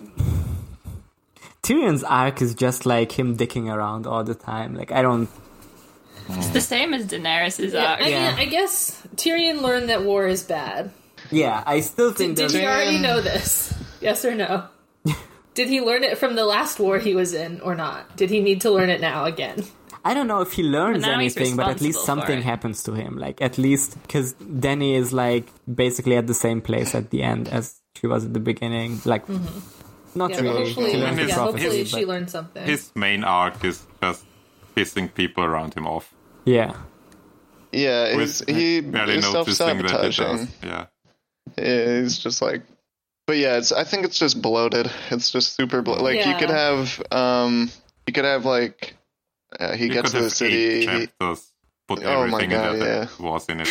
Tyrion's arc is just like him dicking around all the time. Like I don't
It's the same as Daenerys's
Yeah,
arc.
I mean,
Yeah.
I guess Tyrion learned that war is bad.
Yeah, I still think
Did, did
there's
he already
Tyrion-
know this? Yes or no? did he learn it from the last war he was in or not? Did he need to learn it now again?
I don't know if he learns
But now he's
anything, but at least
responsible
something
for it.
happens to him. Like at least because Danny is like basically at the same place at the end as she was at the beginning. Like not
Mm-hmm. Yeah, but
really.
hopefully,
She
yeah,
learns the
his-
hopefully
prophecy,
she learned something.
His main arc is just pissing people around him off.
but- Yeah,
Yeah, he's, he
barely
is self
noticing that he does.
sabotaging.
Yeah.
Yeah, he's just like, but yeah, it's. I think it's just bloated. It's just super bloated. Like you
Yeah.
could have, um, you could have like, uh, he
You
gets
could
to
have
the city.
eight
he-
chapters, put
Oh my
everything
God,
in there that was in it.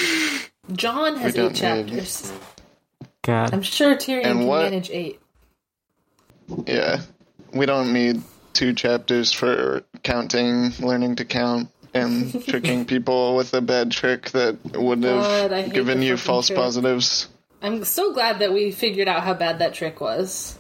John has
We don't
eight chapters. I'm
God.
sure Tyrion
And
can
what-
manage eight.
yeah, we don't need two chapters for counting, learning to count,
(laughs)
and tricking people with a bad trick that would
God, I
have
hate
given
the
you
fucking
false
trick.
positives. (laughs)
I'm so glad that we figured out how bad that trick was.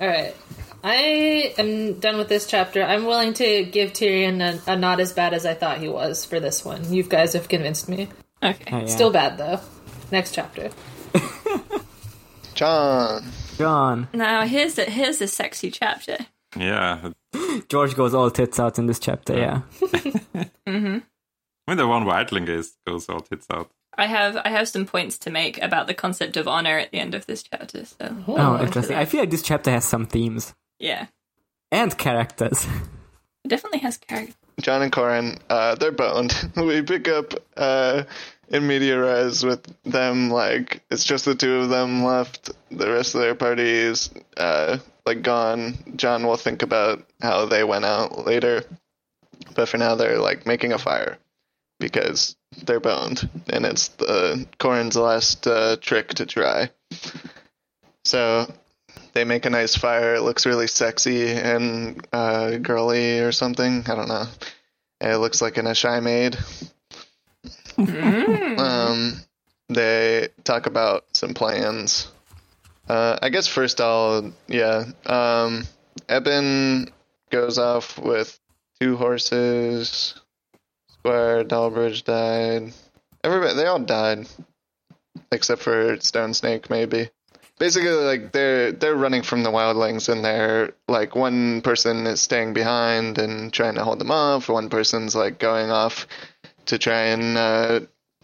All right. I am done with this chapter. I'm willing to give Tyrion a, a not as bad as I thought he was for this one. You guys have convinced me.
Okay.
Yeah.
Still bad though. Next chapter.
John,
John
Now here's the here's the sexy chapter.
Yeah.
George goes all tits out in this chapter. Yeah,
I mean, the one where Eitlinger is goes all tits out.
I have I have some points to make about the concept of honor at the end of this chapter. So
oh, interesting. I feel like this chapter has some themes
yeah,
and characters. (laughs)
it definitely has character.
John and Corin, uh, they're boned. (laughs) we pick up uh, in media res with them. Like it's just the two of them left. The rest of their party is uh, like gone. John will think about how they went out later, but for now they're like making a fire because they're boned, and it's the Corin's last uh, trick to try. So they make a nice fire. It looks really sexy and uh, girly or something. I don't know. And it looks like an Ashai maid. um, they talk about some plans. Uh, I guess first I'll yeah. Um, Eben goes off with two horses. Squire Dalbridge died. Everybody they all died, except for Stone Snake maybe basically like they're they're running from the wildlings and they're like one person is staying behind and trying to hold them off one person's like going off to try and uh,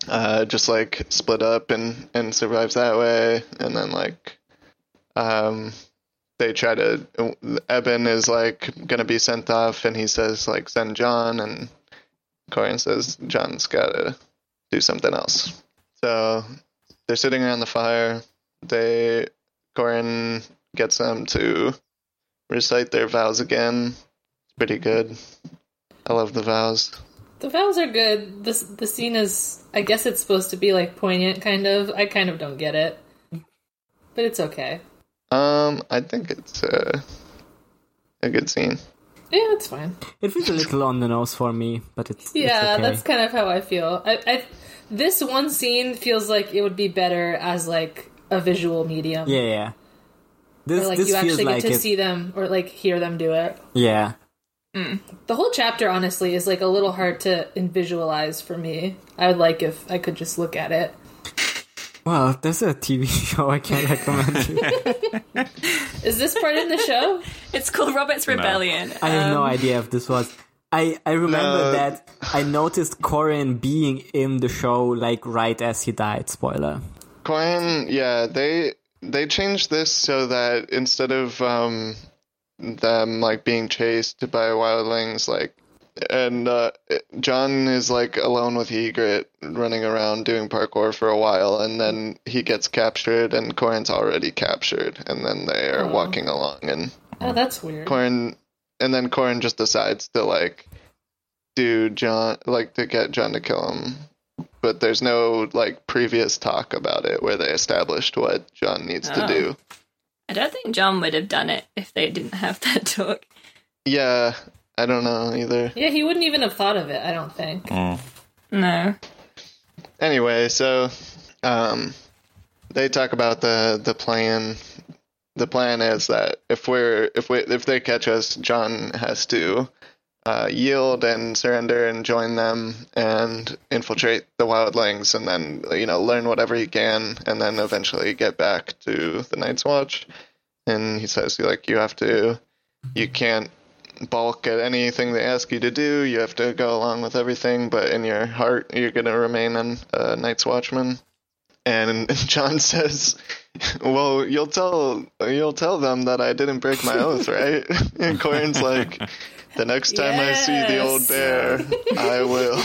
uh, just like split up and and survives that way and then like um they try to eben is like gonna be sent off and he says like send john and Corin says john's gotta do something else so they're sitting around the fire they Gorin gets them to recite their vows again. It's pretty good. I love the vows.
The vows are good. This the scene is I guess it's supposed to be like poignant kind of. I kind of don't get it. But it's okay.
Um, I think it's uh, a good scene.
Yeah, it's fine.
It feels a little on the nose for me, but it's
Yeah,
it's okay.
that's kind of how I feel. I, I this one scene feels like it would be better as like a visual medium.
yeah, yeah. This
Or, like
this
you
feels
actually
like
get to
it.
see them or like hear them do it.
yeah,
The whole chapter honestly is like a little hard to in- visualize for me. I would like if I could just look at it.
Well, there's a TV (laughs) show I can recommend you.
Is this part
(laughs)
in the show?
It's called Robert's Rebellion. Um,
I have no idea if this was. I, I remember
No.
that I noticed Corin being in the show like right as he died. Spoiler.
Corin, yeah, they they changed this so that instead of um them like being chased by wildlings, like and uh, John is like alone with Egret running around doing parkour for a while, and then he gets captured, and Corin's already captured, and then they are walking along, and
Oh, that's weird.
Corin, and then Corin just decides to like do John, like to get John to kill him. But there's no like previous talk about it where they established what John needs to
Oh.
do.
I don't think John would have done it if they didn't have that talk.
Yeah, I don't know either.
Yeah, he wouldn't even have thought of it, I don't think.
No.
Anyway, so um, they talk about the the plan. The plan is that if we're if we if they catch us, John has to uh, yield and surrender and join them and infiltrate the wildlings and then you know learn whatever he can and then eventually get back to the Night's Watch. And he says like you have to, you can't balk at anything they ask you to do. You have to go along with everything, but in your heart you're gonna remain an- a Night's Watchman. And (laughs) John says, "Well, you'll tell you'll tell them that I didn't break (laughs) my oath, right?" And Corrin's like, "The next time I see the old
Yes.
bear, I (laughs) will."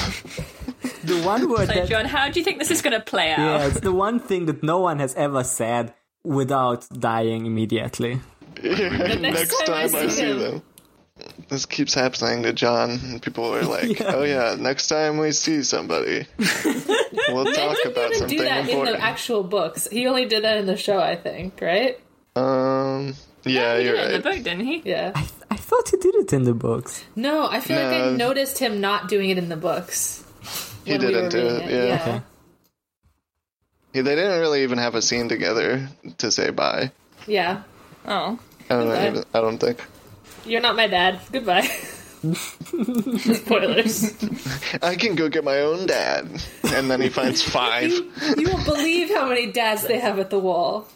The one word
So,
that
John, how do you think this is going to play out?
yeah, it's the one thing that no one has ever said without dying immediately.
(laughs) next, time, I see
them.
them. This keeps happening to John, and people are like,
Yeah.
"Oh (laughs) yeah, next time we see (laughs) somebody, we'll talk about
didn't
something
do that in
important."
the actual books. He only did that in the show, I think. Right?
um, yeah,
He did
you're
it in
right.
the book, didn't he?
Yeah.
I thought he did it in the books.
No, I feel like I
No.
noticed him not doing it in the books.
He
when we
didn't
were
do
reading
it. Yeah.
Okay.
Yeah, they didn't really even have a scene together to say bye.
Yeah.
Oh.
I don't,
Okay.
even- I don't think.
You're not my dad. (laughs) Goodbye. Spoilers.
I can go get my own dad. And then he finds five.
you, you won't believe how many dads they have at the wall.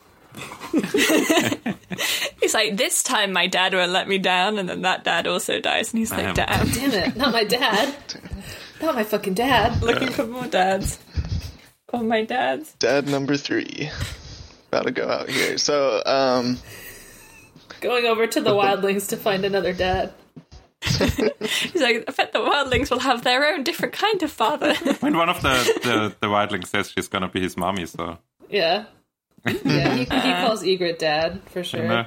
He's like, this time my dad won't let me down, and then that dad also dies, and he's like,
Damn.
damn,
Damn it. Not my dad. Not my fucking
(laughs)
dad.
looking for more dads. Oh, my dads.
Dad number three. About to go out here. So, um,
Going over to the wildlings to find another dad.
He's like, I bet the wildlings will have their own different kind of
(laughs)
father.
I mean, one of the, the, the wildlings says she's gonna be his mommy, so.
Yeah. Uh-huh. Yeah. He, he calls Egret dad for
You
sure.
know.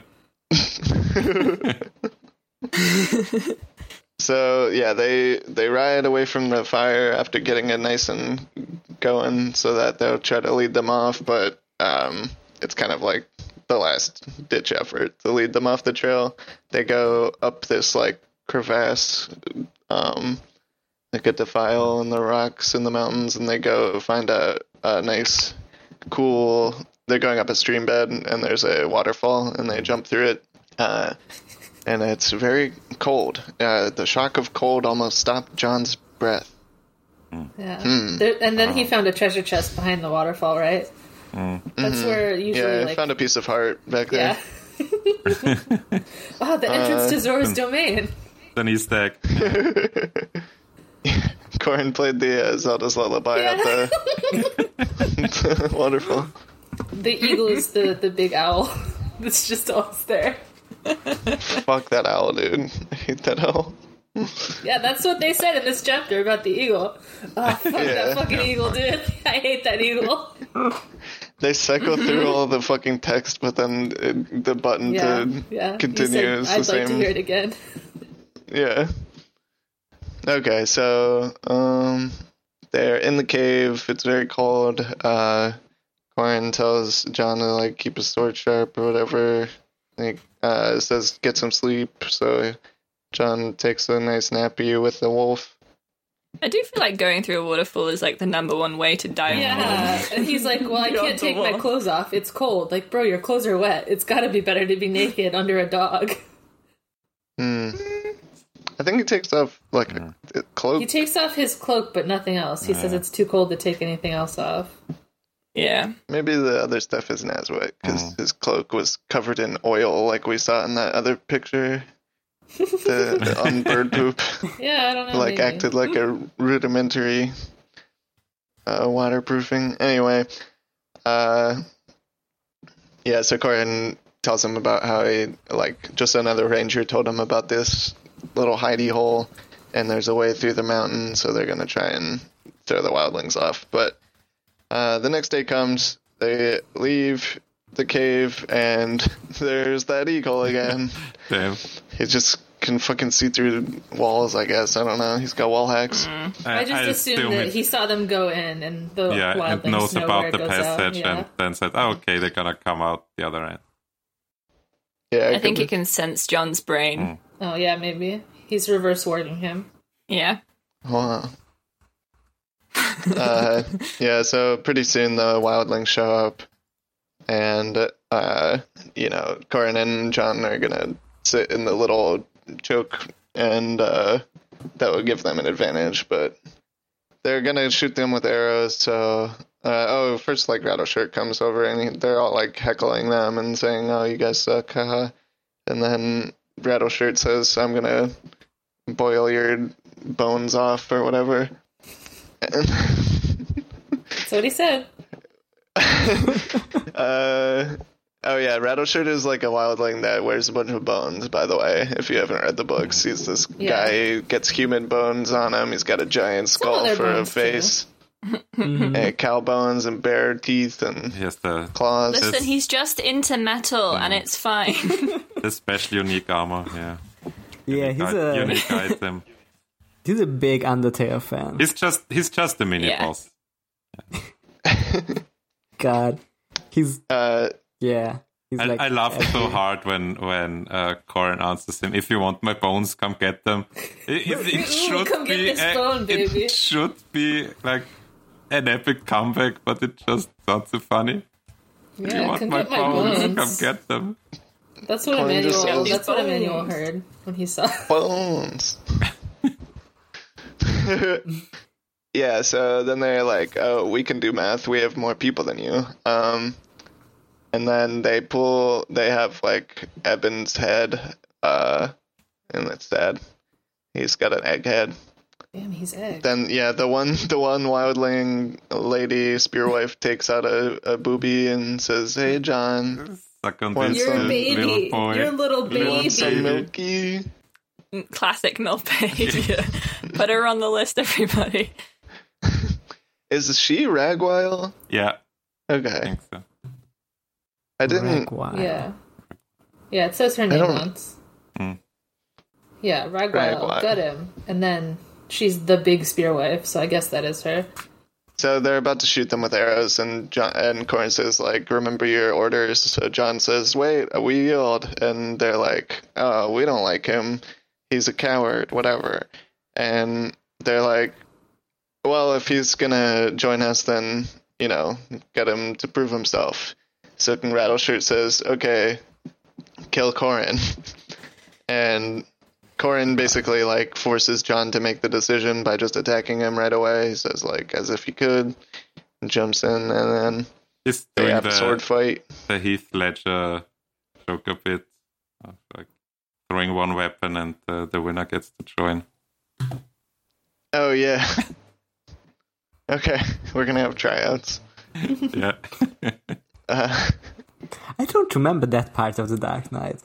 (laughs) so yeah, they they ride away from the fire after getting it nice and going, so that they'll try to lead them off. But um, it's kind of like the last ditch effort to lead them off the trail. They go up this like crevasse, um, like a defile in the rocks in the mountains, and they go find a, a nice, cool. They're going up a stream bed, and there's a waterfall, and they jump through it. Uh, and it's very cold. Uh, the shock of cold almost stopped John's breath.
Yeah. There, and then he found a treasure chest behind the waterfall, right? That's where usually,
Mm-hmm. Yeah, I
like,
found a piece of heart back there. (laughs)
yeah. (laughs) wow, the entrance
Uh,
to Zora's domain.
Then he's like,
Corin played the uh, Zelda's lullaby at (laughs) the waterfall.
The eagle is the the big owl. (laughs) That's just always there.
Fuck that owl, dude. (laughs) I hate that owl.
Yeah, that's what they said in this chapter about the eagle. Oh, fuck
Yeah.
that fucking eagle, dude. (laughs) I hate that eagle.
They cycle through all the fucking text, but then uh, the button
Yeah,
to
yeah. You
continue
said,
is the
I'd like to
same.
hear it again. (laughs)
Yeah. Okay, so um they're in the cave, it's very cold. Uh Corin tells John to like keep his sword sharp or whatever. Like uh says get some sleep, so John takes a nice nappy with the wolf.
I do feel like going through a waterfall is like the number one way to die.
Yeah, and he's like,
(laughs)
"Well, I
Get
can't
off the
take my
wall.
clothes off. It's cold. Like, bro, your clothes are wet. It's got to be better to be naked under a dog." (laughs)
I think he takes off like a, a
He
cloak.
takes off his cloak, but nothing else. He says it's too cold to take anything else off.
Yeah.
Maybe the other stuff isn't as wet because his cloak was covered in oil, like we saw in that other picture. The, the on bird poop.
Yeah, I don't know.
like
maybe.
acted like a rudimentary uh, waterproofing. Anyway, uh, yeah. So Corin tells him about how he like just another ranger told him about this little hidey hole, and there's a way through the mountain, so they're gonna try and throw the wildlings off. But uh, the next day comes, they leave the cave, and (laughs) there's that eagle again.
damn.
He just can fucking see through walls, I guess. I don't know. He's got wall hacks.
Mm.
I just assumed that
it-
he saw them go in, and the
yeah,
wildlings
and knows
know where
about
it
the
goes out.
passage
Yeah.
and then said, oh, okay, they're gonna come out the other end.
Yeah,
I think
could- Mm.
he can sense John's brain.
Oh yeah, maybe he's reverse warding him.
Yeah.
hold on. uh, yeah, so pretty soon the wildlings show up, and uh, you know, Corin and John are gonna sit in the little choke and uh, that would give them an advantage, but they're gonna shoot them with arrows. So, uh, oh, first like Rattleshirt comes over and he, they're all like heckling them and saying, "Oh, you guys suck," haha. and then Rattleshirt says, "I'm gonna boil your bones off or whatever." (laughs) And
That's what he said.
uh, oh yeah, Rattleshirt is like a wildling that wears a bunch of bones. By the way, if you haven't read the books, he's this
Yeah.
guy who gets human bones on him. He's got a giant skull
their
for a
bones, too.
face, and cow bones and bear teeth and
Here's the
claws.
Listen, he's just into metal and
Mm.
it's fine. (laughs)
the special unique armor. Yeah,
Yeah, he's
Uh,
a (laughs)
unique item.
he's a big Undertale fan.
He's just he's just a mini
Yeah.
boss.
God, he's
(laughs) Uh,
yeah. He's
I,
like
I laughed so
every-
hard when when uh, Corin answers him, "If you want my bones, come get them."
(laughs)
It, it, it
Ooh,
should
come
be
get this
a-
bone, baby.
it should be like an epic comeback, but it just sounds so funny. you
Yeah,
want
come
my
get my bones.
bones? Come get them.
That's what
Coin
Emmanuel.
just sells-
That's what Emmanuel heard when he saw.
bones. (laughs) yeah, so then they're like, "Oh, we can do math. We have more people than you." Um, and then they pull. They have like Eben's head, uh, and that's sad. He's got an egg head.
Damn, he's egg.
Then yeah, the one (laughs) the one wildling lady spearwife takes out a, a booby and says, "Hey, John,
Suck on
Wants
this,
Your
Your
uh,
baby,
little boy.
your little
you want some
baby.
milky?" (laughs)
Classic Milpage. Put her on the list, everybody.
Is she Ragwile?
yeah, I
Okay,
think so.
I didn't.
Ragwai.
Yeah, yeah. It says her name
don't-
once.
Hmm.
Yeah, Ragwild
Ragwild.
got him, and then she's the big spear wife. So I guess that is her.
So they're about to shoot them with arrows, and John, and Corn says, like, remember your orders. So John says, wait, we yield. And they're like, oh, we don't like him. He's a coward, whatever. And they're like, well, if he's going to join us, then, you know, get him to prove himself. So then Rattleshirt says, okay, kill Corin. (laughs) and Corin basically like forces John to make the decision by just attacking him right away. He says like as if he could, and jumps in, and then
He's
they
doing
have a sword
the,
fight.
the Heath Ledger joke a bit, of like throwing one weapon and uh, the winner gets to
(laughs)
join.
Oh yeah. (laughs) okay, we're gonna have tryouts.
(laughs)
Yeah,
Uh, (laughs)
I don't remember that part of the Dark Knight.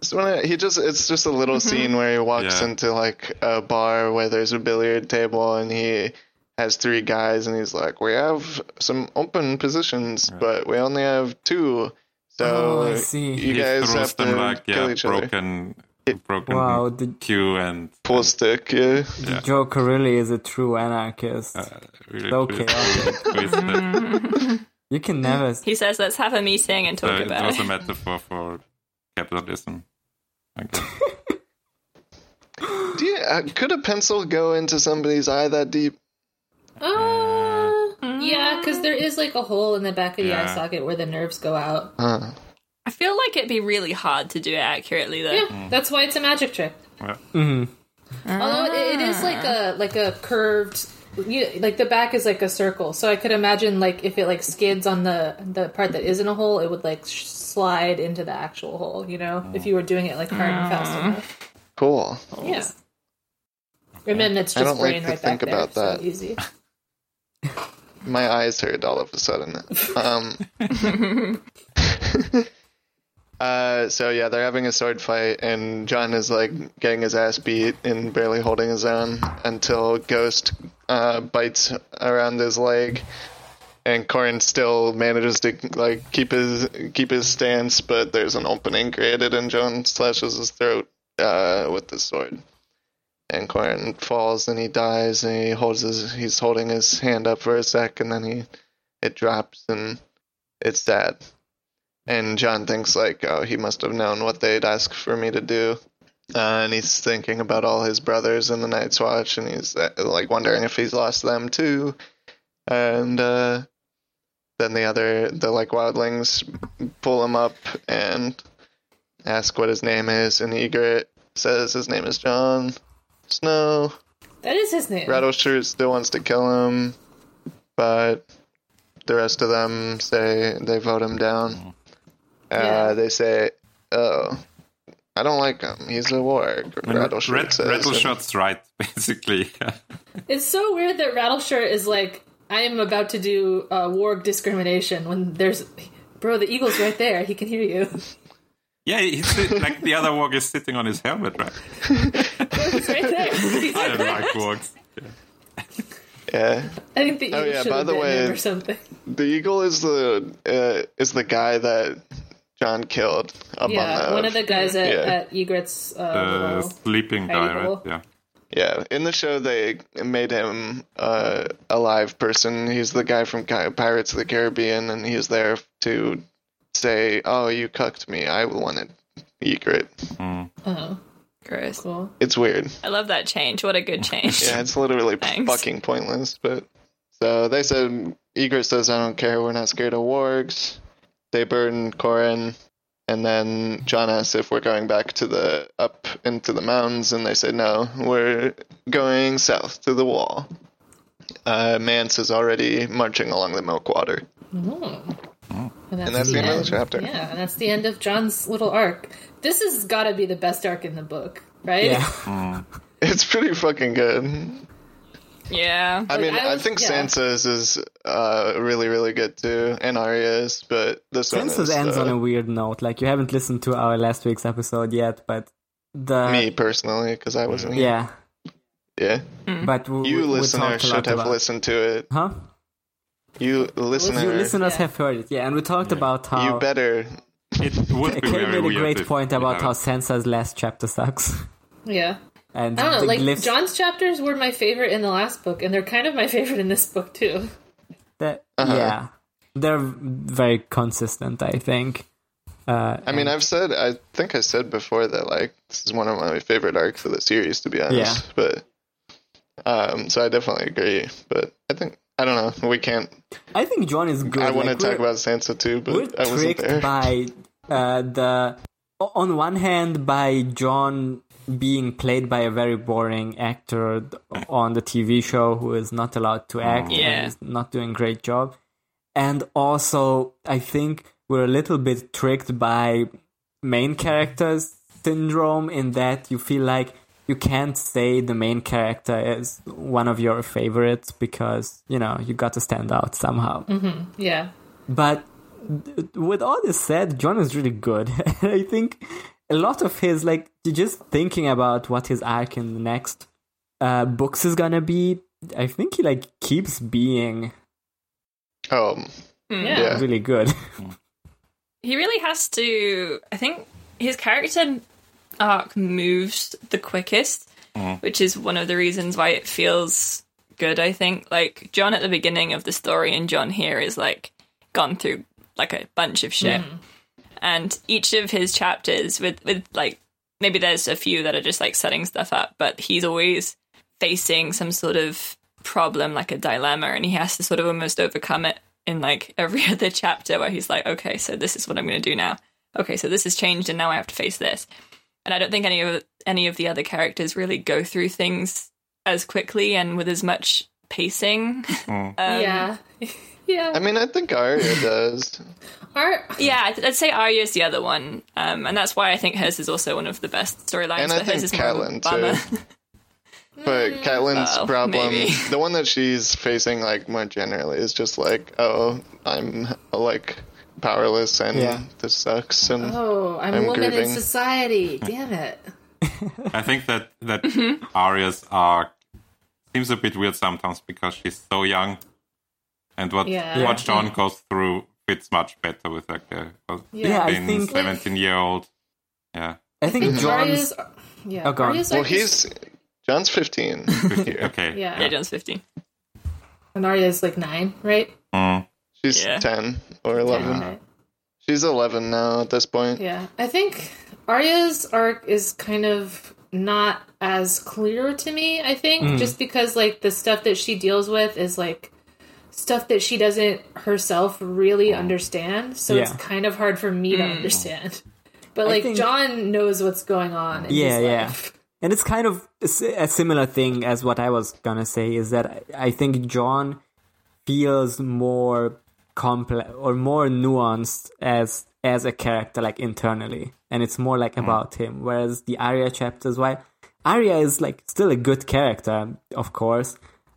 so when I- he just it's just a
Mm-hmm.
little scene where he walks
Yeah.
into like a bar where there's a billiard table and he has three guys and he's like we have some open positions but we only have two so
Oh, I see.
you
he
guys
throws
have to
them like
kill
yeah,
each other
broken, broken
Wow, the,
Q and
Pool stick, yeah.
the Joker really is a true anarchist.
uh, really
So
twi-
chaotic.
twisted.
Mm,
you can never.
He says, let's have a meeting and
So
talk
it
about
was a
it.
metaphor for capitalism.
(laughs)
I guess.
Do you, uh, could a pencil go into somebody's eye that deep?
Uh, yeah, because there is like a hole in the back of the eye
Yeah.
socket where the nerves go out.
Huh.
I feel like it'd be really hard to do it accurately, though.
Yeah, that's why it's a magic trick.
Mhm.
Although it, it is like a like a curved, you, like the back is like a circle. So I could imagine like if it like skids on the the part that isn't a hole, it would like sh- slide into the actual hole. You know, if you were doing it like hard and fast enough.
Cool.
Yeah. And then it's
I
just
don't like
brain
to
right back
think about
there, so
that.
easy.
My eyes hurt all of a sudden. Um, (laughs) uh, so yeah, they're having a sword fight, and John is like getting his ass beat and barely holding his own until Ghost uh, bites around his leg, and Corin still manages to like keep his keep his stance, but there's an opening created, and John slashes his throat uh, with the sword. and Corin falls and he dies and he holds his he's holding his hand up for a sec and then he it drops and it's sad. And John thinks like, oh, he must have known what they'd ask for me to do. Uh, and he's thinking about all his brothers in the Night's Watch, and he's uh, like wondering if he's lost them too. And uh, then the other, the like wildlings, pull him up and ask what his name is, and Egret says his name is John. Snow.
That is his name.
Rattleshirt still wants to kill him, but the rest of them say they vote him down.
Mm-hmm.
Uh,
Yeah.
They say, "Oh, I don't like him. He's a warg." Rattleshirt
Red,
says,
Rattle Shot's right, (laughs) basically.
It's so weird that Rattleshirt is like, I am about to do uh, warg discrimination when there's. Bro, the eagle's right there. He can hear you.
yeah, he's like the other warg is sitting on his
(laughs)
helmet, right?
He's right
(laughs) I
there.
don't like wargs.
"Yeah."
I think the eagle
Oh, yeah,
should
by
have
the
bitten
way-
him or something.
The eagle is the uh, is the guy that John killed up
Yeah,
on the
one of the guys at,
Yeah.
at Egret's. Uh,
Uh,
little-
sleeping guy, right?
Evil.
Yeah.
yeah. In the show, they made him uh, a live person. He's the guy from Ki- Pirates of the Caribbean, and he's there to say, "Oh, you cucked me. I wanted egret."
Mm.
oh,
Gross.
cool.
It's weird.
I love that change. What a good change.
Yeah,
(laughs)
it's literally
Thanks.
fucking pointless. But so they said, Egret says, "I don't care. We're not scared of wargs." They burn Corin, and then John asks if we're going back to the up into the mountains, and they say no. We're going south to the wall. Uh, Mance is already marching along the Milkwater,
And that's,
and that's the end of the chapter.
Yeah, and that's the end of John's little arc. This has got to be the best arc in the book, right?
Yeah.
(laughs)
(laughs)
It's pretty fucking good.
(laughs) Yeah.
I
Like,
mean,
I
I,
was-
think
yeah.
Sansa's is uh, really, really good too, and Arya's, but this one
Census
is,
ends
uh,
on a weird note. Like you haven't listened to our last week's episode yet, but the
me personally because I wasn't. here.
Uh, yeah,
yeah.
Mm-hmm.
but we,
You
we
listener
talked a lot
should have
about,
listened to it.
Huh?
You listener,
You listeners
Yeah.
have heard it, yeah. And we talked about how
you better.
It would
(laughs)
be
Kay
very
made a
weird.
great
if,
point
you
about
know,
how Sansa's last chapter sucks, (laughs)
Yeah.
and
I don't know.
the
Like
glyphs
John's chapters were my favorite in the last book, and they're kind of my (laughs) favorite in this book too.
that-
Uh-huh.
yeah, they're very consistent. I think. Uh,
I mean, I've said, I think I said before that like this is one of my favorite arcs of the series, to be honest. But um, so I definitely agree. But I think I don't know. We can't.
I think John is good.
I want
like,
to talk
we're-
about Sansa too,
we're
but I wasn't there.
tricked by uh, the o- on one hand by John being played by a very boring actor th- on the TV show who is not allowed to act
Yeah.
and is not doing great job, and also I think we're a little bit tricked by main characters syndrome in that you feel like you can't say the main character is one of your favorites because you know you got to stand out somehow.
Yeah.
But th- with all this said, John is really good. (laughs) And I think a lot of his, like, you're just thinking about what his arc in the next uh, books is gonna be. I think he, like, keeps being
Oh,
Hmm.
Yeah.
Yeah.
really good. (laughs)
he really has to i think his character arc moves the quickest
Mm.
which is one of the reasons why it feels good i think like john at the beginning of the story and john here is like gone through like a bunch of shit and each of his chapters with with like maybe there's a few that are just like setting stuff up but he's always facing some sort of problem like a dilemma and he has to sort of almost overcome it in like (laughs) every other chapter where he's like okay so this is what i'm going to do now okay so this has changed and now i have to face this and i don't think any of any of the other characters really go through things as quickly and with as much pacing (laughs) Um,
yeah. (laughs) yeah.
I mean, I think Arya does.
Our,
yeah I'd, I'd say arya's the other one um and that's why i think hers is also one of the best storylines
And I
but hers is
think
more of a
Catelyn,
bummer. (laughs)
too. But Catelyn's
Mm, well,
problem,
maybe.
the one that she's facing, like more generally, is just like, oh, I'm like powerless and
Yeah.
this sucks, and
oh, I'm,
I'm
a woman in
grieving.
society. Damn it.
I think that that
Mm-hmm.
Arya's arc seems a bit weird sometimes because she's so young, and what
Yeah.
what John goes through fits much better with like a
Yeah,
I
15,
think-
seventeen year old. Yeah,
I think John's.
Arya's, yeah.
Oh, go on.
Arya's
well,
arc is-
he's John's 15. (laughs)
okay,
Yeah.
yeah john's 15
and Arya's like nine, right?
Mm.
She's
Yeah.
10 or 11.
Right.
She's 11 now at this point.
Yeah, I think Arya's arc is kind of not as clear to me, I think,
Hmm.
just because like the stuff that she deals with is like stuff that she doesn't herself really understand, so it's
Hmm. Yeah. Hmm.
kind of hard for me to understand. But like
think-
John knows what's going on. In
Yeah,
his
yeah.
life.
and it's kind of a si- a similar thing as what I was gonna say is that I- I think John feels more complex or more nuanced as as a character, like internally, and it's more like about him. Whereas the Arya chapters, while Arya is like still a good character, of course,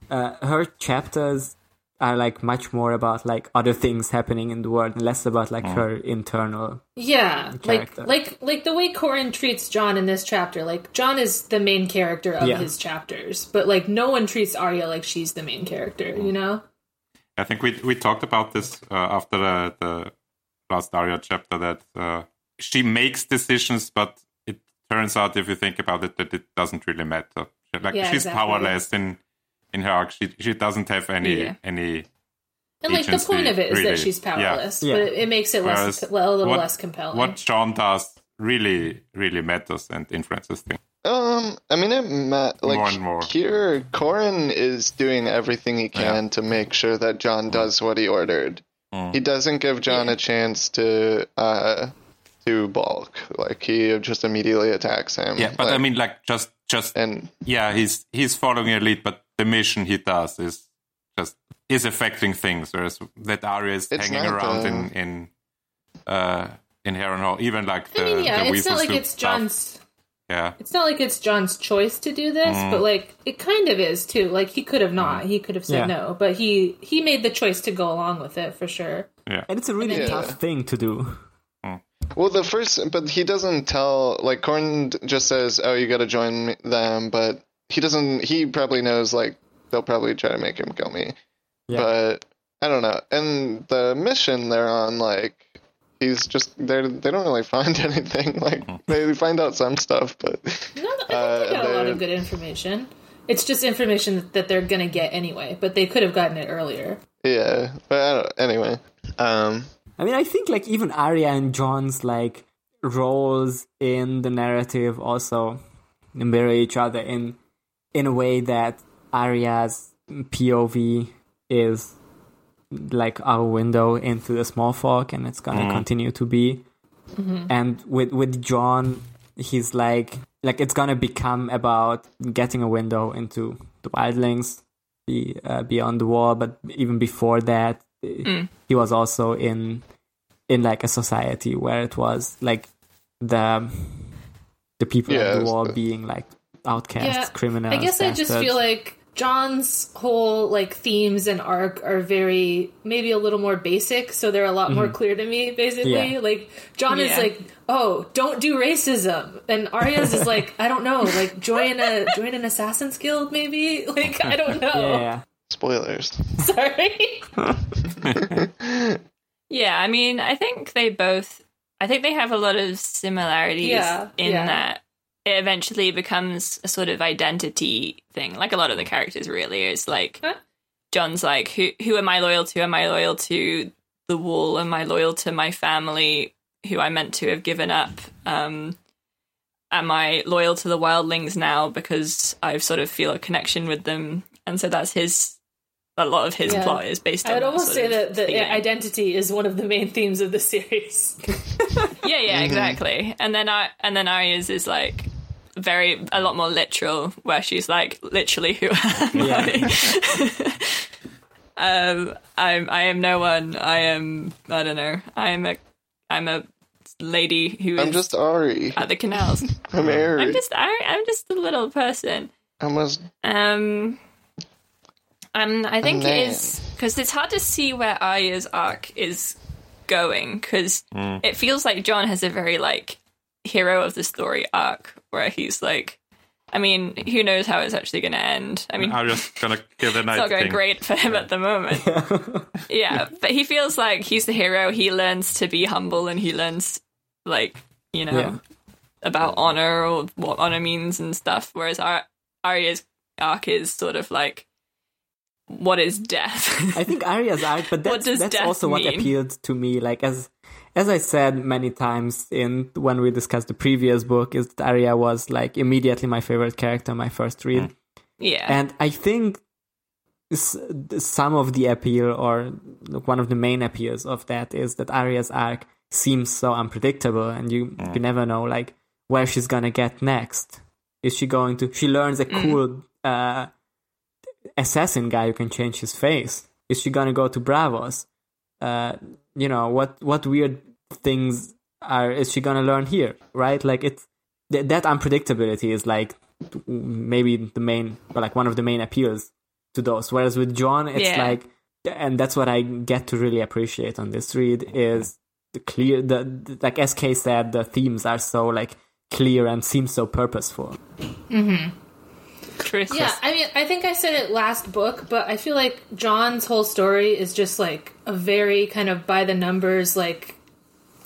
uh, her chapters are like much more about like other things happening in the world, and less about like her internal
Yeah, like
character.
like like the way Corin treats John in this chapter. Like John is the main character of
Yeah.
his chapters, but like no one treats Arya like she's the main character. You know?
I think we we talked about this uh, after the, the last Aria chapter that uh, she makes decisions, but it turns out if you think about it that it doesn't really matter. Like
Yeah,
she's
exactly.
powerless in in her arc. She she doesn't have any
Yeah.
any.
And like the
Agency,
point of it is
really.
that she's
Yeah.
powerless,
Yeah.
but it, it makes it less
Whereas
well, a little
what-
less compelling.
What John does really really matters and influences things.
Um, I mean, it ma- like
More and more.
here, Corin is doing everything he can to make sure that
Mm.
John does what he ordered. He doesn't give John a chance to uh to balk. Like he just immediately attacks him.
Yeah, but I
Like,
mean, like just just
and
yeah, he's he's following a lead, but the mission he does is just is affecting things. Whereas that Arya is
It's
hanging
not
around
the-
in in uh, in Harrenhal, even like the
I mean, yeah,
uh, the
it's
Weasel's
not like
Loop
it's
stuff.
John's.
Yeah,
It's not like it's John's choice to do this,
Mm.
but like it kind of is too. Like he could have not. He could have said
Mm. Yeah.
no, but he he made the choice to go along with it for sure.
And it's a really
Yeah.
tough thing to do.
well, the first, but he doesn't tell. Like Corin d- just says, "Oh, you got to join me- them," but he doesn't. He probably knows. Like they'll probably try to make him kill me.
Yeah.
But I don't know. And the mission they're on, like, he's just they they don't really find (laughs) anything. Like they find out some stuff, but
No, I think they
Uh,
got a lot
they're-
of good information. It's just information that they're gonna get anyway, but they could have gotten it earlier.
yeah. But I don't, anyway, um,
I mean, I think like even Arya and John's like roles in the narrative also mirror each other in in a way that Arya's POV is like our window into the small fog, and it's gonna continue to be. And with with John, he's like like it's gonna become about getting a window into the wildlings, be uh, beyond the wall. But even before that, he was also in in like a society where it was like the the people at
Yeah,
the wall
the-
being like outcasts, criminals.
I guess I just
bastards.
feel like John's whole like themes and arc are very maybe a little more basic, so they're a lot more clear to me. Basically,
Mm-hmm. Yeah.
like John is
Yeah.
like, "Oh, don't do racism," and Arya's is like, "I don't know, like join a join an assassins guild, maybe." (laughs) Like I don't know.
yeah, yeah.
spoilers.
(laughs) Sorry.
Yeah, I mean, I think they both. I think they have a lot of similarities
Yeah,
in
yeah.
that it eventually becomes a sort of identity thing. Like a lot of the characters, really, is like
Huh?
John's like, who who am I loyal to? Am I loyal to the wall? Am I loyal to my family, who I meant to have given up? Um, am I loyal to the wildlings now because I sort of feel a connection with them? And so that's his. A lot of his
Yeah.
plot is based on.
I would
that
almost
sort
say
of
that the
feeling.
identity is one of the main themes of the series.
yeah, yeah,
Mm-hmm.
exactly. And then I and then Arya's is like very a lot more literal, where she's like literally who am
(laughs)
(laughs) I? um, I'm I am no one. I am I don't know. I am a I'm a lady who
I'm
is
just Ari.
at the
(laughs)
canals.
I'm Ari.
I'm just I, I'm just a little person.
I'm just
Um, um, I think
man.
it is because it's hard to see where Arya's arc is going because it feels like John has a very like hero of the story arc where he's like, I mean, who knows how it's actually going to end? I mean, it's
Arya's
(laughs)
gonna kill the night.
not going
King.
great for him at the moment. yeah, but he feels like he's the hero. He learns to be humble and he learns like you know
Yeah.
about honor or what honor means and stuff. Whereas Ar- Arya's arc is sort of like, what is death? (laughs)
I think Arya's art,
(laughs)
but that's,
does
that's
death
also what
mean?
appealed to me. Like as as I said many times in when we discussed the previous book, is that Arya was like immediately my favorite character, my first
Mm.
read,
yeah,
and I think s- some of the appeal or one of the main appeals of that is that Arya's arc seems so unpredictable, and you you never know like where she's gonna get next. is she going to? She learns a cool uh, assassin guy who can change his face. Is she gonna go to Bravos? Uh, you know what? What weird things are is she gonna learn here? Right? Like it's th- that unpredictability is like maybe the main, but like one of the main appeals to those. Whereas with John, it's
Yeah.
like, and that's what I get to really appreciate on this read is the clear. The, the like SK said, the themes are so like clear and seem so purposeful.
Chris.
Yeah, I mean, I think I said it last book, but I feel like John's whole story is just like a very kind of by the numbers, like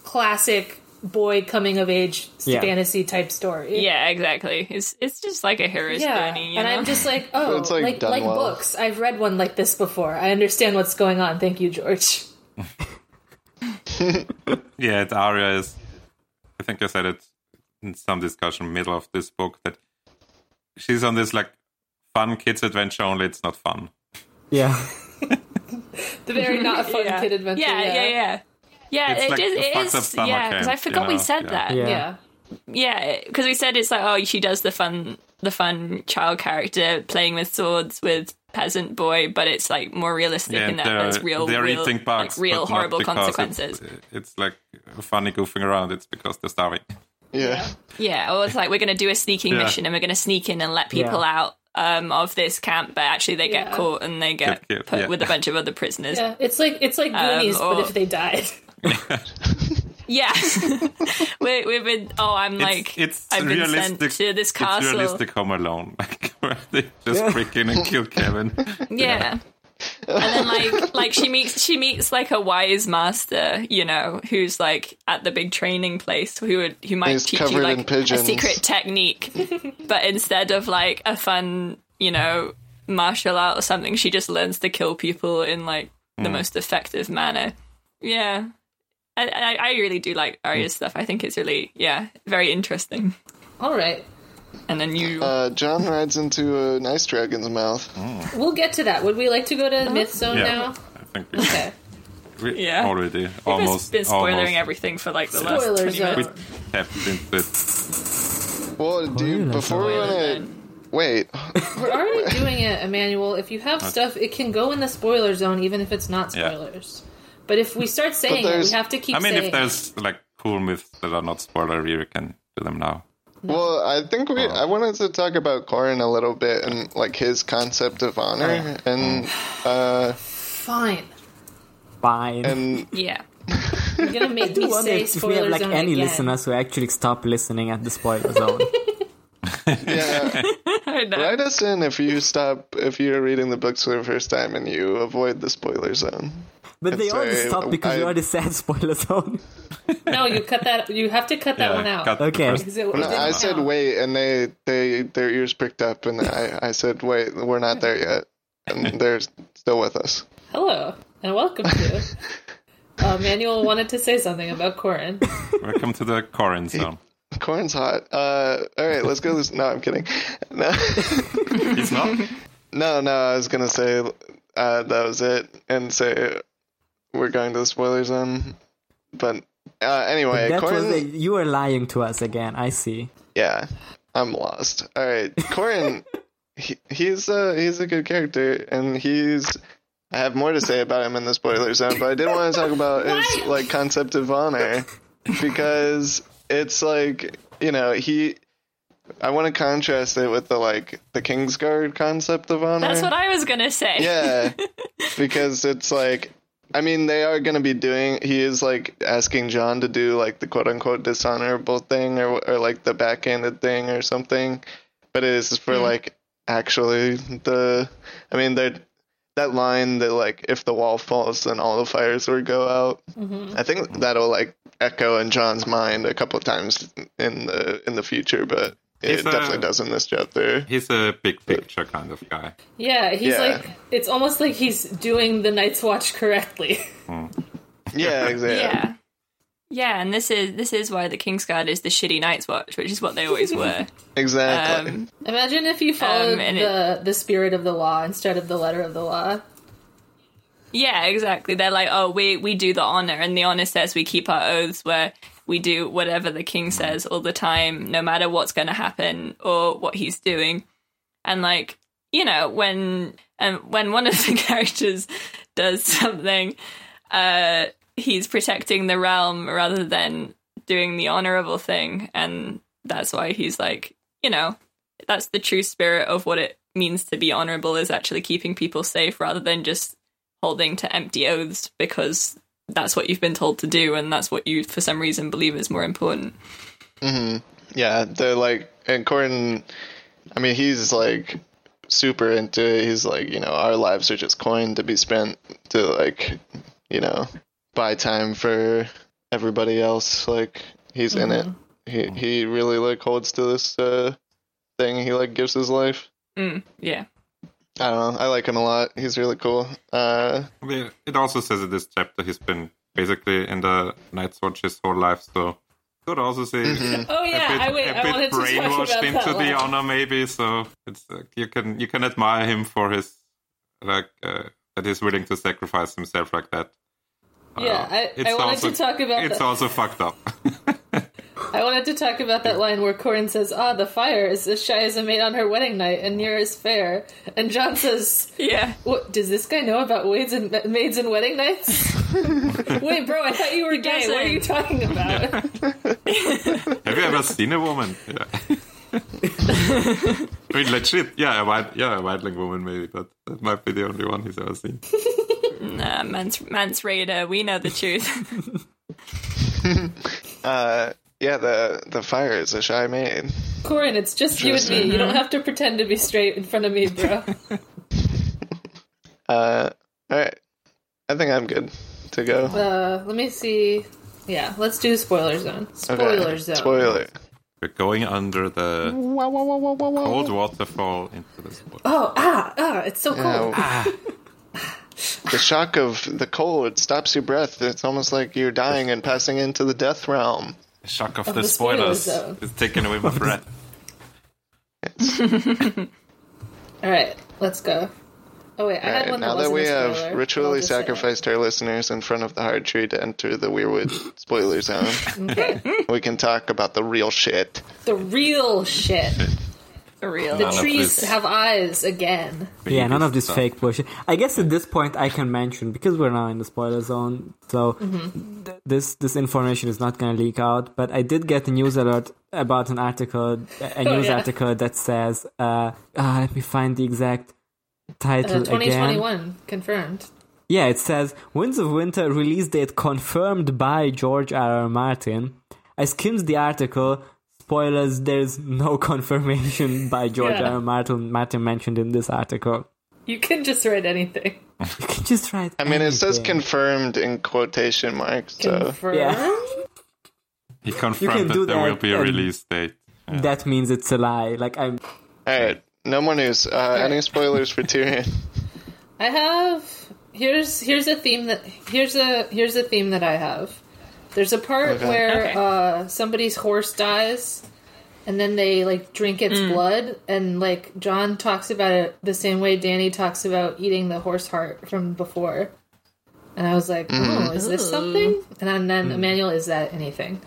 classic boy coming of age
Yeah.
fantasy type story.
Yeah, exactly. It's it's just like a hero's
Yeah,
journey. You
and
know?
I'm just
(laughs)
like, oh,
It's, like,
like like,
done well.
books. I've read one like this before. I understand what's going on. Thank you,
(laughs)
George.
Yeah, it's Arya is. I think I said it in some discussion middle of this book that she's on this like fun kids adventure. Only it's not fun.
Yeah.
The very not fun
yeah.
kid adventure.
Yeah, yeah, yeah. Yeah,
It's
it
like
is.
the
It
fucked up
is.
summer
Yeah, because I
camp, you
forgot we
know?
said
Yeah.
that.
(laughs) Yeah.
Yeah.
Yeah, because we said it's like, oh, she does the fun, the fun child character playing with swords with peasant boy, but it's like more realistic
Yeah,
in that
they're,
there's real,
they're
real,
eating bugs,
like real
but not
horrible
because
consequences.
It's, uh, it's like funny goofing around. It's because they're starving.
Yeah.
Yeah, or it's like we're going to do a sneaking
Yeah.
mission and we're going to sneak in and let people out um, of this camp, but actually they get
Yeah.
caught and they get
Get killed,
put
yeah.
with a bunch of other prisoners.
Yeah, it's like it's like Goonies,
or-
but if they died. (laughs)
Yeah, (laughs) we, we've been. Oh, I'm like,
it's
I've been
realistic.
sent to this castle.
It's realistic Home Alone, (laughs) like where they just
Yeah.
break in and kill Kevin.
(laughs) Yeah. and then
(laughs)
like like she meets she meets like a wise master, you know, who's like at the big training place who would who might
He's
teach you
covered in
like a
pigeons.
secret
(laughs)
technique. but instead of like a fun, you know, martial art or something, she just learns to kill people in like
Hmm.
the most effective manner. Yeah. I, I, I really do like Arya's stuff. I think it's really, yeah, very interesting
All right,
and unusual.
Uh, John rides into an ice dragon's mouth.
we'll get to that. Would we like to go to Myth Zone
Yeah.
now?
I think we,
Okay.
we
(laughs) Yeah.
already
We've
almost
been spoiling
almost
everything for like the
Spoilers
last 20
are-
minutes.
We tapped into it.
Well, do you,
that's
before we want to wait,
We're already
(laughs)
doing it, Emmanuel. If you have stuff, it can go in the spoiler zone, even if it's not
Yeah.
spoilers. But if we start saying it, we
there's-
have to keep
I mean,
saying
if
it.
there's like cool myths that are not spoilery, we can do them now.
well, I think we I wanted to talk about Corin a little bit and like his concept of honor and uh
Fine.
Fine.
and
Yeah.
You're going to make
I
me
wonder
say
if we
spoiler
have like
zone
any
again.
listeners who actually stop listening at the spoiler zone.
yeah,
(laughs) I know.
write us in if you stop if you're reading the books for the first time and you avoid the spoiler zone.
But they
It's,
already
uh,
stop because you
I-
already said (laughs) spoiler zone.
(laughs) No, you cut that. You have to cut that
Yeah,
one out.
cut the
Okay.
first-
'Cause it- it
No,
didn't
I said
count.
wait, and they they their ears pricked up, and I I said wait, we're not there yet, and they're still with us.
Hello, and welcome to. Uh, Manuel wanted to say something about Corin.
Welcome to the
(laughs)
Corin zone.
Corn's hot. Uh, all right, let's go. This. No, I'm kidding. (laughs) No,
It's not.
no, no. I was gonna say uh, that was it, and say we're going to the spoiler zone, but uh, anyway,
that was
Corin.
a, you were lying to us again. I see.
yeah, I'm lost. All right,
(laughs)
Corin. he, he's a he's a good character, and he's. I have more to say about him in the spoiler zone, but I did want to talk about his like concept of honor because it's like you know he. I want to contrast it with the like the Kingsguard concept of honor.
That's what I was going to say. (laughs)
Yeah, because it's like, I mean, they are going to be doing. He is like asking John to do like the quote unquote dishonorable thing or or like the backhanded thing or something, but it is
Mm-hmm.
for like actually the. I mean, that that line that like if the wall falls, then all the fires would go out.
Mm-hmm.
I think that'll like echo in John's mind a couple of times in the in the future, but. It
If, uh,
definitely does in this chapter.
He's a big picture kind of guy.
Yeah, he's
Yeah.
like, it's almost like he's doing the Night's Watch correctly. (laughs)
Yeah, exactly.
Yeah. Yeah, and this is this is why the Kingsguard is the shitty Night's Watch, which is what they always were.
Exactly.
Um,
Imagine if you followed
Um, and it-
the the spirit of the law instead of the letter of the law.
yeah, exactly. They're like, oh, we we do the honor, and the honor says we keep our oaths. Where we do whatever the king says all the time, no matter what's going to happen or what he's doing. And like, you know, when um, when one of the (laughs) characters does something, uh, he's protecting the realm rather than doing the honorable thing, and that's why he's like, you know, that's the true spirit of what it means to be honorable is actually keeping people safe rather than just holding to empty oaths because that's what you've been told to do and that's what you for some reason believe is more important.
hmm Yeah, they're like, and Corin, I mean, he's like super into. it. He's like, you know, our lives are just coin to be spent to like, you know, buy time for everybody else. Like he's in it. He he really like holds to this uh, thing. He like gives his life.
Mm, yeah.
I don't know. I like him a lot. He's really cool. Uh,
Well, It also says in this chapter he's been basically in the Night's Watch his whole life, so could also say
(laughs) Oh
a
yeah,
bit,
I wait.
a
I
bit
wanted to talk
brainwashed
about
into
that
the
last.
honor, maybe. So it's uh, you can you can admire him for his like uh, that he's willing to sacrifice himself like that.
Yeah, I,
It's
I wanted to
also-
talk about
It's
that.
also fucked up. (laughs)
I wanted to talk about that line where Corin says, "Ah, the fire is as shy as a maid on her wedding night, and near as fair." And John says,
Yeah.
"What does this guy know about maids and maids and wedding nights?" (laughs) Wait, bro, I thought you were gay. What are
doesn't.
you talking
(laughs)
about?
Have you ever seen a woman?
(laughs)
Yeah. I mean, legit. Yeah, a wide, yeah, a wildling woman maybe, but that might be the only one he's ever seen.
Nah, Mance, Mance Raider, we know the truth.
uh, yeah, the the fire is a shy maid.
Corin, it's just you and me. You don't have to pretend to be straight in front of me,
(laughs)
bro.
Uh, all right, I think I'm good to go.
Uh, let me see. Yeah, let's do spoiler zone.
Okay,
Spoiler zone.
Spoiler.
We're going under the cold waterfall into this water.
Oh, ah, ah, it's so cold.
Yeah, the shock of the cold stops your breath. It's almost like you're dying and passing into the death realm.
Shock of,
Of
the,
the
spoilers.
spoilers, though.
It's taken away
(laughs)
my breath.
All right, let's go. Oh wait, I had
Alright,
one
now
that,
that we
wasn't a
have
spoiler. I'll
ritually
just say it.
sacrificed our listeners in front of the hard tree to enter the
(laughs)
Weirwood spoiler zone,
Okay.
we can talk about the real shit.
the real shit.
(laughs) For real.
The
None of
trees
this.
have eyes again.
Yeah, none of this
Stuff.
fake bullshit. I guess at this point I can mention because we're now in the spoiler zone, so
Mm-hmm.
th- this this information is not going to leak out. But I did get a news alert about an article, a a news
Oh, yeah.
article that says, uh, uh, "Let me find the exact
Uh,
title again."
2021 confirmed.
Yeah, it says Winds of Winter release date confirmed by George R. R. Martin. I skimmed the article. Spoilers, there's no (laughs) confirmation by George
Yeah.
R. R. Martin, Martin mentioned in this article.
You can just write anything.
You can just write.
I mean, it says
anything.
confirmed in quotation marks, so
Confirmed.
yeah.
He
You
confirmed
can
that
do
there
that
will be a
and-
release date.
(laughs) That means it's a lie. Like I'm.
alright, no more news. Uh, Any spoilers
(laughs)
for Tyrion?
I have here's here's a theme that here's a here's a theme that I have. There's a part where
Okay.
uh, somebody's horse dies, and then they like drink its
Hmm.
blood, and like John talks about it the same way Danny talks about eating the horse heart from before. And I was like, oh, is this something? And then, then Emmanuel, is that anything?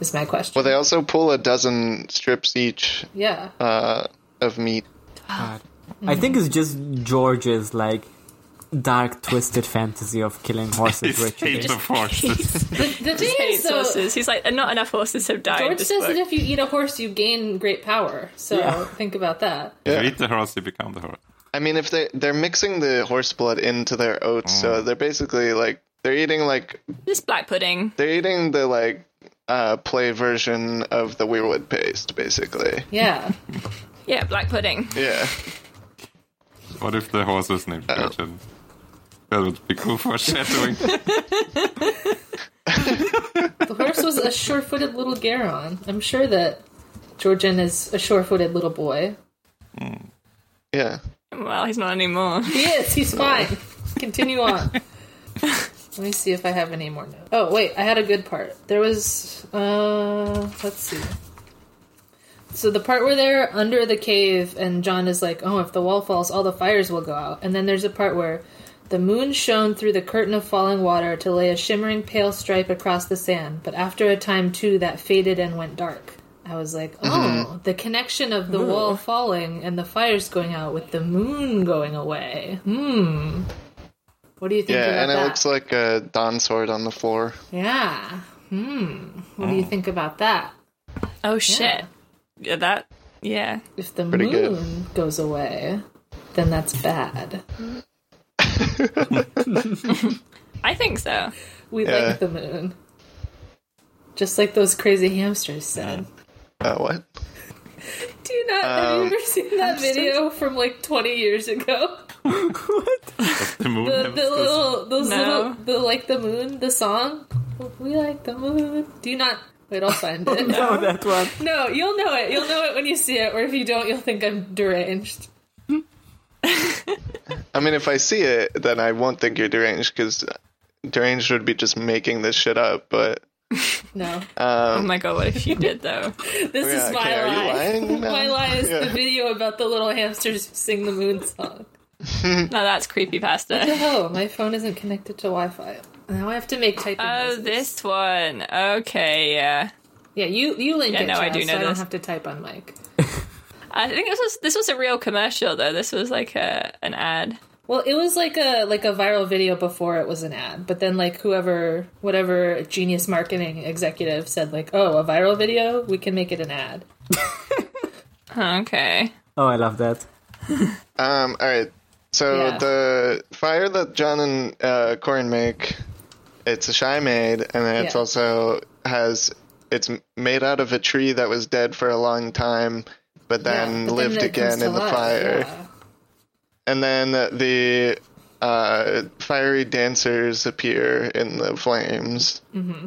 Is my question.
Well, they also pull a dozen strips each
yeah.
uh, of meat.
I think it's just George's like dark, twisted fantasy of killing horses.
It's
ritually.
hate of horses.
the thing is, uh,
hates
though,
horses. He's like, not enough horses have died.
George
this
says that
book."
if you eat a horse, you gain great power. So
Yeah.
think about that.
You eat the horse, you become the horse.
I mean, if they they're mixing the horse blood into their oats, so they're basically like they're eating like
Just black pudding.
they're eating the like uh, play version of the weirwood paste, basically.
Yeah.
Yeah, black pudding.
Yeah,
What if the horse was named Gretchen? That would be cool (laughs) foreshadowing.
The horse was a sure footed little Garon. I'm sure that Georgian is a sure footed little boy.
yeah.
Well, he's not anymore.
He is, he's fine. Continue on. Let me see if I have any more notes. Oh, wait, I had a good part. There was, uh, let's see. So the part where they're under the cave and John is like, oh, if the wall falls, all the fires will go out. And then there's a part where The moon shone through the curtain of falling water to lay a shimmering pale stripe across the sand, but after a time, too, that faded and went dark. I was like, oh,
Hmm.
the connection of the wall falling and the fires going out with the moon going away. Hmm. What do you think about
Yeah, and
that?
it looks like a Don sword on the floor.
yeah. Hmm. What do you think about that?
(laughs) Oh shit. Yeah, that. Yeah.
If the
Pretty good.
moon goes away, then that's bad.
I think so.
We
Yeah.
like the moon. Just like those crazy hamsters said.
Uh, what?
Do you not have
Um,
you ever seen that video from like 20 years ago?
The moon
The, the
hamsters.
little, those
No.
little, the like the moon, the song. We like the moon. Do you not? Wait, I'll find it. (laughs) no.
(laughs) Oh, that one.
you'll know it. You'll know it when you see it, or if you don't, you'll think I'm deranged.
I mean, if I see it, then I won't think you're deranged because deranged would be just making this shit up. But
No,
Oh my god, what if you did though?
this
Yeah,
is my
Uh, okay, are you
lie. (laughs)
lying? No.
my lie is the
Yeah.
video about the little hamsters who sing the moon song.
Now that's creepy (laughs) pasta.
Oh, my phone isn't connected to Wi-Fi. Now I have to make typing.
Oh,
noises.
this one. Okay, yeah.
Yeah, you you link
Yeah,
it.
no, I
Chaz,
do know
so I don't
this.
have to type on mic.
I think this was this was a real commercial though. This was like a an ad.
Well, it was like a like a viral video before it was an ad, but then like whoever whatever genius marketing executive said like, "Oh, a viral video, we can make it an ad."
Okay.
Oh, I love that.
um, all right. So
Yeah.
the fire that John and uh, Corin make, it's a shy maid, and then it's
Yeah.
also has it's m- made out of a tree that was dead for a long time, but then
Yeah, but then
lived
it comes
again
to
in the
life,
fire.
yeah.
And then the uh, fiery dancers appear in the flames. Mm-hmm.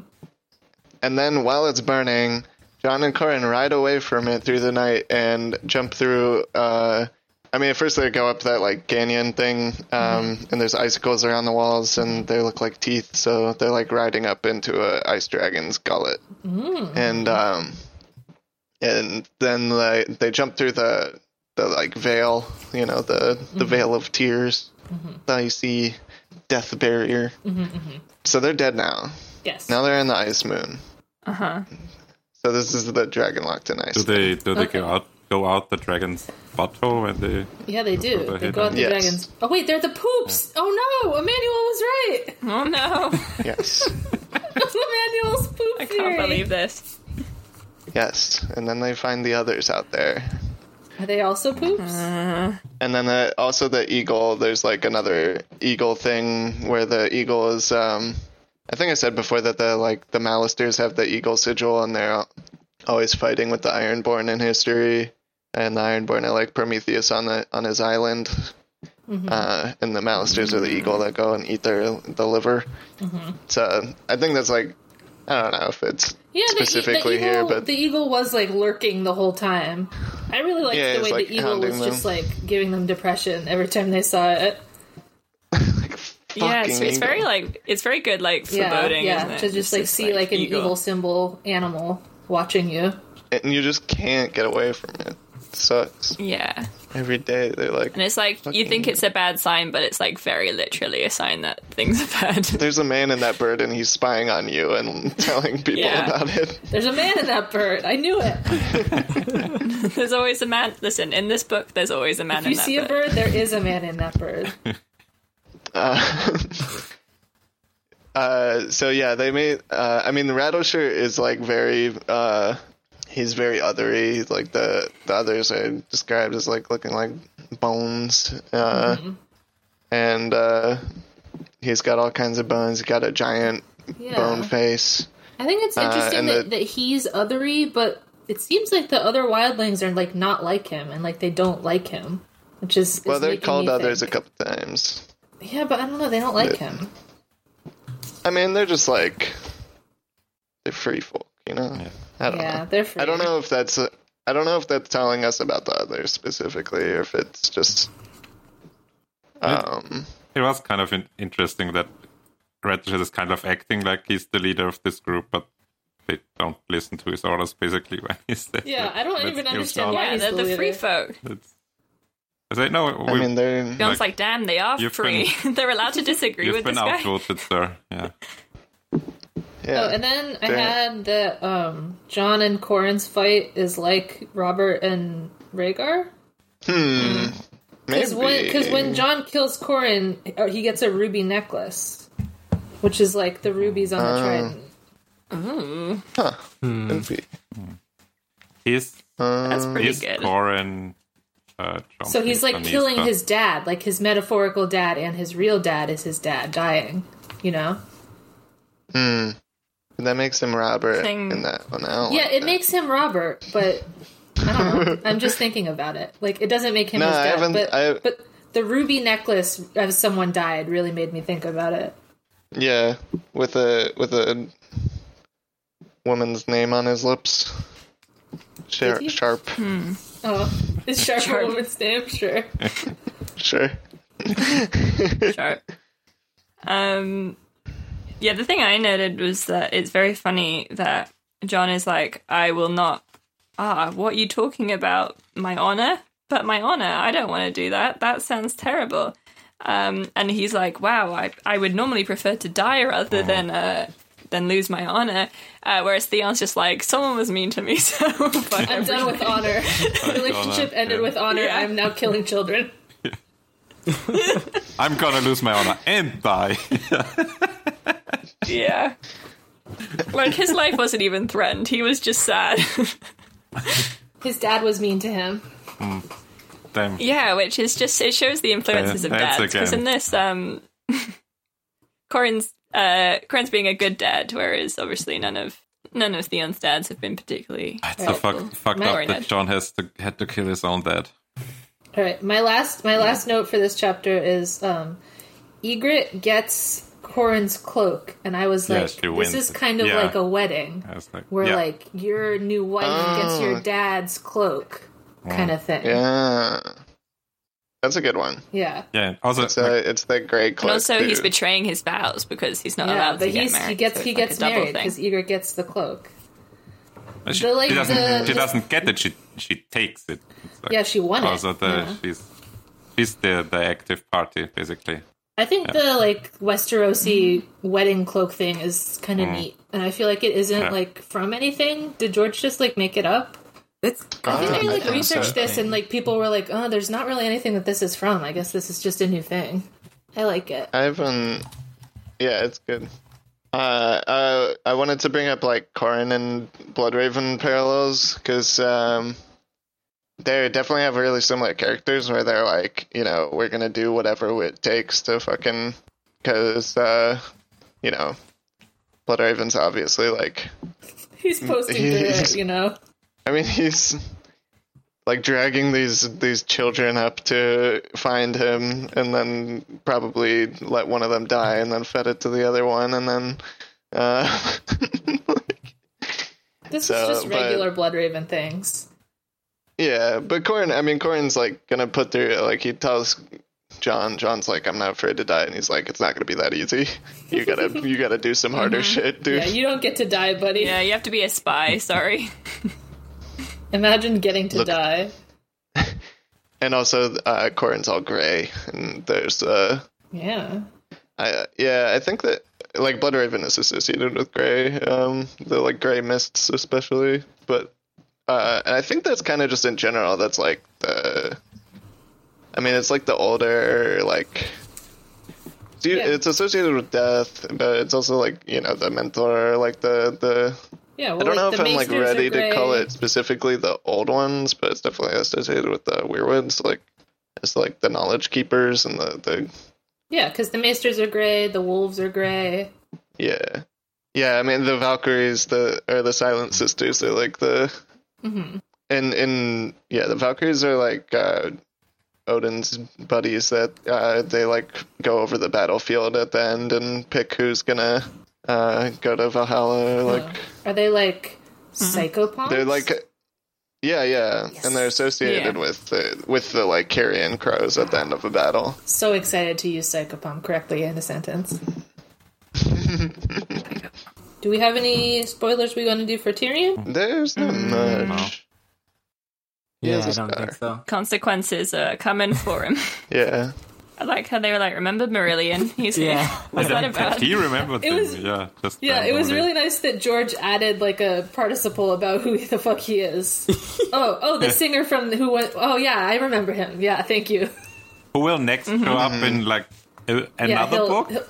And then while it's burning, John and Corin ride away from it through the night and jump through. Uh, I mean, at first they go up that like canyon thing, um, and there's icicles around the walls, and they look like teeth, so they're like riding up into a ice dragon's gullet. And um, and then like they jump through the the like veil, you know, the the veil of tears, the icy death barrier. So they're dead now.
Yes.
Now they're in the ice moon.
Uh huh.
So this is the dragon locked in ice.
Do they do they
Okay.
go out go out the dragon's butthole when they?
yeah, they do.
Go
They
ahead.
go out the
Yes.
dragons. Oh wait, they're the poops. Oh no, Emmanuel was right. (laughs)
Oh no! (laughs)
Yes,
Emmanuel's poop
I
theory.
can't believe this.
yes. And then they find the others out there.
Are they also poops?
Mm-hmm.
And then uh also the eagle. There's like another eagle thing where the eagle is. Um, I think I said before that the like the Malisters have the eagle sigil, and they're always fighting with the Ironborn in history. And the Ironborn are like Prometheus on the on his island,
Mm-hmm.
uh, and the Malisters are the eagle that go and eat their the liver.
Mm-hmm.
So I think that's like I don't know if it's (laughs)
yeah, the, e-
specifically
the eagle,
here, but
the eagle was like lurking the whole time. I really liked
Yeah,
the
it's,
way
like,
the eagle was
hounding
just
them.
like giving them depression every time they saw it.
Yeah,
fucking
it's, it's
eagle.
very like it's very good like
Yeah,
foreboding.
yeah,
isn't it?
to just, like
this,
see like, an
eagle.
evil symbol animal watching you.
and you just can't get away from it. It sucks.
Yeah,
Every day they're like
and it's like you think it's a bad sign, but it's like very literally a sign that things are bad.
There's a man in that bird and he's spying on you and (laughs) telling people
Yeah.
about it.
There's a man in that bird. I knew it.
(laughs) there's always a man. Listen, in this book, there's always a
If
man.
you
in that
see a
book.
bird, there is a man in that
(laughs)
bird.
Uh, (laughs) uh, so yeah, they made. Uh, I mean, the Rattleshirt is like very. Uh, he's very othery. He's Like the the others are described as like looking like bones, uh,
Mm-hmm.
and uh, he's got all kinds of bones. He's got a giant
Yeah.
bone face.
I think it's interesting
uh, and
that,
the-
that he's othery, but it seems like the other wildlings are like not like him, and like they don't like him, which is, is
Well, they're
making
called
me
others
think.
a couple times.
Yeah, but I don't know. They don't like him.
I mean, they're just like they're free folk, you know. I don't
Yeah,
know.
they're free.
I don't know if that's I I don't know if that's telling us about the others specifically, or if it's just um
It was kind of in- interesting that Ratchet is kind of acting like he's the leader of this group, but they don't listen to his orders basically (laughs) when he's there.
Yeah, I don't even understand why
yeah,
he's
they're
the
the free
leader.
folk.
I say no.
I
We,
mean, they're
John's like, damn, they are
You've
free. (laughs) They're allowed to disagree
you've
with
been
this guy. (laughs)
outvoted, sir.
(laughs)
Yeah.
yeah.
Oh, and then I
Damn.
had the um, John and Corin's fight is like Robert and Rhaegar. Because when,
Maybe.
'cause when John kills Corin, uh, he gets a ruby necklace, which is like the rubies on
Ah.
the trident.
Maybe. Um,
He's
That's pretty
he's
good.
Corin. Uh, John
So he's like
Kingston,
killing
the-
his dad, like his metaphorical dad, and his real dad is his dad dying. You know?
That makes him Robert
Thing-
in that one. I don't
Yeah,
like
it
that.
makes him Robert, but I don't know. I'm just thinking about it. Like it doesn't make him
No,
his
I
dad,
haven't-
but
I-
but the ruby necklace of someone died really made me think about it.
Yeah, with a with a woman's name on his lips. Sharp,
he?
sharp,
Hmm.
Oh, (laughs) is Sharp
Sharp.
a woman's name? Sure.
sure. (laughs)
sharp. Um, yeah, the thing I noted was that it's very funny that John is like, I will not. Ah, what are you talking about? My honor? But my honor, I don't want to do that. That sounds terrible. Um, and he's like, wow, I, I would normally prefer to die rather than uh, than lose my honor. Uh, whereas Theon's just like, someone was mean to me, (laughs) so fuck
I'm done with (laughs) honor. Relationship
honor,
ended
yeah.
with honor.
Yeah.
I'm now killing children.
I'm gonna lose my honor and die.
(laughs)
(laughs)
Yeah. Like his life wasn't even threatened. He was just sad. (laughs)
His dad was mean to him.
Damn.
yeah, which is just it shows the influences of
That's
dads. Because
again-
in this, um (laughs) Corin's uh Corin's being a good dad, whereas obviously none of none of Theon's dads have been particularly
It's so fuck,
helpful.
fucked
Sorry,
up
Ned.
that John has to had to kill his own dad.
All right, my last my last note for this chapter is um, Egret gets Corin's cloak, and I was
Yeah,
like,
she
this
wins.
is kind of
Yeah.
like a wedding
I was like,
where
yeah.
like your new wife gets your
Oh.
dad's cloak, kind of thing.
Yeah, that's a good one.
yeah.
yeah. Also,
It's uh, it's the great
And
cloak.
also he's
too.
betraying his vows because he's not
Yeah,
allowed
but
to get
he's,
married.
he gets
so
he
it's like
gets
a double
married
thing.
because Egret gets the cloak.
she,
the, like,
she doesn't.
the-
she
the-
doesn't get it. She she takes it. It's like-
Yeah, she won it.
also, the,
yeah.
she's she's the the active party basically.
I think the like Westerosi
Mm-hmm.
wedding cloak thing is kind of neat, and I feel like it isn't
Yeah.
like from anything. Did George just like make it up?
It's
I
Ah,
think I like
think so.
researched this, and like people were like, "Oh, there's not really anything that this is from. I guess this is just a new thing." I like it.
I haven't. Yeah, it's good. Uh, uh, I wanted to bring up like Corin and Bloodraven parallels because um, they definitely have really similar characters where they're like, you know, we're gonna do whatever it takes to fucking, because uh, you know, Bloodraven's obviously like, Mm,
He's posting to it, you know.
I mean, (laughs) he's like dragging these these children up to find him, and then probably let one of them die, and then fed it to the other one, and then uh, (laughs) like,
This
So,
is just
but-
regular Blood Raven things.
yeah. But Corin, I mean, Corin's like gonna put through like he tells John, John's like, I'm not afraid to die, and he's like, it's not gonna be that easy. (laughs) You gotta you gotta do some harder shit, dude.
Mm-hmm. Yeah, you don't get to die, buddy.
yeah, you have to be a spy, (laughs) sorry.
Imagine getting to
Look-
die.
and also, uh, Corin's all gray, and there's uh.
Yeah.
I uh, yeah, I think that like Blood Raven is associated with gray, um, the like gray mists especially, but uh, and I think that's kind of just in general. That's like the, I mean, it's like the older like. it's u-
Yeah.
It's associated with death, but it's also like you know the mentor, like the the.
Yeah. Well,
I don't know
the
if I'm like
Maesters are
ready to
gray.
call it specifically the old ones, but it's definitely associated with the weirwoods, like it's like the knowledge keepers and the the
Yeah, because the Maesters are gray. The wolves are gray.
Yeah. Yeah, I mean the Valkyries, the or the Silent Sisters, they're like the
Mhm.
and and yeah, the Valkyries are like uh Odin's buddies that uh they like go over the battlefield at the end and pick who's gonna uh go to Valhalla like
Oh. Are they like psychopomps?
they're like yeah, yeah, and they're associated
Yeah.
with the with the like carrion crows at the end of a battle.
so excited to use psychopomp correctly in a sentence. do we have any spoilers we want to do for Tyrion?
There's not much. He
Mm, Yeah,
has
I
a
don't think
scar.
so.
Consequences are coming for him. (laughs)
Yeah.
I like how they were like, remember Marillion? He's here.
Yeah.
What's that about?
(laughs) He
(laughs)
remembered
It was-
things, yeah. Just
Yeah, it was
randomly.
really nice that George added like a participle about who the fuck he is. oh, oh, the singer from who was. Oh, yeah, I remember him. Yeah, thank you.
Who will next show up in like a,
Yeah,
another
he'll,
book?
He'll,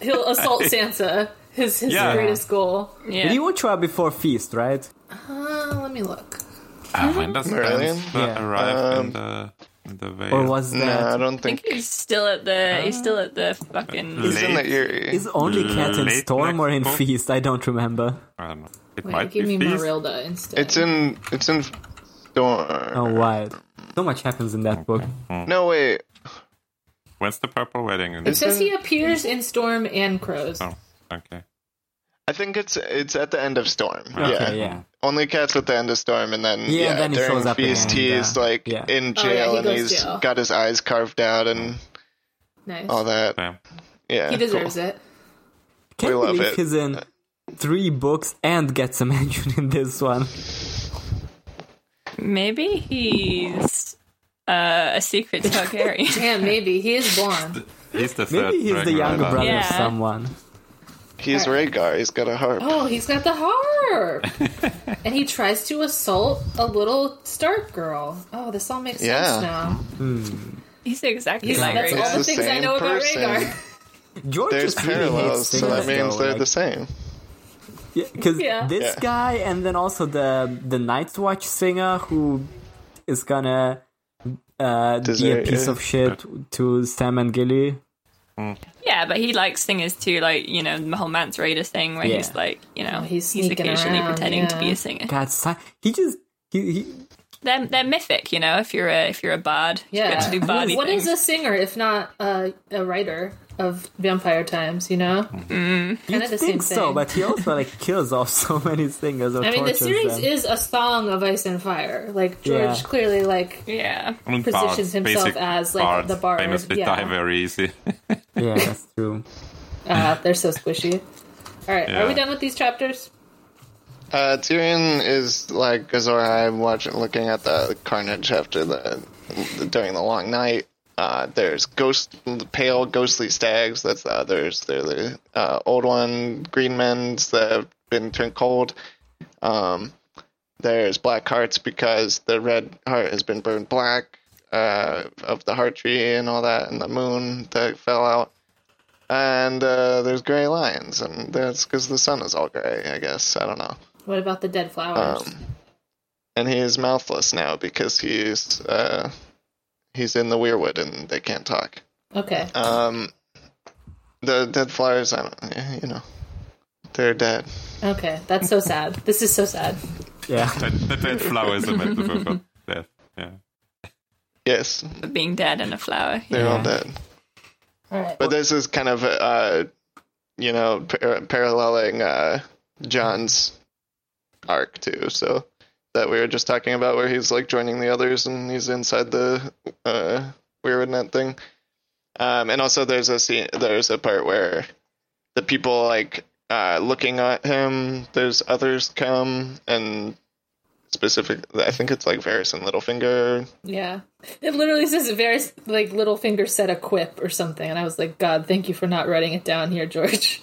he'll assault Sansa. His his
Yeah.
greatest goal.
Yeah.
Did you watch her before Feast, right?
Uh, let me look.
Ah,
Mm-hmm.
when does
Merlin?
Sansa
Yeah.
arrive in the in the veil?
Or was
No, I
that
don't
I think
think
he's still at the he's
Ah.
still at the fucking
he's in
late?
the Yuri.
is only Cat in
Late
Storm or in
next book?
Feast? I don't remember.
I don't know. It
Wait,
might
give
be
me
Feast.
Marilda instead.
It's in it's in Storm.
Oh wild. So much happens in that book.
No wait.
When's the purple wedding? In
It says he appears in Storm and Crows.
oh, okay.
I think it's it's at the end of Storm. yeah.
Okay, yeah.
Only cat's at the end of Storm, and then yeah,
then he
during
shows up
Feast,
again,
he
yeah.
is like
Yeah.
in
Oh, yeah,
jail,
he
and
goes
he's
jail.
got his eyes carved out and
Nice.
all that.
Damn.
Oh, Yeah,
he deserves it.
Can't
love
believe
it.
he's in three books and gets a mention in this one.
maybe he's uh, a
(laughs)
secret Targaryen.
(laughs)
Yeah, maybe he is blonde.
He's the third.
Maybe he's the
Dragon
younger
Rider.
brother of
Yeah.
someone.
He's Rhaegar. He's got a harp.
Oh, he's got the harp, and he tries to assault a little Stark girl. Oh, this all makes
Yeah.
sense now.
he's exactly
He's,
like
that's
Rhaegar.
all the
It's the
things I
same
know about
person.
Rhaegar.
George
There's
just really
parallels,
hates
so that
singers,
means
though,
they're
like-
the same.
Yeah, because
Yeah.
this
Yeah.
guy and then also the the Night's Watch singer who is gonna uh, be a
Desert,
piece
yeah.
of shit to Sam and Gilly.
Yeah, but he likes singers too, like you know the whole Mance Raider thing where
Yeah.
he's like, you
Oh,
know,
he's
he's,
sneaking
occasionally
around,
pretending to be
yeah.
a singer.
God, Si- he just he, he
They're they're mythic, you know. If you're a if you're a bard, you get
Yeah.
to do bardy
What
things.
is a singer if not uh, a writer of Vampire Times? You know, kind of the same
thinks
thing.
so, but he also like kills off so many singers or
I mean, the
tortures
series
them.
is a song of ice and fire. Like George
Yeah.
clearly, like
Yeah,
I mean,
positions
bards,
himself
basic
as, like,
bards,
the bard,
Famously
yeah.
die very easy. (laughs)
yeah, that's true.
uh, they're so squishy. All right, are we
Yeah.
done with these chapters?
Uh, Tyrion is like Azora. I'm watching, looking at the carnage after the during the long night. Uh, there's ghost, pale, ghostly stags. That's the others. They're the uh, old one, green men's that have been turned cold. Um, there's black hearts because the red heart has been burned black uh, of the heart tree and all that, and the moon that fell out. And uh, there's gray lions, and that's because the sun is all gray. I guess I don't know
What about the dead flowers?
Um, and he is mouthless now because he's uh, he's in the weirwood and they can't talk.
okay,
Um, the dead flyers, I don't, eh, you know, they're dead.
okay, that's so sad. this is so sad.
Yeah,
that, that, that flower is a metaphor for death. Yeah.
Yes,
but being dead and a flower.
they're all
Yeah.
dead.
All right,
But this is kind of uh, you know par- paralleling uh, John's arc too. So that we were just talking about where he's like joining the others and he's inside the uh, weirwood net thing. Um, and also there's a scene, there's a part where the people like uh, looking at him. There's others come and specific. I think it's like Varys and Littlefinger.
yeah, it literally says Varys like Littlefinger said a quip or something, and I was like, God, thank you for not writing it down here, George.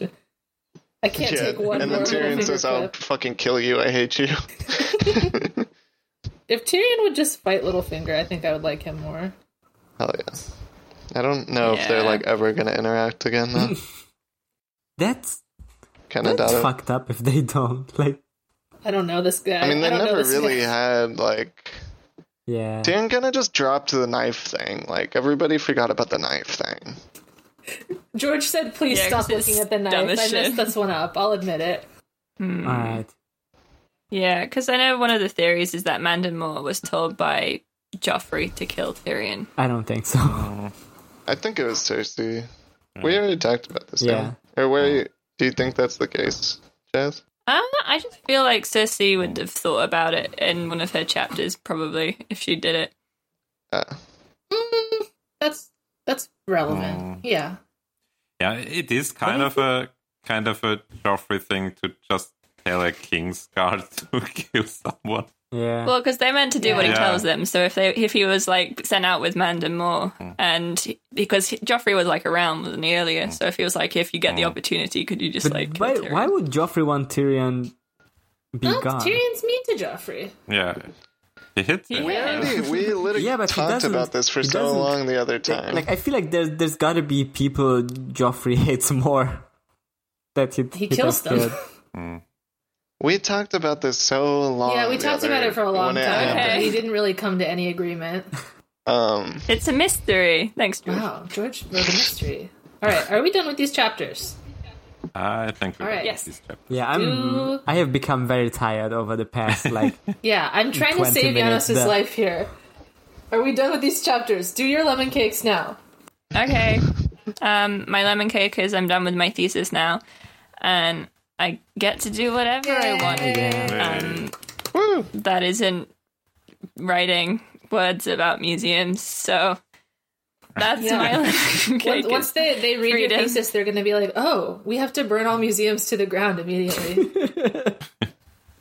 (laughs) I can't
Yeah,
take one
and
more
then Tyrion
Littlefinger
says, "I'll
quip.
fucking kill you. I hate you."
If Tyrion would just fight Littlefinger, I think I would like him more.
Hell yeah. I don't know if they're
Yeah.
like ever gonna interact
(laughs)
again though.
that's
Kinda doubt
that's
it.
fucked up if they don't. (laughs) Like,
I don't know this guy.
I mean they
don't know
never
this guy.
really had like
yeah,
Dan kinda just dropped the knife thing. Like everybody forgot about the knife thing.
George said, "Please
Yeah,
stop
'cause it's
looking at the knife." I
dumb as
messed
shit.
this one up. I'll admit it.
all right.
Yeah, because I know one of the theories is that Mandan Moore was told by Joffrey to kill Tyrion.
I don't think so. (laughs)
I think it was Cersei. We already talked about this,
Hmm. Yeah. Hmm.
yeah. Or where do you think that's the case, Jazz?
Um, I just feel like Cersei would have thought about it in one of her chapters, probably, if she did it.
Uh,
Mm, that's that's relevant. Yeah,
Yeah, it is kind of a (laughs) kind of a Joffrey thing to just tell a king's guard to kill someone.
Yeah.
Well, because they're meant to do what he
Yeah.
tells them. So if they if he was like sent out with Mandan Moore, and he- because he- Joffrey was like around wasn't he earlier, so if he was like, if you get the opportunity, could you just
But
like? kill
why,
Tyrion?
why would Joffrey want Tyrion be
No,
gone?
Tyrion's mean to Joffrey.
Yeah. He hit
He
him.
hit him.
Really,
(laughs)
we literally
Yeah, but he
talked
doesn't-
about this for
he
so
doesn't-
long the other time.
Like I feel like there's there's gotta be people Joffrey (laughs) hates more. That he
He kills
does
them.
good.
we talked about this so long.
yeah, we
the
talked
other-
about it for a long
when it
time.
happened.
But
Okay.
we didn't really come to any
(laughs)
agreement.
Um,
It's a mystery. Thanks, George.
Wow, George wrote a mystery. All right, are we done with these chapters?
I think we
All right.
yes.
Yes.
this chapter.
Yeah, I'm.
Do-
I have become very tired over the past like
Yeah, I'm trying to
20
save
minutes,
Janos'
the-
life here. Are we done with these chapters? Do your lemon cakes now.
Okay. Um, my lemon cake is I'm done with my thesis now, and I get to do whatever I want. Um, that isn't writing words about museums. So that's
Yeah.
my (laughs) lemon
Once,
cake.
once they, they read your
freedom.
thesis, they're going to be like, oh, we have to burn all museums to the ground
(laughs)
immediately.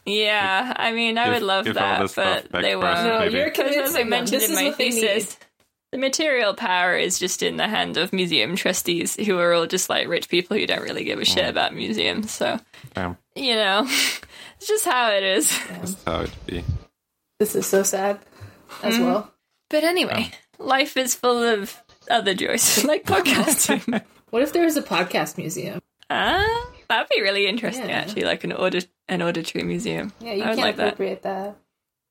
yeah, I mean, I
Give-
would love
give all
that,
this stuff
but
back
they
first.
won't.
no,
Maybe.
you're
Because
convincing
as I
them. (laughs)
mentioned
this
in
is
my
what they need.
thesis, the material power is just in the hand of museum trustees who are all just like rich people who don't really give a
Mm.
shit about museums. So,
Damn.
you know, (laughs) it's just how it is.
That's how it be.
This is so sad as
Mm-hmm.
well.
But anyway, life is full of other joys, (laughs) like
(laughs)
podcasting.
What if there was a podcast museum?
ah, that'd be really interesting,
Yeah.
actually, like an audit an auditory museum.
Yeah, you
I would
can't
like that.
appropriate that.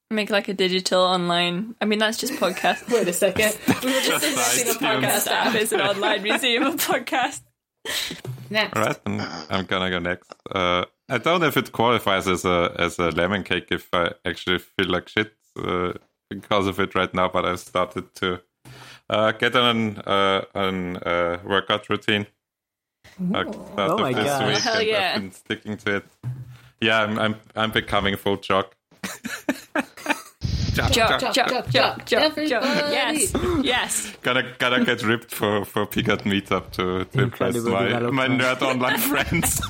Make like a digital online. I mean, that's just podcast.
Wait a second. We were just
Just
suggesting a
iTunes.
podcast
Staff
app.
is an online museum of podcasts.
Next.
All right, then I'm gonna go next. Uh, I don't know if it qualifies as a as a lemon cake if I actually feel like shit uh, because of it right now, but I've started to uh, get on uh, an uh, workout routine. Uh, start
Oh
of
my
this
God.
week,
Hell
and
yeah.
I've been sticking to it. Yeah, I'm I'm, I'm becoming
(laughs)
full jock. Jock,
Jock,
jock.
jock, jock, jock, jock.
Everybody.
Yes, yes.
Gonna gonna get ripped for for Pigot meetup to, to impress
Incredible
my
development.
my
(laughs)
nerd online friends.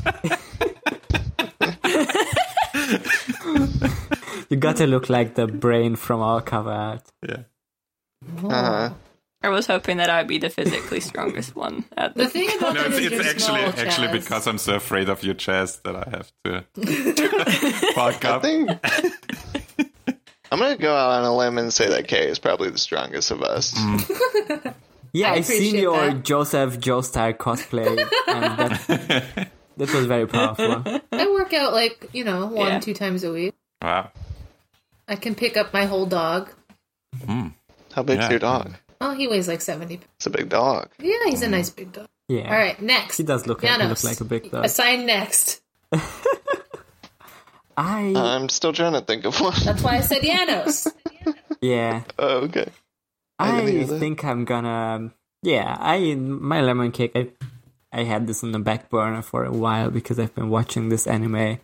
You gotta look like the brain from our cover art.
yeah.
Oh.
uh-huh.
I was hoping that I'd be the physically strongest one at
The
the
thing about
Uh-huh. No,
that
it's,
is
it's
your
actually
small
actually
chest.
because I'm so afraid of your chest that I have to bulk
I
up.
think I'm gonna go out on a limb and say that Kay is probably the strongest of us.
Yeah,
I
I have seen
appreciate
your
that.
Joseph Joestar cosplay, and that, that was very powerful.
I work out like, you know, one,
Yeah.
two times a week.
Wow.
I can pick up my whole dog.
How big's
Yeah.
your dog?
Oh, he weighs like 70.
It's a big dog.
Yeah, he's a nice big dog.
Yeah,
All right, next.
he does look like, he looks like a big dog.
Assign next.
I
I'm still trying to think of one.
Mm. That's why I said Janos.
yeah,
(laughs) Oh, okay. I didn't
I
hear that.
think I'm gonna. Yeah, I my lemon cake. I I had this on the back burner for a while because I've been watching this anime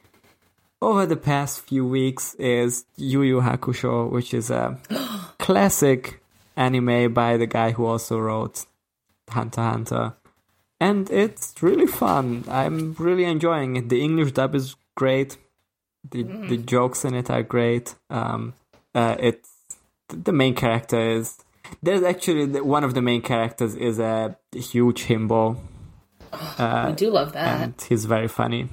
over the past few weeks. Is Yu Yu Hakusho, which is a classic anime by the guy who also wrote Hunter x Hunter, and it's really fun. I'm really enjoying it. The English dub is great. The the jokes in it are great. Um, uh, it's the main character is there's actually the- one of the main characters is a huge himbo
I do love that.
and he's very funny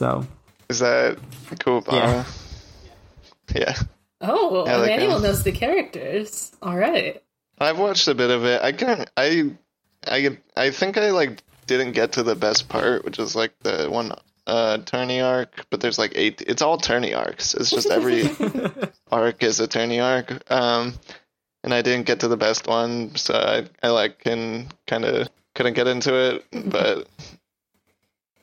so
Is that cool?
Yeah.
Yeah. yeah.
Oh,
I like
Emmanuel
that.
knows the characters. All right.
I've watched a bit of it. I can I I I think I like didn't get to the best part, which is like the one uh tourney arc, but there's like eight it's all tourney arcs. It's just every arc is a tourney arc. Um and I didn't get to the best one, so I, I like can kind of couldn't get into it, but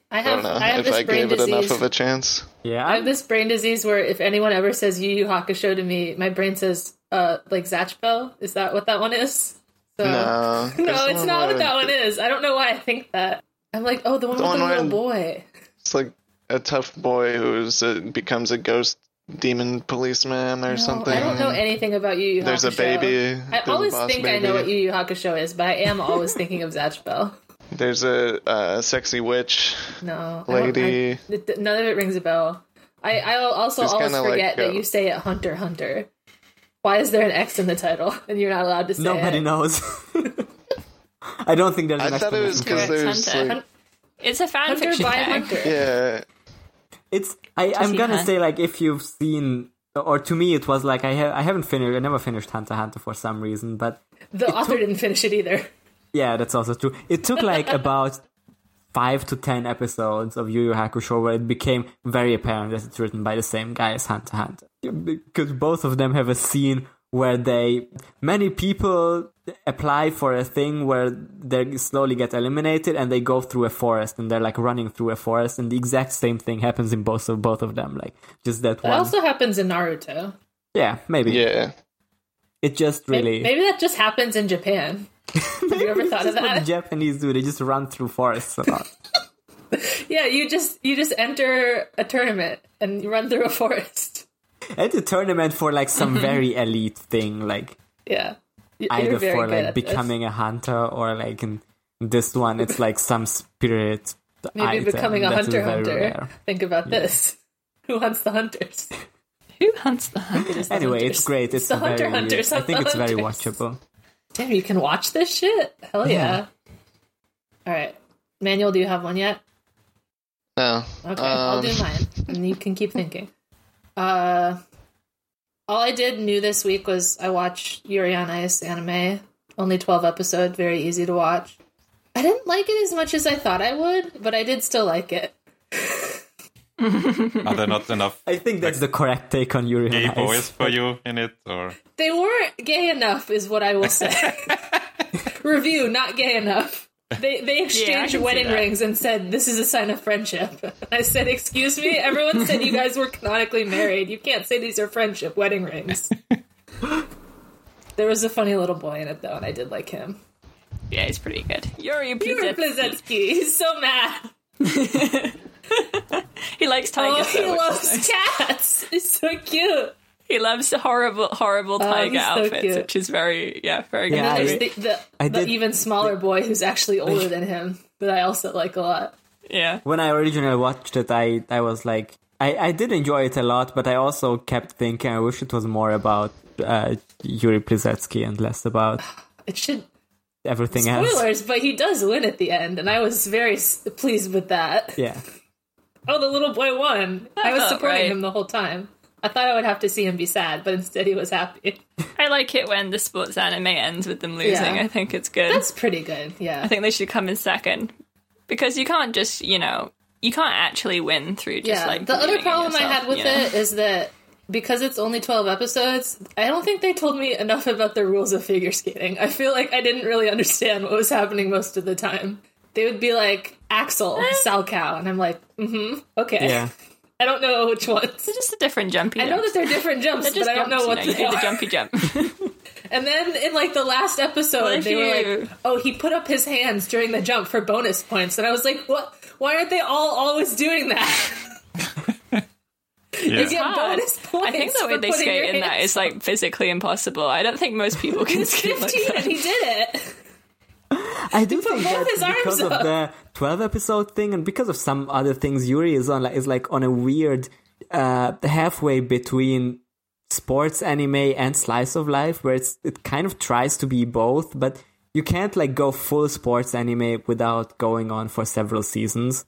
I
I don't
have
know
I have
if
this
I
brain
gave it enough
disease.
of a chance.
yeah
I have this brain disease where if anyone ever says Yu Yu Hakusho to me, my brain says uh like Zatchbell. Is that what that one is? So,
No,
(laughs) No,
there's
it's not what
where
that one is. I don't know why I think that. I'm like, oh, the one with the
one
little
where-
boy.
It's like a tough boy who's uh becomes a ghost demon policeman or
No,
something.
Oh, I don't know anything about Yu Yu Hakusho.
There's a baby.
I
There's a
always
boss
think I know
baby.
what Yu Yu Hakusho is, but I am always thinking of Zatchbell.
There's a uh, sexy witch.
No, I don't-
Lady.
I- th- th- none of it rings a bell. I, I will also
Just
always
kinda like,
forget that
uh,
you say it Hunter Hunter. Why is there an X in the title (laughs) and you're not allowed to say
Nobody
it?
knows. (laughs) I don't think there's an
I thought it was
explanation.
because
Correct,
there's
Hunter.
like,
It's a fan
Hunter
fiction
by
thing.
Hunter.
(laughs) yeah,
It's I, I'm
see
gonna
her.
say like if you've seen or to me it was like I ha- I haven't finished I never finished Hunter x Hunter for some reason but
The author didn't finish it either.
yeah that's also true it took
(laughs)
like about five to ten episodes of Yu Yu Hakusho where it became very apparent that it's written by the same guy as Hunter x Hunter because both of them have a scene where they many people apply for a thing where they slowly get eliminated and they go through a forest and they're like running through a forest and the exact same thing happens in both of both of them like just that
That
one
also happens in Naruto.
Yeah, maybe.
yeah.
It just
Maybe,
really.
maybe that just happens in
(laughs)
Japan. Have you ever
It's
thought of
just what the
that?
Japanese do. They just run through forests a lot.
yeah, you just you just enter a tournament and you run through a (laughs) forest.
At a tournament for like
(laughs)
some very elite thing, like
Yeah. Y-
either
You're very
for
good
like
at this.
becoming a hunter or like in this one, it's like some spirit.
maybe
item
becoming a
that is
hunter
very
hunter.
rare.
Think about this. (laughs) Who hunts the
(laughs)
hunters?
Who hunts the hunter?
the
Anyway,
hunters.
it's great. It's
the hunter
very.
hunters.
I
hunt
think
the
it's very
hunters.
watchable.
Damn, you can watch this shit. Hell yeah.
Yeah.
All right, Manuel, do you have one yet?
No.
Okay, I'll do
Um,
mine, and (laughs) you can keep thinking. Uh, all I did new this week was I watched Yuri on Ice anime. Only twelve episode, very easy to watch. I didn't like it as much as I thought I would, but I did still like it.
Are there not enough
I think that's the correct take on Yuri.
gay
on Ice.
boys for you in it? Or
They weren't gay enough, is what I will say. Review, not gay enough. They they exchanged
can see
wedding
that.
rings and said, This is a sign of friendship. (laughs) I said, Excuse me? Everyone said you guys were canonically married. You can't say these are friendship wedding rings. there was a funny little boy in it, though, and I did like him.
Yeah, it's pretty good. Yuri
Yuri
Plzetzky.
Plzetzky, he's so mad.
He likes
Oh,
tigers.
he
though, which is nice.
loves cats. He's so cute.
He loves the horrible, horrible tiger
he's Oh, so
outfits,
cute.
which is very, yeah, very good.
Yeah, I-
There's the, the,
I
the
did-
even smaller boy who's actually older than him that I also like a lot.
yeah.
when I originally watched it, I, I was like, I, I did enjoy it a lot, but I also kept thinking I wish it was more about uh, Yuri Plizetsky and less about
It should
everything else.
spoilers, but he does win at the end, and I was very s- pleased with that. (laughs)
Yeah,
Oh, the little boy won! I was
felt
supporting
(laughs) right.
him the whole time. I thought I would have to see him be sad, but instead he was
(laughs)
happy.
I like it when the sports anime ends with them losing.
Yeah.
I think it's good.
That's pretty good. Yeah,
I think they should come in second because you can't just, you know, you can't actually win through just
yeah.
like
the
believing
other
in
problem I
yourself,
had with
you know?
it is that because it's only twelve episodes, I don't think they told me enough about the rules of figure skating. I feel like I didn't really understand what was happening most of the time. They would be like Axel,
Eh.
Salcow, and I'm like, mm-hmm, okay.
yeah.
(laughs) I don't know which ones.
It's just a different jumpy.
I know that they're different jumps,
They're just
but I don't know
jumps, you
what they
you do the
are.
jumpy
(laughs)
jump.
And then in like the last episode,
Well, if
they were
you-
like, "Oh, he put up his hands during the jump for bonus points," and I was like, "What? Why aren't they all always doing that? (laughs)
yeah.
You get
hard.
bonus points."
I think the
for
way they
putting your
skate in that
hands-
is like physically impossible. I don't think
(laughs)
most people can skate like
fifteen,
that.
and he did it. (laughs)
I do
both
think that
his arms
because
up.
of the twelve episode thing and because of some other things, Yuri is on like is like on a weird uh, halfway between sports anime and slice of life, where it's it kind of tries to be both, but you can't like go full sports anime without going on for several seasons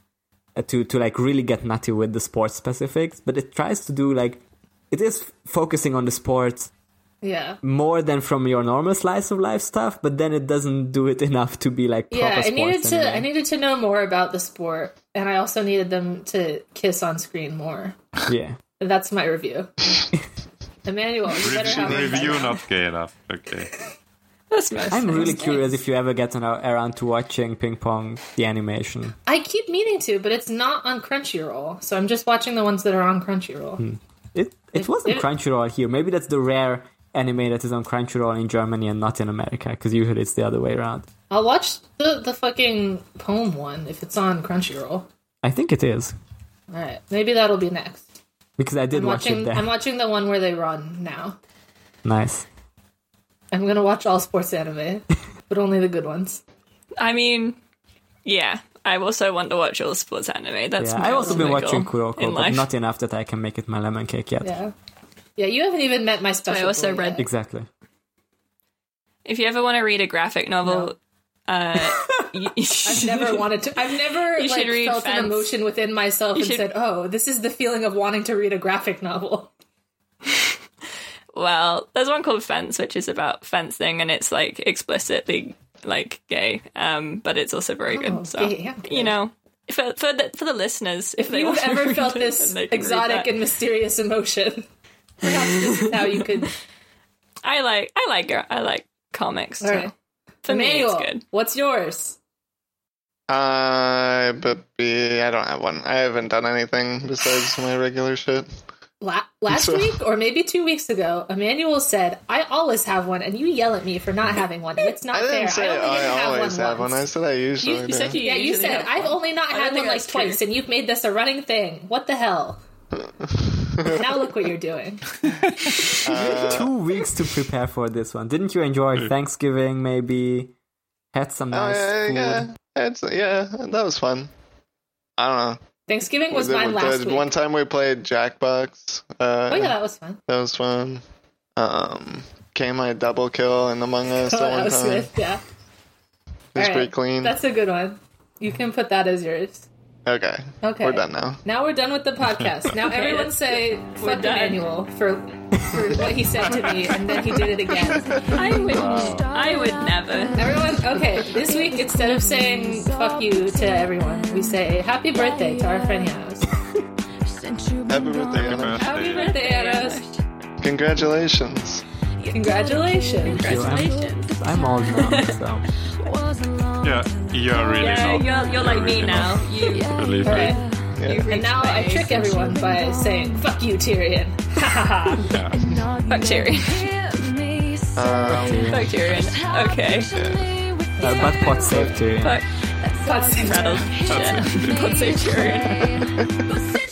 uh, to to like really get nutty with the sports specifics. But it tries to do like it is f- focusing on the sports
Yeah,
more than from your normal slice of life stuff, but then it doesn't do it enough to be like proper
yeah. I
sports
needed to.
anime.
I needed to know more about the sport, and I also needed them to kiss on screen more.
yeah.
That's my
(laughs)
review. Emmanuel, you better have one by
Review
now.
not gay enough. Okay.
That's most (laughs)
I'm really curious if you ever get on, around to watching Ping Pong the animation.
I keep meaning to, but it's not on Crunchyroll, so I'm just watching the ones that are on Crunchyroll.
Hmm. It it wasn't
it-
Crunchyroll here. Maybe that's the rare anime that is on Crunchyroll in Germany and not in America, because usually it's the other way around.
I'll watch the the fucking poem one if it's on Crunchyroll. All
I think it is
right, maybe that'll be next.
because I did
I'm
watch it
watching.
there.
I'm watching the one where they run now.
nice.
I'm
(laughs)
gonna watch all sports anime, but only the good ones.
I mean, yeah. I- I also want to watch all sports anime. That's
Yeah,
my
I've also been
ultimate
watching
goal
Kuroko,
in
but
life.
not enough that I can make it my lemon cake yet.
Yeah. Yeah, you haven't even met my special.
I also
boy
read-
yet.
Exactly.
If you ever want to read a graphic novel,
(laughs)
uh, you,
I've
(laughs)
never wanted to. I've never
You should
like
read
felt
Fence.
an emotion within myself and
should-
said, "Oh, this is the feeling of wanting to read a graphic novel."
Well, there's one called Fence, which is about fencing, and it's like explicitly like gay, um, but it's also very
Oh,
good. So
gay and
you know, for for the, for the listeners, if,
If
they
you've
want to
ever
read
felt
it,
this
then they can read
exotic
that.
and mysterious emotion, (laughs) perhaps this is how you
(laughs)
could.
I like I like gra- I like comics.
All
so
right.
For me, it's
Emmanuel,
good.
what's yours?
Uh, but eh, I don't have one. I haven't done anything besides my regular shit.
La- last
So-
week or maybe two weeks ago, Emmanuel said, "I always have one," and you yell at me for not having one. And it's not
I
fair.
didn't
I
say
only
I,
didn't have
always
one
have one.
once.
I said I usually
you
do.
said you
yeah, you
usually
said
have
I've only not
don't
had
think
one like
that's true.
twice, and you've made this a running thing. What the
(laughs)
hell? now look what you're doing.
Uh,
Two weeks to prepare for this one. Didn't you enjoy Thanksgiving? Maybe had some
Hmm. Oh,
nice
yeah,
food.
yeah, it's, yeah, that was fun. I don't know.
Thanksgiving was
The-
mine
the-
last week.
One time we played Jackbox. Uh,
Oh yeah, that was fun. (laughs)
That was fun. Um, came I double kill in Among
(laughs)
Us.
Oh,
that
that
one
was
time.
good. Yeah,
It was
All
pretty
right.
clean.
That's a good one. You can put that as yours.
Okay.
Okay.
We're done now.
Now we're done with the podcast. (laughs) Now everyone say "fuck
done.
Emmanuel" for for what he said to me, and then he did it again.
I would I would never.
Everyone, okay, this week instead of saying fuck you to everyone, we say happy birthday to our friend Janos.
Happy birthday, Anna.
Happy birthday, Janos.
Congratulations.
Congratulations.
Congratulations.
I'm all drunk,
(laughs)
so.
Yeah, you're really
Yeah,
not.
you're, you're like me
really
now.
not.
You,
Believe
All
me.
right.
Yeah.
And now I trick everyone by saying fuck you, Tyrion.
fuck Tyrion.
Um,
Fuck Tyrion. Okay.
Uh, but pot saved you.
Fuck.
Fuck
Rattled. Shit. Fuck Tyrion.